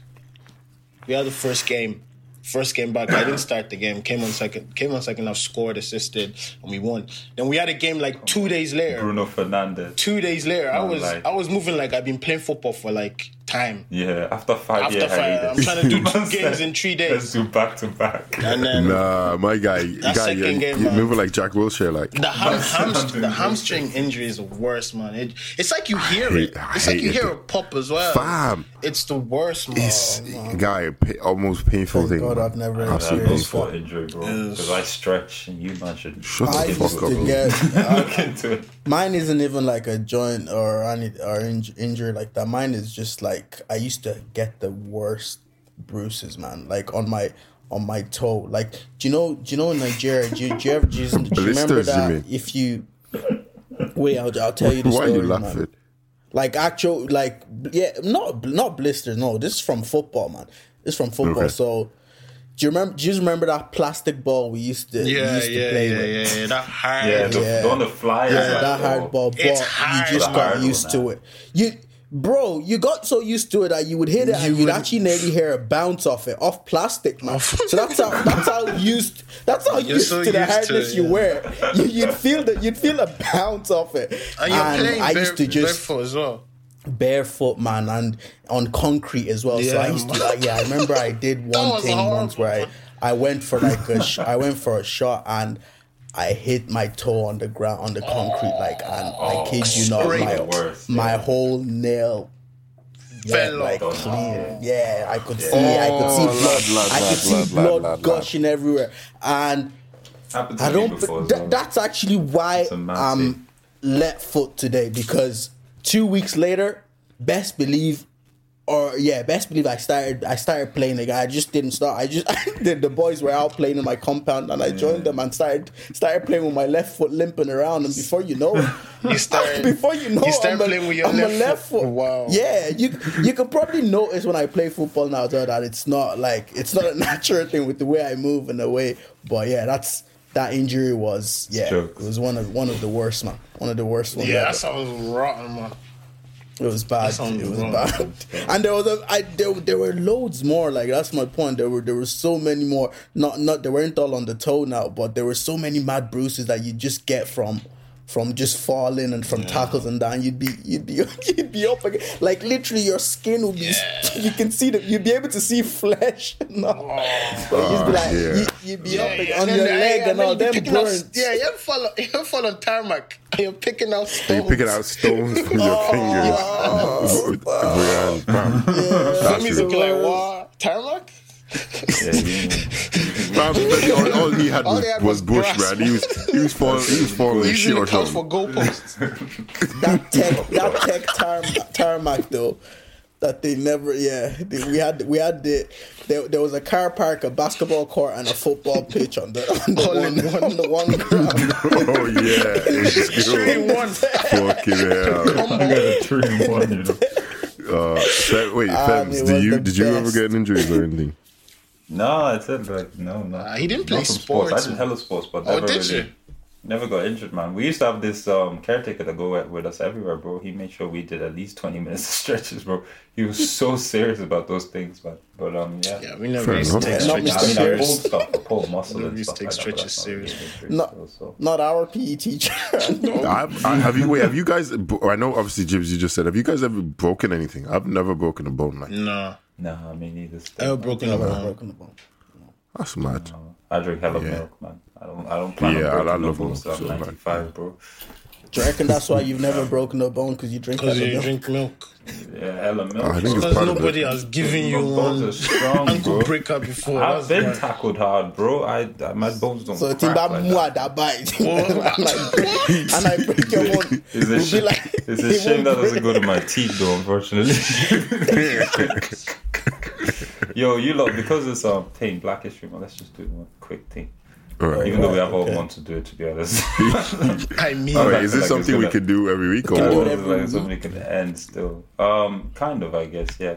Speaker 6: we had the first game. First game back, I didn't start the game. Came on second, came on second half, scored, assisted, and we won. Then we had a game like two days later.
Speaker 1: Bruno Fernandez.
Speaker 6: Two days later, I
Speaker 1: No,
Speaker 6: was
Speaker 1: like-
Speaker 6: I was moving like I've been playing football for like time.
Speaker 1: Yeah, after five
Speaker 6: After
Speaker 1: year
Speaker 6: five,
Speaker 1: hiatus.
Speaker 6: I'm trying to do two
Speaker 1: Man said,
Speaker 6: games in three days.
Speaker 1: Let's do back to back.
Speaker 6: And then
Speaker 3: Nah, Uh, my guy, you guy,
Speaker 6: second
Speaker 3: you're,
Speaker 6: game,
Speaker 3: you're
Speaker 6: man.
Speaker 3: moving like Jack Wilshere. Like,
Speaker 6: The, ham, hamst- the
Speaker 1: Something
Speaker 6: hamstring injury is the worst, man. It, it's like you hear
Speaker 3: hate-
Speaker 6: it.
Speaker 3: I
Speaker 6: It's like
Speaker 3: hate
Speaker 6: you
Speaker 3: it.
Speaker 6: hear a pop as well.
Speaker 3: Fam.
Speaker 6: It's the worst, man.
Speaker 3: it's
Speaker 6: man.
Speaker 3: guy pa- almost painful thing.
Speaker 5: Thank God
Speaker 3: man.
Speaker 5: I've never
Speaker 3: Absolute
Speaker 5: experienced
Speaker 3: painful.
Speaker 1: Painful injury, bro. Because I stretch and you man should
Speaker 3: Shut the
Speaker 5: I used
Speaker 3: fuck up.
Speaker 5: to get
Speaker 1: look into it.
Speaker 5: mine isn't even like a joint or any or inj- injury like that. Mine is just like I used to get the worst bruises, man. Like on my on my toe. Like do you know do you know in Nigeria? Do you, do you ever do you, do you remember
Speaker 3: Blisters, you
Speaker 5: that
Speaker 3: mean?
Speaker 5: if you wait, I'll, I'll tell you the
Speaker 3: Why are
Speaker 5: story.
Speaker 3: you
Speaker 5: man
Speaker 3: laughing?
Speaker 5: like actual like yeah not not blisters no this is from football man this is from football
Speaker 3: Okay.
Speaker 5: so do you remember do you remember that plastic ball we used to we
Speaker 6: Yeah,
Speaker 5: used to
Speaker 6: yeah, yeah,
Speaker 5: play with
Speaker 6: yeah, yeah. That hard.
Speaker 1: Yeah, the,
Speaker 5: Yeah.
Speaker 1: on the fly.
Speaker 5: yeah,
Speaker 1: it's like,
Speaker 5: that
Speaker 1: oh.
Speaker 5: hard ball but
Speaker 6: It's
Speaker 5: you
Speaker 6: hard.
Speaker 5: just
Speaker 6: The
Speaker 5: got
Speaker 1: hard
Speaker 5: used
Speaker 1: one,
Speaker 5: to
Speaker 1: man.
Speaker 5: it you bro you got so used to it that you would hit it and you'd actually nearly hear a bounce off it off plastic man so that's how that's how used that's how
Speaker 6: You're
Speaker 5: used
Speaker 6: so
Speaker 5: to the
Speaker 6: used to
Speaker 5: hardness
Speaker 6: it,
Speaker 5: you
Speaker 6: yeah.
Speaker 5: were you, you'd feel that you'd feel a bounce off it
Speaker 6: And you're playing
Speaker 5: I
Speaker 6: bare,
Speaker 5: used to just
Speaker 6: barefoot as well.
Speaker 5: barefoot man and on concrete as well. so I
Speaker 6: Yeah,
Speaker 5: used to
Speaker 6: man.
Speaker 5: like, yeah, I remember I did one
Speaker 6: was
Speaker 5: thing
Speaker 6: horrible,
Speaker 5: once where I, I went for like a sh- I went for a shot and I hit my toe on the ground on the concrete like and
Speaker 6: Oh,
Speaker 5: I kid you not
Speaker 6: scrape.
Speaker 5: my,
Speaker 1: The worst,
Speaker 5: my whole nail went
Speaker 6: Fell
Speaker 5: like
Speaker 6: off.
Speaker 5: clean. Yeah, I could see I could see
Speaker 3: Oh, lad,
Speaker 5: blood,
Speaker 3: lad,
Speaker 5: I could
Speaker 3: lad,
Speaker 5: see
Speaker 3: lad, lad, lad,
Speaker 5: blood
Speaker 3: lad.
Speaker 5: gushing everywhere and
Speaker 1: Happened to
Speaker 5: I
Speaker 1: me
Speaker 5: don't.
Speaker 1: before as
Speaker 5: th-
Speaker 1: well.
Speaker 5: That's actually why
Speaker 1: It's a mad
Speaker 5: I'm
Speaker 1: thing.
Speaker 5: let foot today because two weeks later, best believe, or yeah, best believe I started. I started playing again. I just didn't start. I just the, the boys were out playing in my compound, and I joined them and started started playing with my left foot limping around. And before you know it,
Speaker 6: You start
Speaker 5: before you know
Speaker 6: you
Speaker 5: it,
Speaker 6: start
Speaker 5: I'm a-
Speaker 6: playing with your
Speaker 5: I'm
Speaker 6: left,
Speaker 5: a left foot.
Speaker 6: Wow.
Speaker 5: Yeah, you you can probably notice when I play football now though, that it's not like it's not a natural thing with the way I move and the way. But yeah, that's that injury was yeah,
Speaker 1: Jokes.
Speaker 5: it was one of one of the worst man, one of the worst ones.
Speaker 6: Yeah,
Speaker 5: ever.
Speaker 6: that sounds rotten, man.
Speaker 5: It was bad.
Speaker 6: sounds
Speaker 5: It was
Speaker 6: wrong.
Speaker 5: bad. And there was a, I, there, there were loads more. Like that's my point. There were there were so many more. Not not they weren't all on the toe now, but there were so many mad bruises that you just get from from just falling and from tackles and that. And you'd be you'd be you'd be up again. Like literally, your skin would be. You can see that you'd be able to see flesh. No, but you'd be like
Speaker 3: yeah.
Speaker 5: you, you'd be up
Speaker 6: Oh, Yeah, yeah.
Speaker 5: on
Speaker 6: then
Speaker 5: your
Speaker 6: the-
Speaker 5: leg
Speaker 6: yeah,
Speaker 5: and
Speaker 6: then
Speaker 5: all
Speaker 6: you'd be
Speaker 5: them
Speaker 6: picking out-
Speaker 5: burns.
Speaker 6: Yeah, you're fall, you're fall on tarmac. and You're picking out
Speaker 3: You're
Speaker 6: stones.
Speaker 3: picking out stones from your fingers. Brian, fam. That's
Speaker 6: He's looking
Speaker 3: real.
Speaker 6: like, what? Tarmac?
Speaker 1: Yeah, you-
Speaker 3: Fam, especially all, all he had
Speaker 6: All
Speaker 3: was,
Speaker 6: they had
Speaker 3: was
Speaker 6: was
Speaker 3: bush,
Speaker 6: grass.
Speaker 3: man. He was he was falling, he was falling like shit
Speaker 6: Usually
Speaker 3: or
Speaker 6: it counts for
Speaker 3: something.
Speaker 6: goalposts.
Speaker 5: that tech that tech tarmac, tarmac though that they never yeah they- we had we had the there, there was a car park a basketball court and a football pitch on the on the
Speaker 6: All in
Speaker 5: one, on the one ground
Speaker 3: Oh yeah, it's
Speaker 6: Three
Speaker 3: good.
Speaker 6: one.
Speaker 3: Fucking hell.
Speaker 1: I got a three in one, you know.
Speaker 3: Uh, Fe- wait, Fems,
Speaker 5: it
Speaker 3: did
Speaker 5: was
Speaker 3: you
Speaker 5: the
Speaker 3: did you ever
Speaker 5: best.
Speaker 3: get an injury or anything?
Speaker 1: No, I said like no, no.
Speaker 6: he didn't play
Speaker 1: Not from
Speaker 6: sports.
Speaker 1: I did hella sports, but
Speaker 6: Oh,
Speaker 1: never
Speaker 6: did
Speaker 1: really,
Speaker 6: you?
Speaker 1: never got injured, man. We used to have this um, caretaker that go with, with us everywhere, bro. He made sure we did at least twenty minutes of stretches, bro. He was so serious about those things, man. But um, yeah.
Speaker 6: Yeah, we never
Speaker 3: Fair
Speaker 6: used to
Speaker 3: enough.
Speaker 5: Yeah,
Speaker 6: take
Speaker 5: not
Speaker 6: stretches
Speaker 1: I mean, I pulled
Speaker 6: serious.
Speaker 1: stuff, I pulled muscle
Speaker 6: Never
Speaker 1: and
Speaker 6: used
Speaker 1: stuff.
Speaker 6: to take
Speaker 1: like that, but that's
Speaker 6: stretches
Speaker 1: not really an
Speaker 5: not
Speaker 1: injury, so-
Speaker 5: not our PE teacher Oh.
Speaker 3: I, I, have you wait? Have you guys? I know, obviously, Jibs. You just said, have you guys ever broken anything? I've never broken a bone. Like
Speaker 6: No.
Speaker 1: Nah, I mean, neither.
Speaker 6: I was broken up. man.
Speaker 3: that's mad.
Speaker 1: I drink hella
Speaker 3: Yeah.
Speaker 1: milk, man. I don't. I don't plan
Speaker 3: Yeah, I- I
Speaker 1: on breaking
Speaker 3: love
Speaker 1: the bones.
Speaker 3: milk
Speaker 1: I'm
Speaker 3: so much.
Speaker 1: 95, bro.
Speaker 5: do you reckon that's why you've never broken a bone because you drink
Speaker 6: Because
Speaker 5: that
Speaker 6: you
Speaker 5: milk?
Speaker 6: drink milk.
Speaker 1: Yeah, hella milk.
Speaker 3: I think it's
Speaker 6: Because
Speaker 3: part of
Speaker 6: nobody
Speaker 3: it.
Speaker 6: has given you
Speaker 1: My bones are
Speaker 6: one
Speaker 1: strong,
Speaker 6: ankle
Speaker 1: bro.
Speaker 6: breaker before.
Speaker 1: I've
Speaker 6: That's
Speaker 1: been
Speaker 6: why.
Speaker 1: tackled hard, bro. I, I my bones don't.
Speaker 5: So
Speaker 1: crack
Speaker 5: it's about
Speaker 1: like
Speaker 5: moi
Speaker 1: that.
Speaker 5: that bite,
Speaker 6: Well,
Speaker 5: and I break- and I break your bone.
Speaker 1: It's a,
Speaker 5: We'll be
Speaker 1: shame,
Speaker 5: like,
Speaker 1: it's
Speaker 5: it
Speaker 1: a shame
Speaker 5: won't
Speaker 1: that doesn't
Speaker 5: break.
Speaker 1: go to my teeth, though. Unfortunately. Yo, you lot, because it's um thing, Black History Month. Let's just do one quick thing,
Speaker 3: All right.
Speaker 1: even though we have all want to do it to be honest.
Speaker 6: I mean,
Speaker 3: All right,
Speaker 1: I feel
Speaker 3: is this
Speaker 1: like it's
Speaker 3: something we
Speaker 1: gonna-
Speaker 3: could do every week or
Speaker 5: do
Speaker 3: what?
Speaker 5: it
Speaker 1: Well, like somebody can end still. Um, kind of, I guess. Yeah.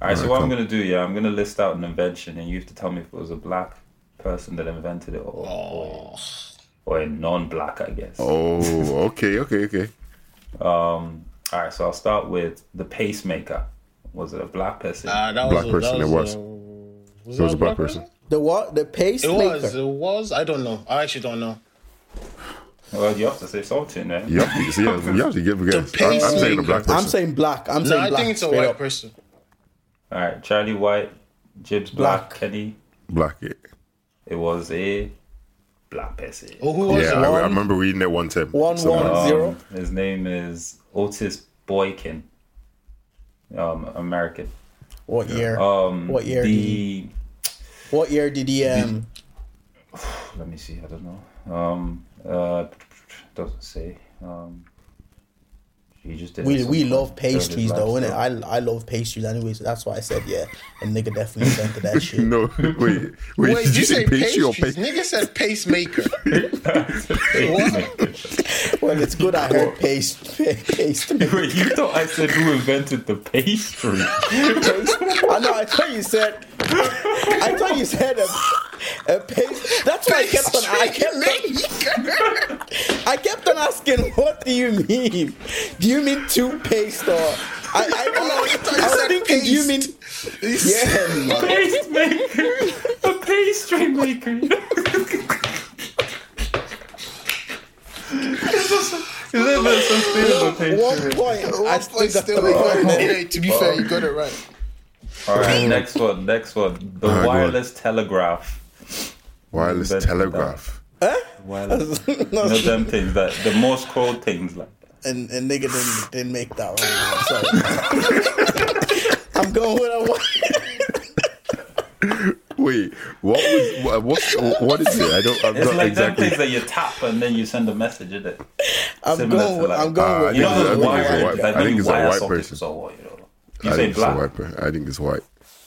Speaker 1: All right. so
Speaker 3: Alright,
Speaker 1: what I'm
Speaker 3: cool.
Speaker 1: gonna do? Yeah, I'm gonna list out an invention, and you have to tell me if it was a black person that invented it, or or, or a non-black, I guess.
Speaker 3: Oh, okay, okay, okay.
Speaker 1: All right. So I'll start with the pacemaker. Was it a black person?
Speaker 6: Ah, that
Speaker 3: Black
Speaker 6: was a,
Speaker 3: person,
Speaker 6: That
Speaker 3: it was.
Speaker 6: a-
Speaker 3: It
Speaker 6: that
Speaker 3: was a black person.
Speaker 5: The what? The
Speaker 6: It
Speaker 5: pacemaker.
Speaker 6: was. It was. I don't know. I actually don't know.
Speaker 1: well, you have to say something then.
Speaker 3: Yep, you see, you have to give a guess. I'm, I'm saying a black person.
Speaker 5: I'm saying black. I'm
Speaker 6: No,
Speaker 5: saying
Speaker 6: I
Speaker 5: black.
Speaker 6: think it's a
Speaker 5: straight
Speaker 6: white
Speaker 5: up.
Speaker 6: person.
Speaker 1: All right, Charlie White, Jibs Black,
Speaker 5: Black.
Speaker 1: Kenny.
Speaker 3: black. Yeah,
Speaker 1: It was a black person.
Speaker 6: Oh, who was
Speaker 3: yeah
Speaker 6: it?
Speaker 3: I, I remember reading it one time.
Speaker 5: One,
Speaker 3: Someone-
Speaker 5: one,
Speaker 1: Um,
Speaker 5: zero.
Speaker 1: His name is Otis Boykin. Um, American.
Speaker 5: What year?
Speaker 1: Um,
Speaker 5: What year did he-
Speaker 1: The
Speaker 5: What year did he? Um,
Speaker 1: let me see. I don't know. Um, uh, doesn't say. Um, he just did.
Speaker 5: we
Speaker 1: some
Speaker 5: we love
Speaker 1: kind of
Speaker 5: pastries
Speaker 1: life
Speaker 5: though, innit?
Speaker 1: stuff.
Speaker 5: I I love pastries anyway, so that's why I said yeah. And nigga definitely sent to that shit.
Speaker 3: No, wait, wait.
Speaker 6: Wait, did you say
Speaker 3: pastry or
Speaker 6: pastries?
Speaker 3: pa-
Speaker 6: Nigga said pacemaker. what?
Speaker 5: Well, it's good I heard paste pastry.
Speaker 1: Wait, you thought I said who invented the pastry?
Speaker 5: I know. I thought you said. I thought you said a, a paste. That's why I kept on. I kept on,
Speaker 6: Pacemaker.
Speaker 5: I kept on asking, what do you mean? Do you mean toothpaste or? I, I don't know.
Speaker 6: Oh, I thought you
Speaker 5: I was
Speaker 6: said
Speaker 5: thinking, do you mean?
Speaker 6: paste. He's-
Speaker 5: Yeah, man.
Speaker 1: pastemaker, a pastry maker. Is that not some thing as a
Speaker 5: one
Speaker 1: pastry maker?
Speaker 5: point. I
Speaker 6: One
Speaker 5: still
Speaker 6: point
Speaker 5: got
Speaker 6: still.
Speaker 5: the point.
Speaker 6: Yeah, to be fair, you got it right.
Speaker 1: All right, next one. Next one. The
Speaker 3: Alright, go on.
Speaker 1: wireless telegraph.
Speaker 3: wireless
Speaker 1: Invented
Speaker 3: telegraph.
Speaker 1: Wireless. you know them things that the Morse code things like.
Speaker 5: and and nigga didn't didn't make that one. So I'm going with a one.
Speaker 3: Wait, what was what, what? What is it? I don't. I'm
Speaker 1: It's
Speaker 3: not
Speaker 1: like
Speaker 3: exactly.
Speaker 1: them things that you tap and then you send a message in it.
Speaker 5: I'm
Speaker 1: Similar
Speaker 5: going.
Speaker 1: to
Speaker 5: With,
Speaker 1: like-
Speaker 5: I'm
Speaker 3: Ah, I
Speaker 5: going
Speaker 3: think
Speaker 1: You know
Speaker 3: it's-
Speaker 1: those
Speaker 3: I
Speaker 5: with.
Speaker 3: think it's a
Speaker 1: wire,
Speaker 3: white-
Speaker 1: like
Speaker 3: I think
Speaker 1: maybe
Speaker 3: it's a
Speaker 1: wire
Speaker 3: white
Speaker 1: sockets or
Speaker 3: person.
Speaker 1: so, on, you know. You
Speaker 3: I
Speaker 1: say
Speaker 3: think it's a
Speaker 1: black.
Speaker 3: white. per- I think it's white.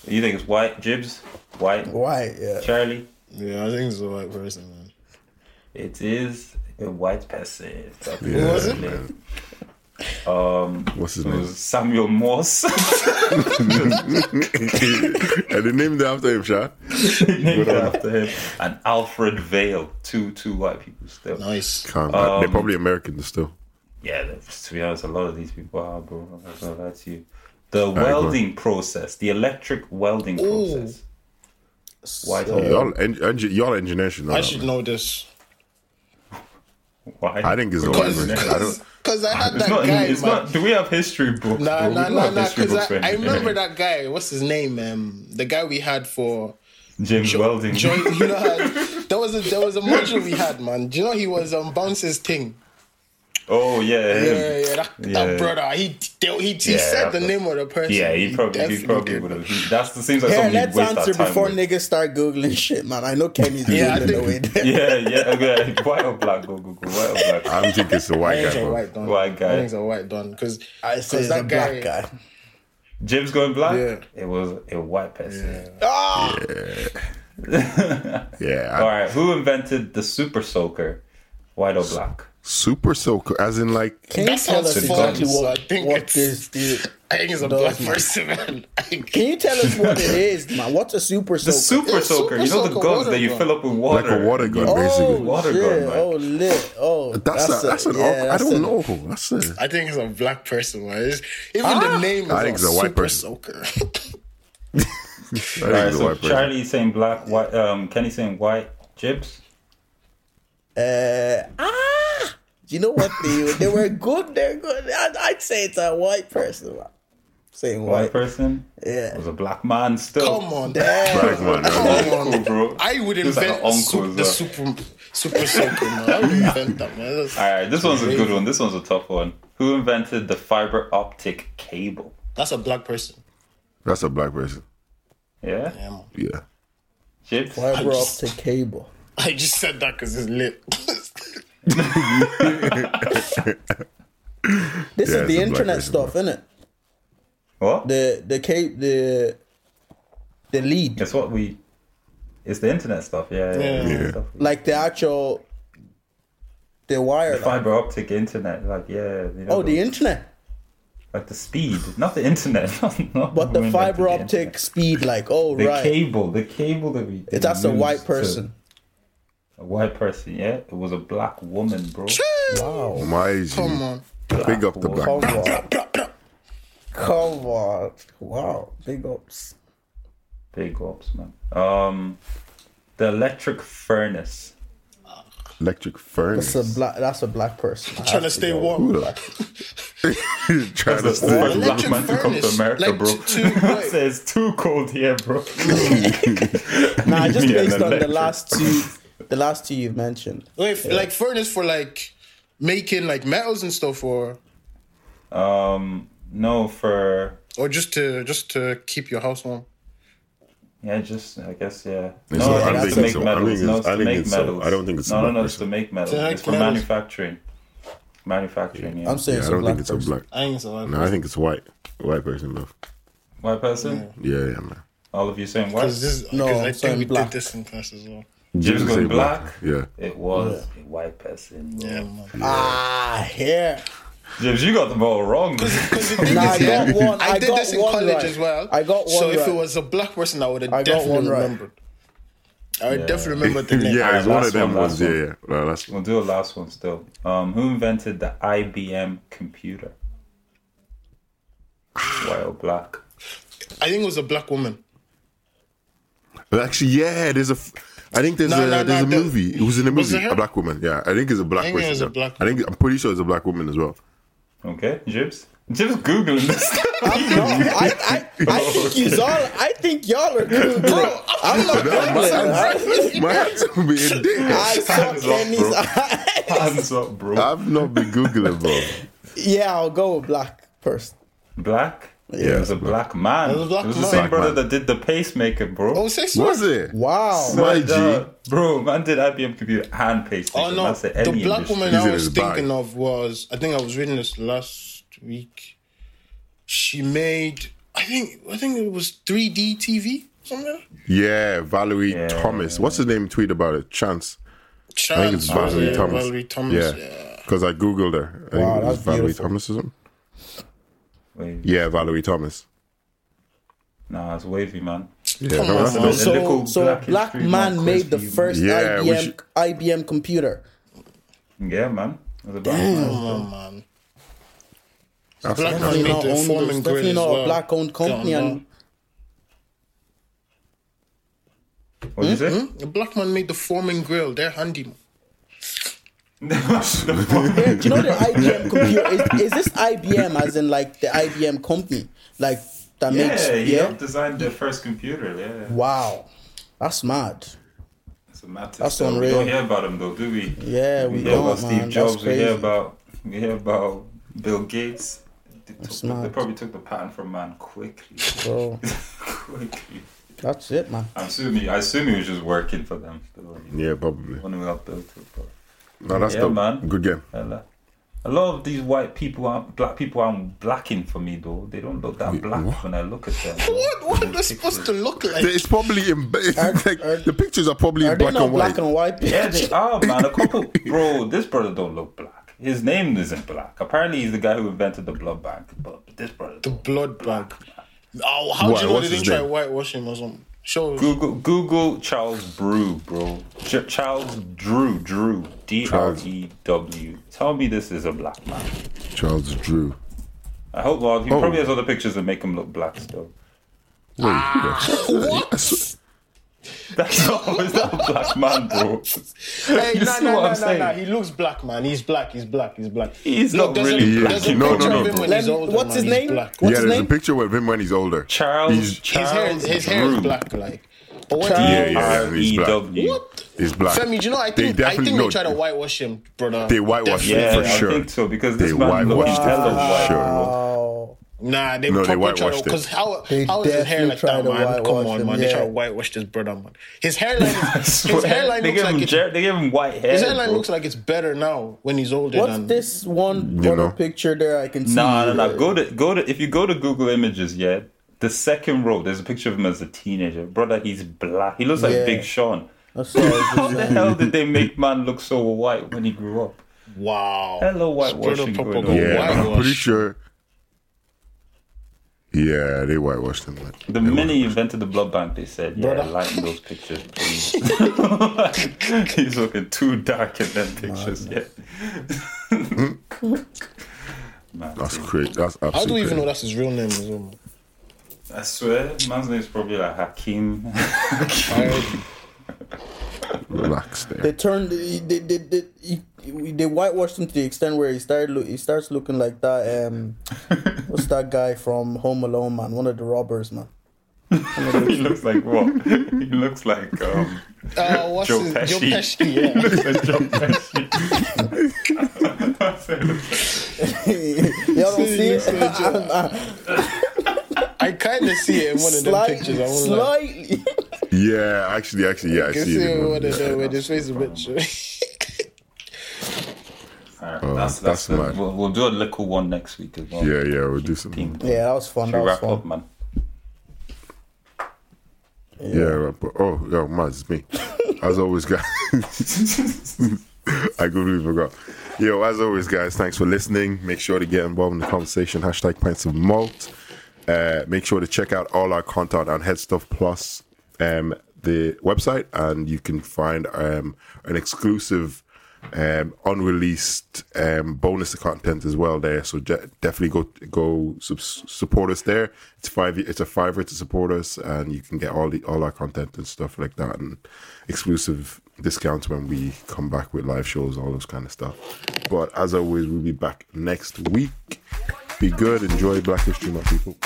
Speaker 1: You think it's white, Jibs? White,
Speaker 5: Why? Yeah.
Speaker 1: Charlie.
Speaker 6: Yeah, I think it's a white person, man.
Speaker 1: It is a white person.
Speaker 3: Yeah,
Speaker 6: was it?
Speaker 3: man. What's his
Speaker 1: It
Speaker 3: name?
Speaker 1: was Samuel Morse.
Speaker 3: and they named it after him, Sha.
Speaker 1: named after him. And Alfred Vale. Two two white people still.
Speaker 6: Nice.
Speaker 3: Calm. they're
Speaker 1: Um,
Speaker 3: probably Americans still.
Speaker 1: Yeah, that's- to be honest, a lot of these people are, bro. So that's you. The welding process, the electric welding process. Why?
Speaker 3: Y'all, en- en- y'all engineers should know.
Speaker 6: I
Speaker 3: that,
Speaker 6: should
Speaker 3: man.
Speaker 6: know this.
Speaker 1: Why?
Speaker 3: I think it's a white person. I don't.
Speaker 6: Cause I had
Speaker 1: It's
Speaker 6: that
Speaker 1: not,
Speaker 6: guy,
Speaker 1: it's
Speaker 6: man.
Speaker 1: not. Do we have history books?
Speaker 6: Nah,
Speaker 1: bro? We
Speaker 6: nah,
Speaker 1: don't
Speaker 6: nah,
Speaker 1: have
Speaker 6: nah.
Speaker 1: history
Speaker 6: Because
Speaker 1: books for
Speaker 6: I, I
Speaker 1: engineering.
Speaker 6: remember that guy. What's his name? Um, the guy we had for
Speaker 1: James Welding.
Speaker 6: joint. You know, had, there was a there was a module we had, man. Do you know he was um bounces thing?
Speaker 1: Oh yeah,
Speaker 6: Yeah,
Speaker 1: him.
Speaker 6: yeah, yeah. That,
Speaker 1: Yeah.
Speaker 6: that brother. He he, he, he
Speaker 1: Yeah,
Speaker 6: said
Speaker 1: that-
Speaker 6: the name of the person.
Speaker 1: Yeah, he probably he
Speaker 6: definitely
Speaker 1: probably
Speaker 6: did.
Speaker 1: would have. he- That's the seems like
Speaker 5: Here,
Speaker 1: something
Speaker 5: let's
Speaker 1: you'd waste
Speaker 5: answer
Speaker 1: that time
Speaker 5: before
Speaker 1: with.
Speaker 5: niggas start googling shit, man. I know Kenny's
Speaker 6: Yeah, I
Speaker 5: googling the way.
Speaker 6: think-
Speaker 5: there.
Speaker 1: Yeah, yeah, okay. White or black? Go, go, go. White or black?
Speaker 3: I don't think it's a
Speaker 6: I
Speaker 3: white
Speaker 6: think
Speaker 3: guy,
Speaker 6: it's a
Speaker 3: bro.
Speaker 6: white don.
Speaker 1: White guy.
Speaker 6: I think it's a white don. Because
Speaker 5: I said the black guy.
Speaker 1: Jim's going black.
Speaker 6: Yeah.
Speaker 1: It was a white person.
Speaker 3: Yeah. I-
Speaker 1: All right, who invented the super soaker? White or black?
Speaker 3: Super soaker, as in like.
Speaker 5: Can you
Speaker 6: That
Speaker 5: tell us
Speaker 6: sounds
Speaker 5: exactly
Speaker 6: fun, so
Speaker 5: what,
Speaker 6: I think
Speaker 5: what
Speaker 6: it's-
Speaker 5: this is?
Speaker 6: I think it's a
Speaker 5: Does
Speaker 6: black
Speaker 5: man.
Speaker 6: person, man. I think-
Speaker 5: Can you tell us what it is, man? What's a super
Speaker 1: The
Speaker 5: soaker?
Speaker 1: super soaker.
Speaker 6: Yeah, super
Speaker 1: you know the
Speaker 6: soaker,
Speaker 1: guns
Speaker 6: water
Speaker 1: that you
Speaker 6: gun.
Speaker 1: fill up with water.
Speaker 3: Like a water gun,
Speaker 1: You-
Speaker 3: basically.
Speaker 5: oh,
Speaker 1: Water
Speaker 5: shit.
Speaker 1: gun, man.
Speaker 5: oh lit. Oh,
Speaker 3: That's, a, that's an. awk-
Speaker 5: yeah,
Speaker 3: I
Speaker 5: that's
Speaker 3: don't
Speaker 5: a-
Speaker 3: know. That's a.
Speaker 6: I think it's a black person, man. It's, even
Speaker 5: Ah!
Speaker 6: the name is
Speaker 3: I think
Speaker 6: a
Speaker 3: it's a white
Speaker 6: super
Speaker 3: person.
Speaker 6: soaker.
Speaker 3: I
Speaker 1: All
Speaker 3: think
Speaker 1: right,
Speaker 3: it's a
Speaker 1: so
Speaker 3: white person.
Speaker 1: Charlie saying black, white, um, Kenny saying white, Jibs.
Speaker 5: Uh, ah, you know what? They they were good. They're good. I'd, I'd say it's a white person. man. Saying
Speaker 1: White
Speaker 5: white.
Speaker 1: person.
Speaker 5: Yeah.
Speaker 1: It was a black man still.
Speaker 6: Come on,
Speaker 5: Damn.
Speaker 3: Black man, right?
Speaker 6: Come
Speaker 1: Uncle,
Speaker 6: on,
Speaker 1: bro.
Speaker 6: I would
Speaker 1: He was like
Speaker 6: invent
Speaker 1: an
Speaker 6: su-
Speaker 1: uncle as
Speaker 6: the
Speaker 1: well.
Speaker 6: super super soaker, man. I would invent that, man. That's-
Speaker 1: All right, this one's a good one. This one's a tough one. Who invented the fiber optic cable?
Speaker 6: That's a black person.
Speaker 3: That's a black person.
Speaker 1: Yeah,
Speaker 6: Yeah, man.
Speaker 3: Yeah.
Speaker 1: Jibs.
Speaker 5: Why we're up to cable?
Speaker 6: I just said that because it's lit.
Speaker 5: This
Speaker 3: Yeah,
Speaker 5: is
Speaker 3: it's
Speaker 5: the
Speaker 3: a black
Speaker 5: internet
Speaker 3: person,
Speaker 5: stuff, isn't it?
Speaker 1: What?
Speaker 5: The the cape the the lead,
Speaker 1: it's what we. It's the internet stuff. Yeah, yeah.
Speaker 6: Yeah.
Speaker 1: yeah. Stuff.
Speaker 5: like the actual the wire. like-
Speaker 1: Fiber optic internet, like yeah. You know,
Speaker 5: Oh, the internet,
Speaker 1: like the speed, not the internet, not, not
Speaker 5: but
Speaker 1: who
Speaker 5: the
Speaker 1: invented
Speaker 5: fiber
Speaker 1: the internet.
Speaker 5: optic speed. Like, oh
Speaker 1: The
Speaker 5: right,
Speaker 1: cable, the cable that we. that we
Speaker 5: that's a
Speaker 1: use
Speaker 5: white
Speaker 1: to-
Speaker 5: person.
Speaker 1: a white person, yeah. It was a black woman, bro.
Speaker 5: Wow.
Speaker 3: Oh, My G.
Speaker 6: Come on.
Speaker 3: Big up the black.
Speaker 5: Come on. Come on. Wow. Big ups.
Speaker 1: Big ups, man. Um, the electric furnace.
Speaker 3: Electric
Speaker 5: That's
Speaker 3: furnace.
Speaker 5: a black that's a black person. I
Speaker 6: Trying to
Speaker 5: have
Speaker 6: stay
Speaker 5: go.
Speaker 6: warm.
Speaker 3: Trying to
Speaker 1: That's why
Speaker 3: stay
Speaker 1: the black
Speaker 6: Electric
Speaker 1: man to come to
Speaker 6: furnace.
Speaker 1: America,
Speaker 6: Like,
Speaker 1: bro.
Speaker 6: t- too- right.
Speaker 1: Says too cold here, bro.
Speaker 5: Nah, just
Speaker 1: Yeah,
Speaker 5: based
Speaker 1: an
Speaker 5: on the
Speaker 1: electric.
Speaker 5: last two the last two you've mentioned.
Speaker 6: Wait, f- like furnace for like making like metals and stuff, or
Speaker 1: Um, no, for
Speaker 6: or just to just to keep your house warm.
Speaker 1: yeah, just I guess yeah.
Speaker 3: It's
Speaker 1: No,
Speaker 3: not-
Speaker 1: I
Speaker 3: I
Speaker 1: think
Speaker 3: think
Speaker 1: it's to make
Speaker 3: so. I think
Speaker 1: metals.
Speaker 3: it's-
Speaker 1: No, it's
Speaker 3: I
Speaker 1: to
Speaker 3: think
Speaker 1: make
Speaker 3: it's so.
Speaker 1: metals.
Speaker 3: I don't think it's a
Speaker 1: no, no,
Speaker 3: black
Speaker 1: no. It's to
Speaker 3: person.
Speaker 1: make metals.
Speaker 6: To make
Speaker 1: It's for
Speaker 6: metals.
Speaker 1: manufacturing. Manufacturing. Yeah.
Speaker 5: I'm saying
Speaker 3: Yeah,
Speaker 5: it's
Speaker 3: I
Speaker 5: a
Speaker 3: don't
Speaker 5: black
Speaker 3: think it's a
Speaker 5: person.
Speaker 3: black.
Speaker 6: I think it's a lot.
Speaker 3: No, I think it's white. White person, bro.
Speaker 1: White person.
Speaker 3: Yeah, yeah, man.
Speaker 1: All of you saying white.
Speaker 6: Because this,
Speaker 5: No,
Speaker 6: no, I
Speaker 5: sorry,
Speaker 6: think we
Speaker 5: black.
Speaker 6: did this in class as well.
Speaker 1: Jim's
Speaker 3: Just
Speaker 1: going
Speaker 3: say
Speaker 1: black.
Speaker 3: Yeah.
Speaker 1: It was a white person. bro.
Speaker 6: Yeah, man.
Speaker 5: Ah, here.
Speaker 1: James, you got the ball wrong.
Speaker 6: Because the thing
Speaker 5: Nah, I
Speaker 6: is, yeah,
Speaker 5: got one-
Speaker 6: I,
Speaker 5: I
Speaker 6: did
Speaker 5: got
Speaker 6: this in
Speaker 5: one
Speaker 6: college
Speaker 5: right.
Speaker 6: as well.
Speaker 5: I got
Speaker 6: So
Speaker 5: one
Speaker 6: if it
Speaker 5: right.
Speaker 6: was a black person, I would have
Speaker 5: I got one
Speaker 6: definitely
Speaker 5: right.
Speaker 6: remembered. I would definitely remembered the name.
Speaker 3: yeah, it's one of
Speaker 1: last
Speaker 3: them
Speaker 1: one, last
Speaker 3: ones. Yeah,
Speaker 1: one.
Speaker 3: yeah. Well, that's
Speaker 1: We'll do a last one still. Um, who invented the IBM computer? White or black?
Speaker 6: I think it was a black woman.
Speaker 3: But actually, yeah, there's a. f- I think there's
Speaker 6: No,
Speaker 3: a
Speaker 6: no, no,
Speaker 3: there's a
Speaker 6: the-
Speaker 3: movie. It was in a
Speaker 6: Was it
Speaker 3: movie.
Speaker 6: her?
Speaker 3: A black woman. Yeah, I think it's a black.
Speaker 6: I think it
Speaker 3: person,
Speaker 6: was a
Speaker 3: yeah.
Speaker 6: black
Speaker 3: I think I'm pretty sure it's a black woman as well.
Speaker 1: Okay, Jibs. Jibs googling this.
Speaker 5: No, I, I, I think you all I think y'all are cool, bro. I'm not googling.
Speaker 3: My hands are being
Speaker 5: I
Speaker 3: dick.
Speaker 5: saw
Speaker 1: Hands off,
Speaker 5: Kenny's
Speaker 1: bro.
Speaker 5: eye.
Speaker 1: Hands up, bro.
Speaker 3: I've not been googling, bro.
Speaker 5: Yeah, I'll go with black first.
Speaker 1: Black. Yeah, it was a black man. It
Speaker 6: was a black
Speaker 1: the
Speaker 6: man.
Speaker 1: same
Speaker 3: Black
Speaker 1: brother
Speaker 3: man.
Speaker 1: that did the pacemaker, bro.
Speaker 6: Oh, six
Speaker 3: Was it?
Speaker 5: Wow.
Speaker 3: My
Speaker 1: And, uh,
Speaker 3: G.
Speaker 1: bro, man did IBM computer and pacemaker.
Speaker 6: Oh no,
Speaker 1: That's
Speaker 6: the
Speaker 1: it,
Speaker 6: black
Speaker 1: any industry.
Speaker 6: woman
Speaker 3: He's
Speaker 6: I
Speaker 3: in
Speaker 6: was
Speaker 3: his bag.
Speaker 6: thinking of was I think I was reading this last week. She made I think I think it was 3D TV something.
Speaker 3: Yeah, Valerie Thomas. What's his name? Tweet about it. Chance.
Speaker 6: Chance,
Speaker 3: I think it's Valerie
Speaker 6: yeah,
Speaker 3: Thomas.
Speaker 6: Valerie Thomas. Yeah.
Speaker 3: Yeah, because I googled her. I think it
Speaker 5: Wow,
Speaker 3: was
Speaker 5: that's
Speaker 3: Valerie
Speaker 5: beautiful.
Speaker 3: Thomas or something.
Speaker 1: Wavy.
Speaker 3: Yeah, Valerie Thomas.
Speaker 1: Nah, it's wavy, man.
Speaker 3: Yeah,
Speaker 6: Come
Speaker 3: no,
Speaker 6: on,
Speaker 3: that's the
Speaker 6: man.
Speaker 3: name.
Speaker 1: The
Speaker 5: So,
Speaker 1: little
Speaker 5: so
Speaker 1: black
Speaker 5: black,
Speaker 1: history
Speaker 5: man
Speaker 1: Mark
Speaker 5: made the
Speaker 1: Christie.
Speaker 5: first
Speaker 3: Yeah, we
Speaker 5: IBM
Speaker 3: should-
Speaker 5: IBM computer.
Speaker 1: Yeah, man. It was a black man.
Speaker 6: Oh man.
Speaker 3: That's
Speaker 6: Black
Speaker 3: the
Speaker 6: man.
Speaker 3: name.
Speaker 6: made
Speaker 5: Not
Speaker 6: the
Speaker 5: owned,
Speaker 6: Foreman
Speaker 5: it's
Speaker 6: grill
Speaker 5: definitely
Speaker 6: as
Speaker 5: not a
Speaker 6: well.
Speaker 5: black owned company,
Speaker 6: Don't
Speaker 5: and
Speaker 1: What did you say?
Speaker 6: The black man made the Foreman grill. They're handy. man.
Speaker 1: The fuck?
Speaker 5: Yeah, do you know the IBM computer? Is, is this IBM as in like the IBM company, like that makes?
Speaker 1: Yeah,
Speaker 5: Yeah.
Speaker 1: he helped design the first computer. Yeah,
Speaker 5: Wow, that's mad.
Speaker 1: it's a matter.
Speaker 5: That's
Speaker 1: so We
Speaker 5: unreal.
Speaker 1: don't hear about him though, do we?
Speaker 5: Yeah, we
Speaker 1: hear about
Speaker 5: don't,
Speaker 1: Steve
Speaker 5: man. That's
Speaker 1: Jobs. We hear
Speaker 5: crazy.
Speaker 1: about we hear about Bill Gates. They, took, they
Speaker 5: mad.
Speaker 1: probably took the patent from man quickly.
Speaker 5: Bro,
Speaker 1: quickly.
Speaker 5: that's it, man.
Speaker 1: I'm assuming. I assume he was just working for them. Still,
Speaker 3: Yeah, probably.
Speaker 1: One who helped build it, but
Speaker 3: No, that's
Speaker 1: Yeah,
Speaker 3: the
Speaker 1: man.
Speaker 3: good game.
Speaker 1: hella. A lot of these white people aren't black people aren't blacking for me though. They don't look that black
Speaker 3: what?
Speaker 1: when I look at them.
Speaker 6: What what are they supposed to look like?
Speaker 3: It's probably in. It's like,
Speaker 5: are-
Speaker 3: the pictures are probably
Speaker 5: Are
Speaker 3: in
Speaker 5: they
Speaker 3: black
Speaker 5: not
Speaker 3: and white.
Speaker 5: black and white?
Speaker 1: Yeah, they are, man. A couple, bro. This brother don't look black. His name isn't black. Apparently, he's the guy who invented the blood bank. But this brother,
Speaker 6: The blood bag. Oh, how
Speaker 3: Why,
Speaker 6: do you know
Speaker 3: what's
Speaker 6: they didn't
Speaker 3: his
Speaker 6: try
Speaker 3: name?
Speaker 6: whitewashing or something? Show us.
Speaker 1: Google Google Charles Brew, bro. Ch- Charles Drew, Drew, D R E W. Tell me this is a black man.
Speaker 3: Charles Drew.
Speaker 1: I hope. Well, he
Speaker 3: Oh.
Speaker 1: probably has other pictures that make him look black still.
Speaker 3: Wait,
Speaker 1: Ah.
Speaker 6: What?
Speaker 1: That's not, is that a black man, bro?
Speaker 6: Hey,
Speaker 1: You
Speaker 6: nah,
Speaker 1: see
Speaker 6: nah,
Speaker 1: what
Speaker 6: nah,
Speaker 1: I'm
Speaker 6: nah,
Speaker 1: saying?
Speaker 6: nah. He looks black, man. He's black. He's black. He's black.
Speaker 1: He's
Speaker 6: Look,
Speaker 1: not
Speaker 6: there's a-
Speaker 1: really black.
Speaker 6: there's a
Speaker 1: you
Speaker 3: No,
Speaker 1: know.
Speaker 3: no,
Speaker 6: picture
Speaker 3: no,
Speaker 6: of him
Speaker 3: bro.
Speaker 6: when
Speaker 5: Let
Speaker 6: he's
Speaker 5: me-
Speaker 6: older,
Speaker 5: what's
Speaker 6: man.
Speaker 5: his
Speaker 6: He's
Speaker 5: name?
Speaker 6: black.
Speaker 5: What's
Speaker 3: yeah,
Speaker 5: his
Speaker 3: there's a
Speaker 5: name?
Speaker 3: picture of him when he's older.
Speaker 1: Charles,
Speaker 3: He's-
Speaker 6: His
Speaker 1: Charles
Speaker 6: hair, his hair is
Speaker 1: Drew.
Speaker 6: black, like. But what?
Speaker 3: Yeah, yeah, yeah, he's black.
Speaker 1: R.E.W..
Speaker 6: What?
Speaker 3: He's black.
Speaker 6: Femi, do you know? I
Speaker 3: They
Speaker 6: think I think
Speaker 3: definitely-
Speaker 6: they try to whitewash him, brother.
Speaker 3: They whitewashed him
Speaker 1: Yeah,
Speaker 3: for
Speaker 1: I
Speaker 3: sure.
Speaker 1: think so because
Speaker 3: They
Speaker 1: this man looks
Speaker 3: whitewashed him
Speaker 1: hella
Speaker 3: for
Speaker 1: white.
Speaker 3: sure.
Speaker 1: bro.
Speaker 5: Oh,
Speaker 6: Nah, they
Speaker 3: No, they
Speaker 6: probably try to
Speaker 3: whitewashed it.
Speaker 6: because how
Speaker 5: They
Speaker 6: how is his hair
Speaker 5: definitely
Speaker 6: like
Speaker 5: try
Speaker 6: that,
Speaker 5: to
Speaker 6: man? Come
Speaker 5: whitewash
Speaker 6: on,
Speaker 5: him,
Speaker 6: man. They try
Speaker 5: yeah.
Speaker 6: to whitewash this brother, man. His hairline, his
Speaker 1: Swear,
Speaker 6: hairline
Speaker 1: they
Speaker 6: looks
Speaker 1: gave him
Speaker 6: like it's,
Speaker 1: Jer- they gave him white hair.
Speaker 6: his hairline
Speaker 1: bro.
Speaker 6: looks like it's better now when he's older.
Speaker 5: what's
Speaker 6: than,
Speaker 5: this one
Speaker 3: You
Speaker 5: other
Speaker 3: know.
Speaker 5: picture there? I can see.
Speaker 1: No, no, no.
Speaker 5: uh,
Speaker 1: Go to go to if you go to Google Images, yeah. The second row, there's a picture of him as a teenager. Brother, he's black. He looks like
Speaker 5: Yeah.
Speaker 1: Big Sean.
Speaker 5: That's what I was
Speaker 1: How
Speaker 5: just
Speaker 1: the
Speaker 5: saying.
Speaker 1: hell did they make man look so white when he grew up?
Speaker 6: Wow.
Speaker 1: Hello,
Speaker 6: Straight
Speaker 1: whitewashing
Speaker 6: up
Speaker 1: going
Speaker 6: proper
Speaker 1: on.
Speaker 3: yeah,
Speaker 6: whitewash.
Speaker 3: I'm pretty sure. Yeah, they whitewashed him. man.
Speaker 1: The
Speaker 3: They
Speaker 1: minute he invented the blood bank, they said, "Yeah,
Speaker 9: uh,
Speaker 1: lighten those pictures, please." He's looking too dark in them pictures. Yeah, man,
Speaker 3: That's crazy. That's absolutely.
Speaker 6: How do we
Speaker 3: crazy.
Speaker 6: even know that's his real name as well? man?
Speaker 1: I swear, man's name's probably like Hakim.
Speaker 6: I-
Speaker 3: Relax there.
Speaker 9: They turned they they they, they, he- they whitewashed him to the extent where he started look he starts looking like that um what's that guy from Home Alone man one of the robbers man
Speaker 1: he looks like what? he looks like um,
Speaker 6: Uh, what's
Speaker 1: Joe
Speaker 6: his,
Speaker 1: Pesci.
Speaker 6: Joe Pesci, yeah.
Speaker 1: looks like Joe Pesci.
Speaker 9: y'all don't see it
Speaker 6: I kind of see it in one of them pictures. I
Speaker 9: slightly
Speaker 6: won't lie.
Speaker 9: slightly
Speaker 3: Yeah, actually, actually, yeah, I,
Speaker 6: I can
Speaker 3: see it. in
Speaker 6: one
Speaker 3: one.
Speaker 6: of them where his face is a bit short.
Speaker 1: Alright, that's
Speaker 3: Oh, that's
Speaker 1: that's,
Speaker 3: mad.
Speaker 1: it. We'll, we'll do a little one next week as well.
Speaker 3: Yeah, yeah, we'll do something.
Speaker 9: yeah that was fun
Speaker 1: To
Speaker 9: that was
Speaker 1: wrap
Speaker 9: fun
Speaker 1: up, man.
Speaker 3: Yeah, right, but oh, yo, man, it's me. As always, guys. I completely forgot. Yo, as always, guys, thanks for listening. Make sure to get involved in the conversation. Hashtag pints of malt. Uh, make sure to check out all our content on Headstuff Plus, um, the website, and you can find um, an exclusive, um, unreleased um, bonus content as well there. So de- definitely go go subs support us there. It's five. It's a fiver to support us, and you can get all the all our content and stuff like that, and exclusive discounts when we come back with live shows, all those kind of stuff. But as always, we'll be back next week. Be good. Enjoy Black History Month, people.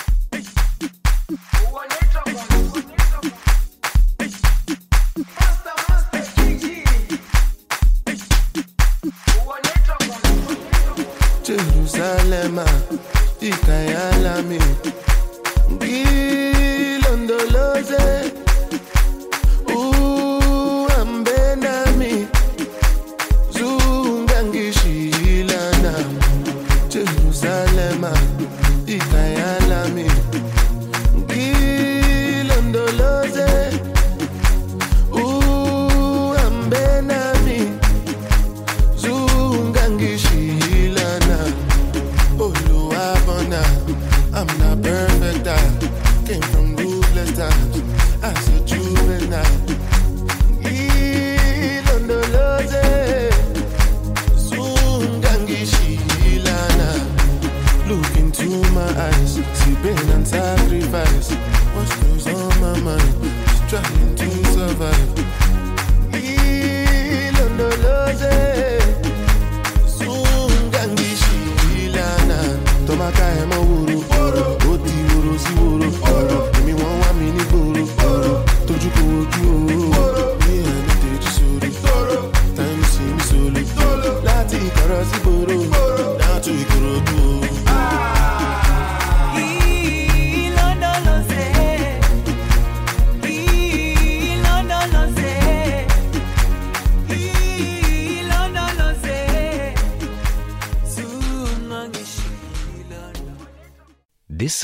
Speaker 5: Jerusalem, ikayalami, ngilondoloze, uhambe nami, zungangishiyila nami. Jerusalem, ikayalami, ngilondoloze, uhambe nami, zungangishilana oluwabona i'm not perfect i came from ruthless times as a juvenile ilondoloze zungangishilana look into my eyes see pain and sacrifice what goes on my mind just trying to survive ilondoloze sungangishilana tọmaka ẹ mọ woro ó ti woro sí woro èmi wọn wá mi ní gbòòrò tójú kò ojú ooró ní ẹni tèjú sóró táìmù sí mi sólò láti ìkọrọ sí gbòòrò láti ìkọrọ ojú ooró.
Speaker 4: This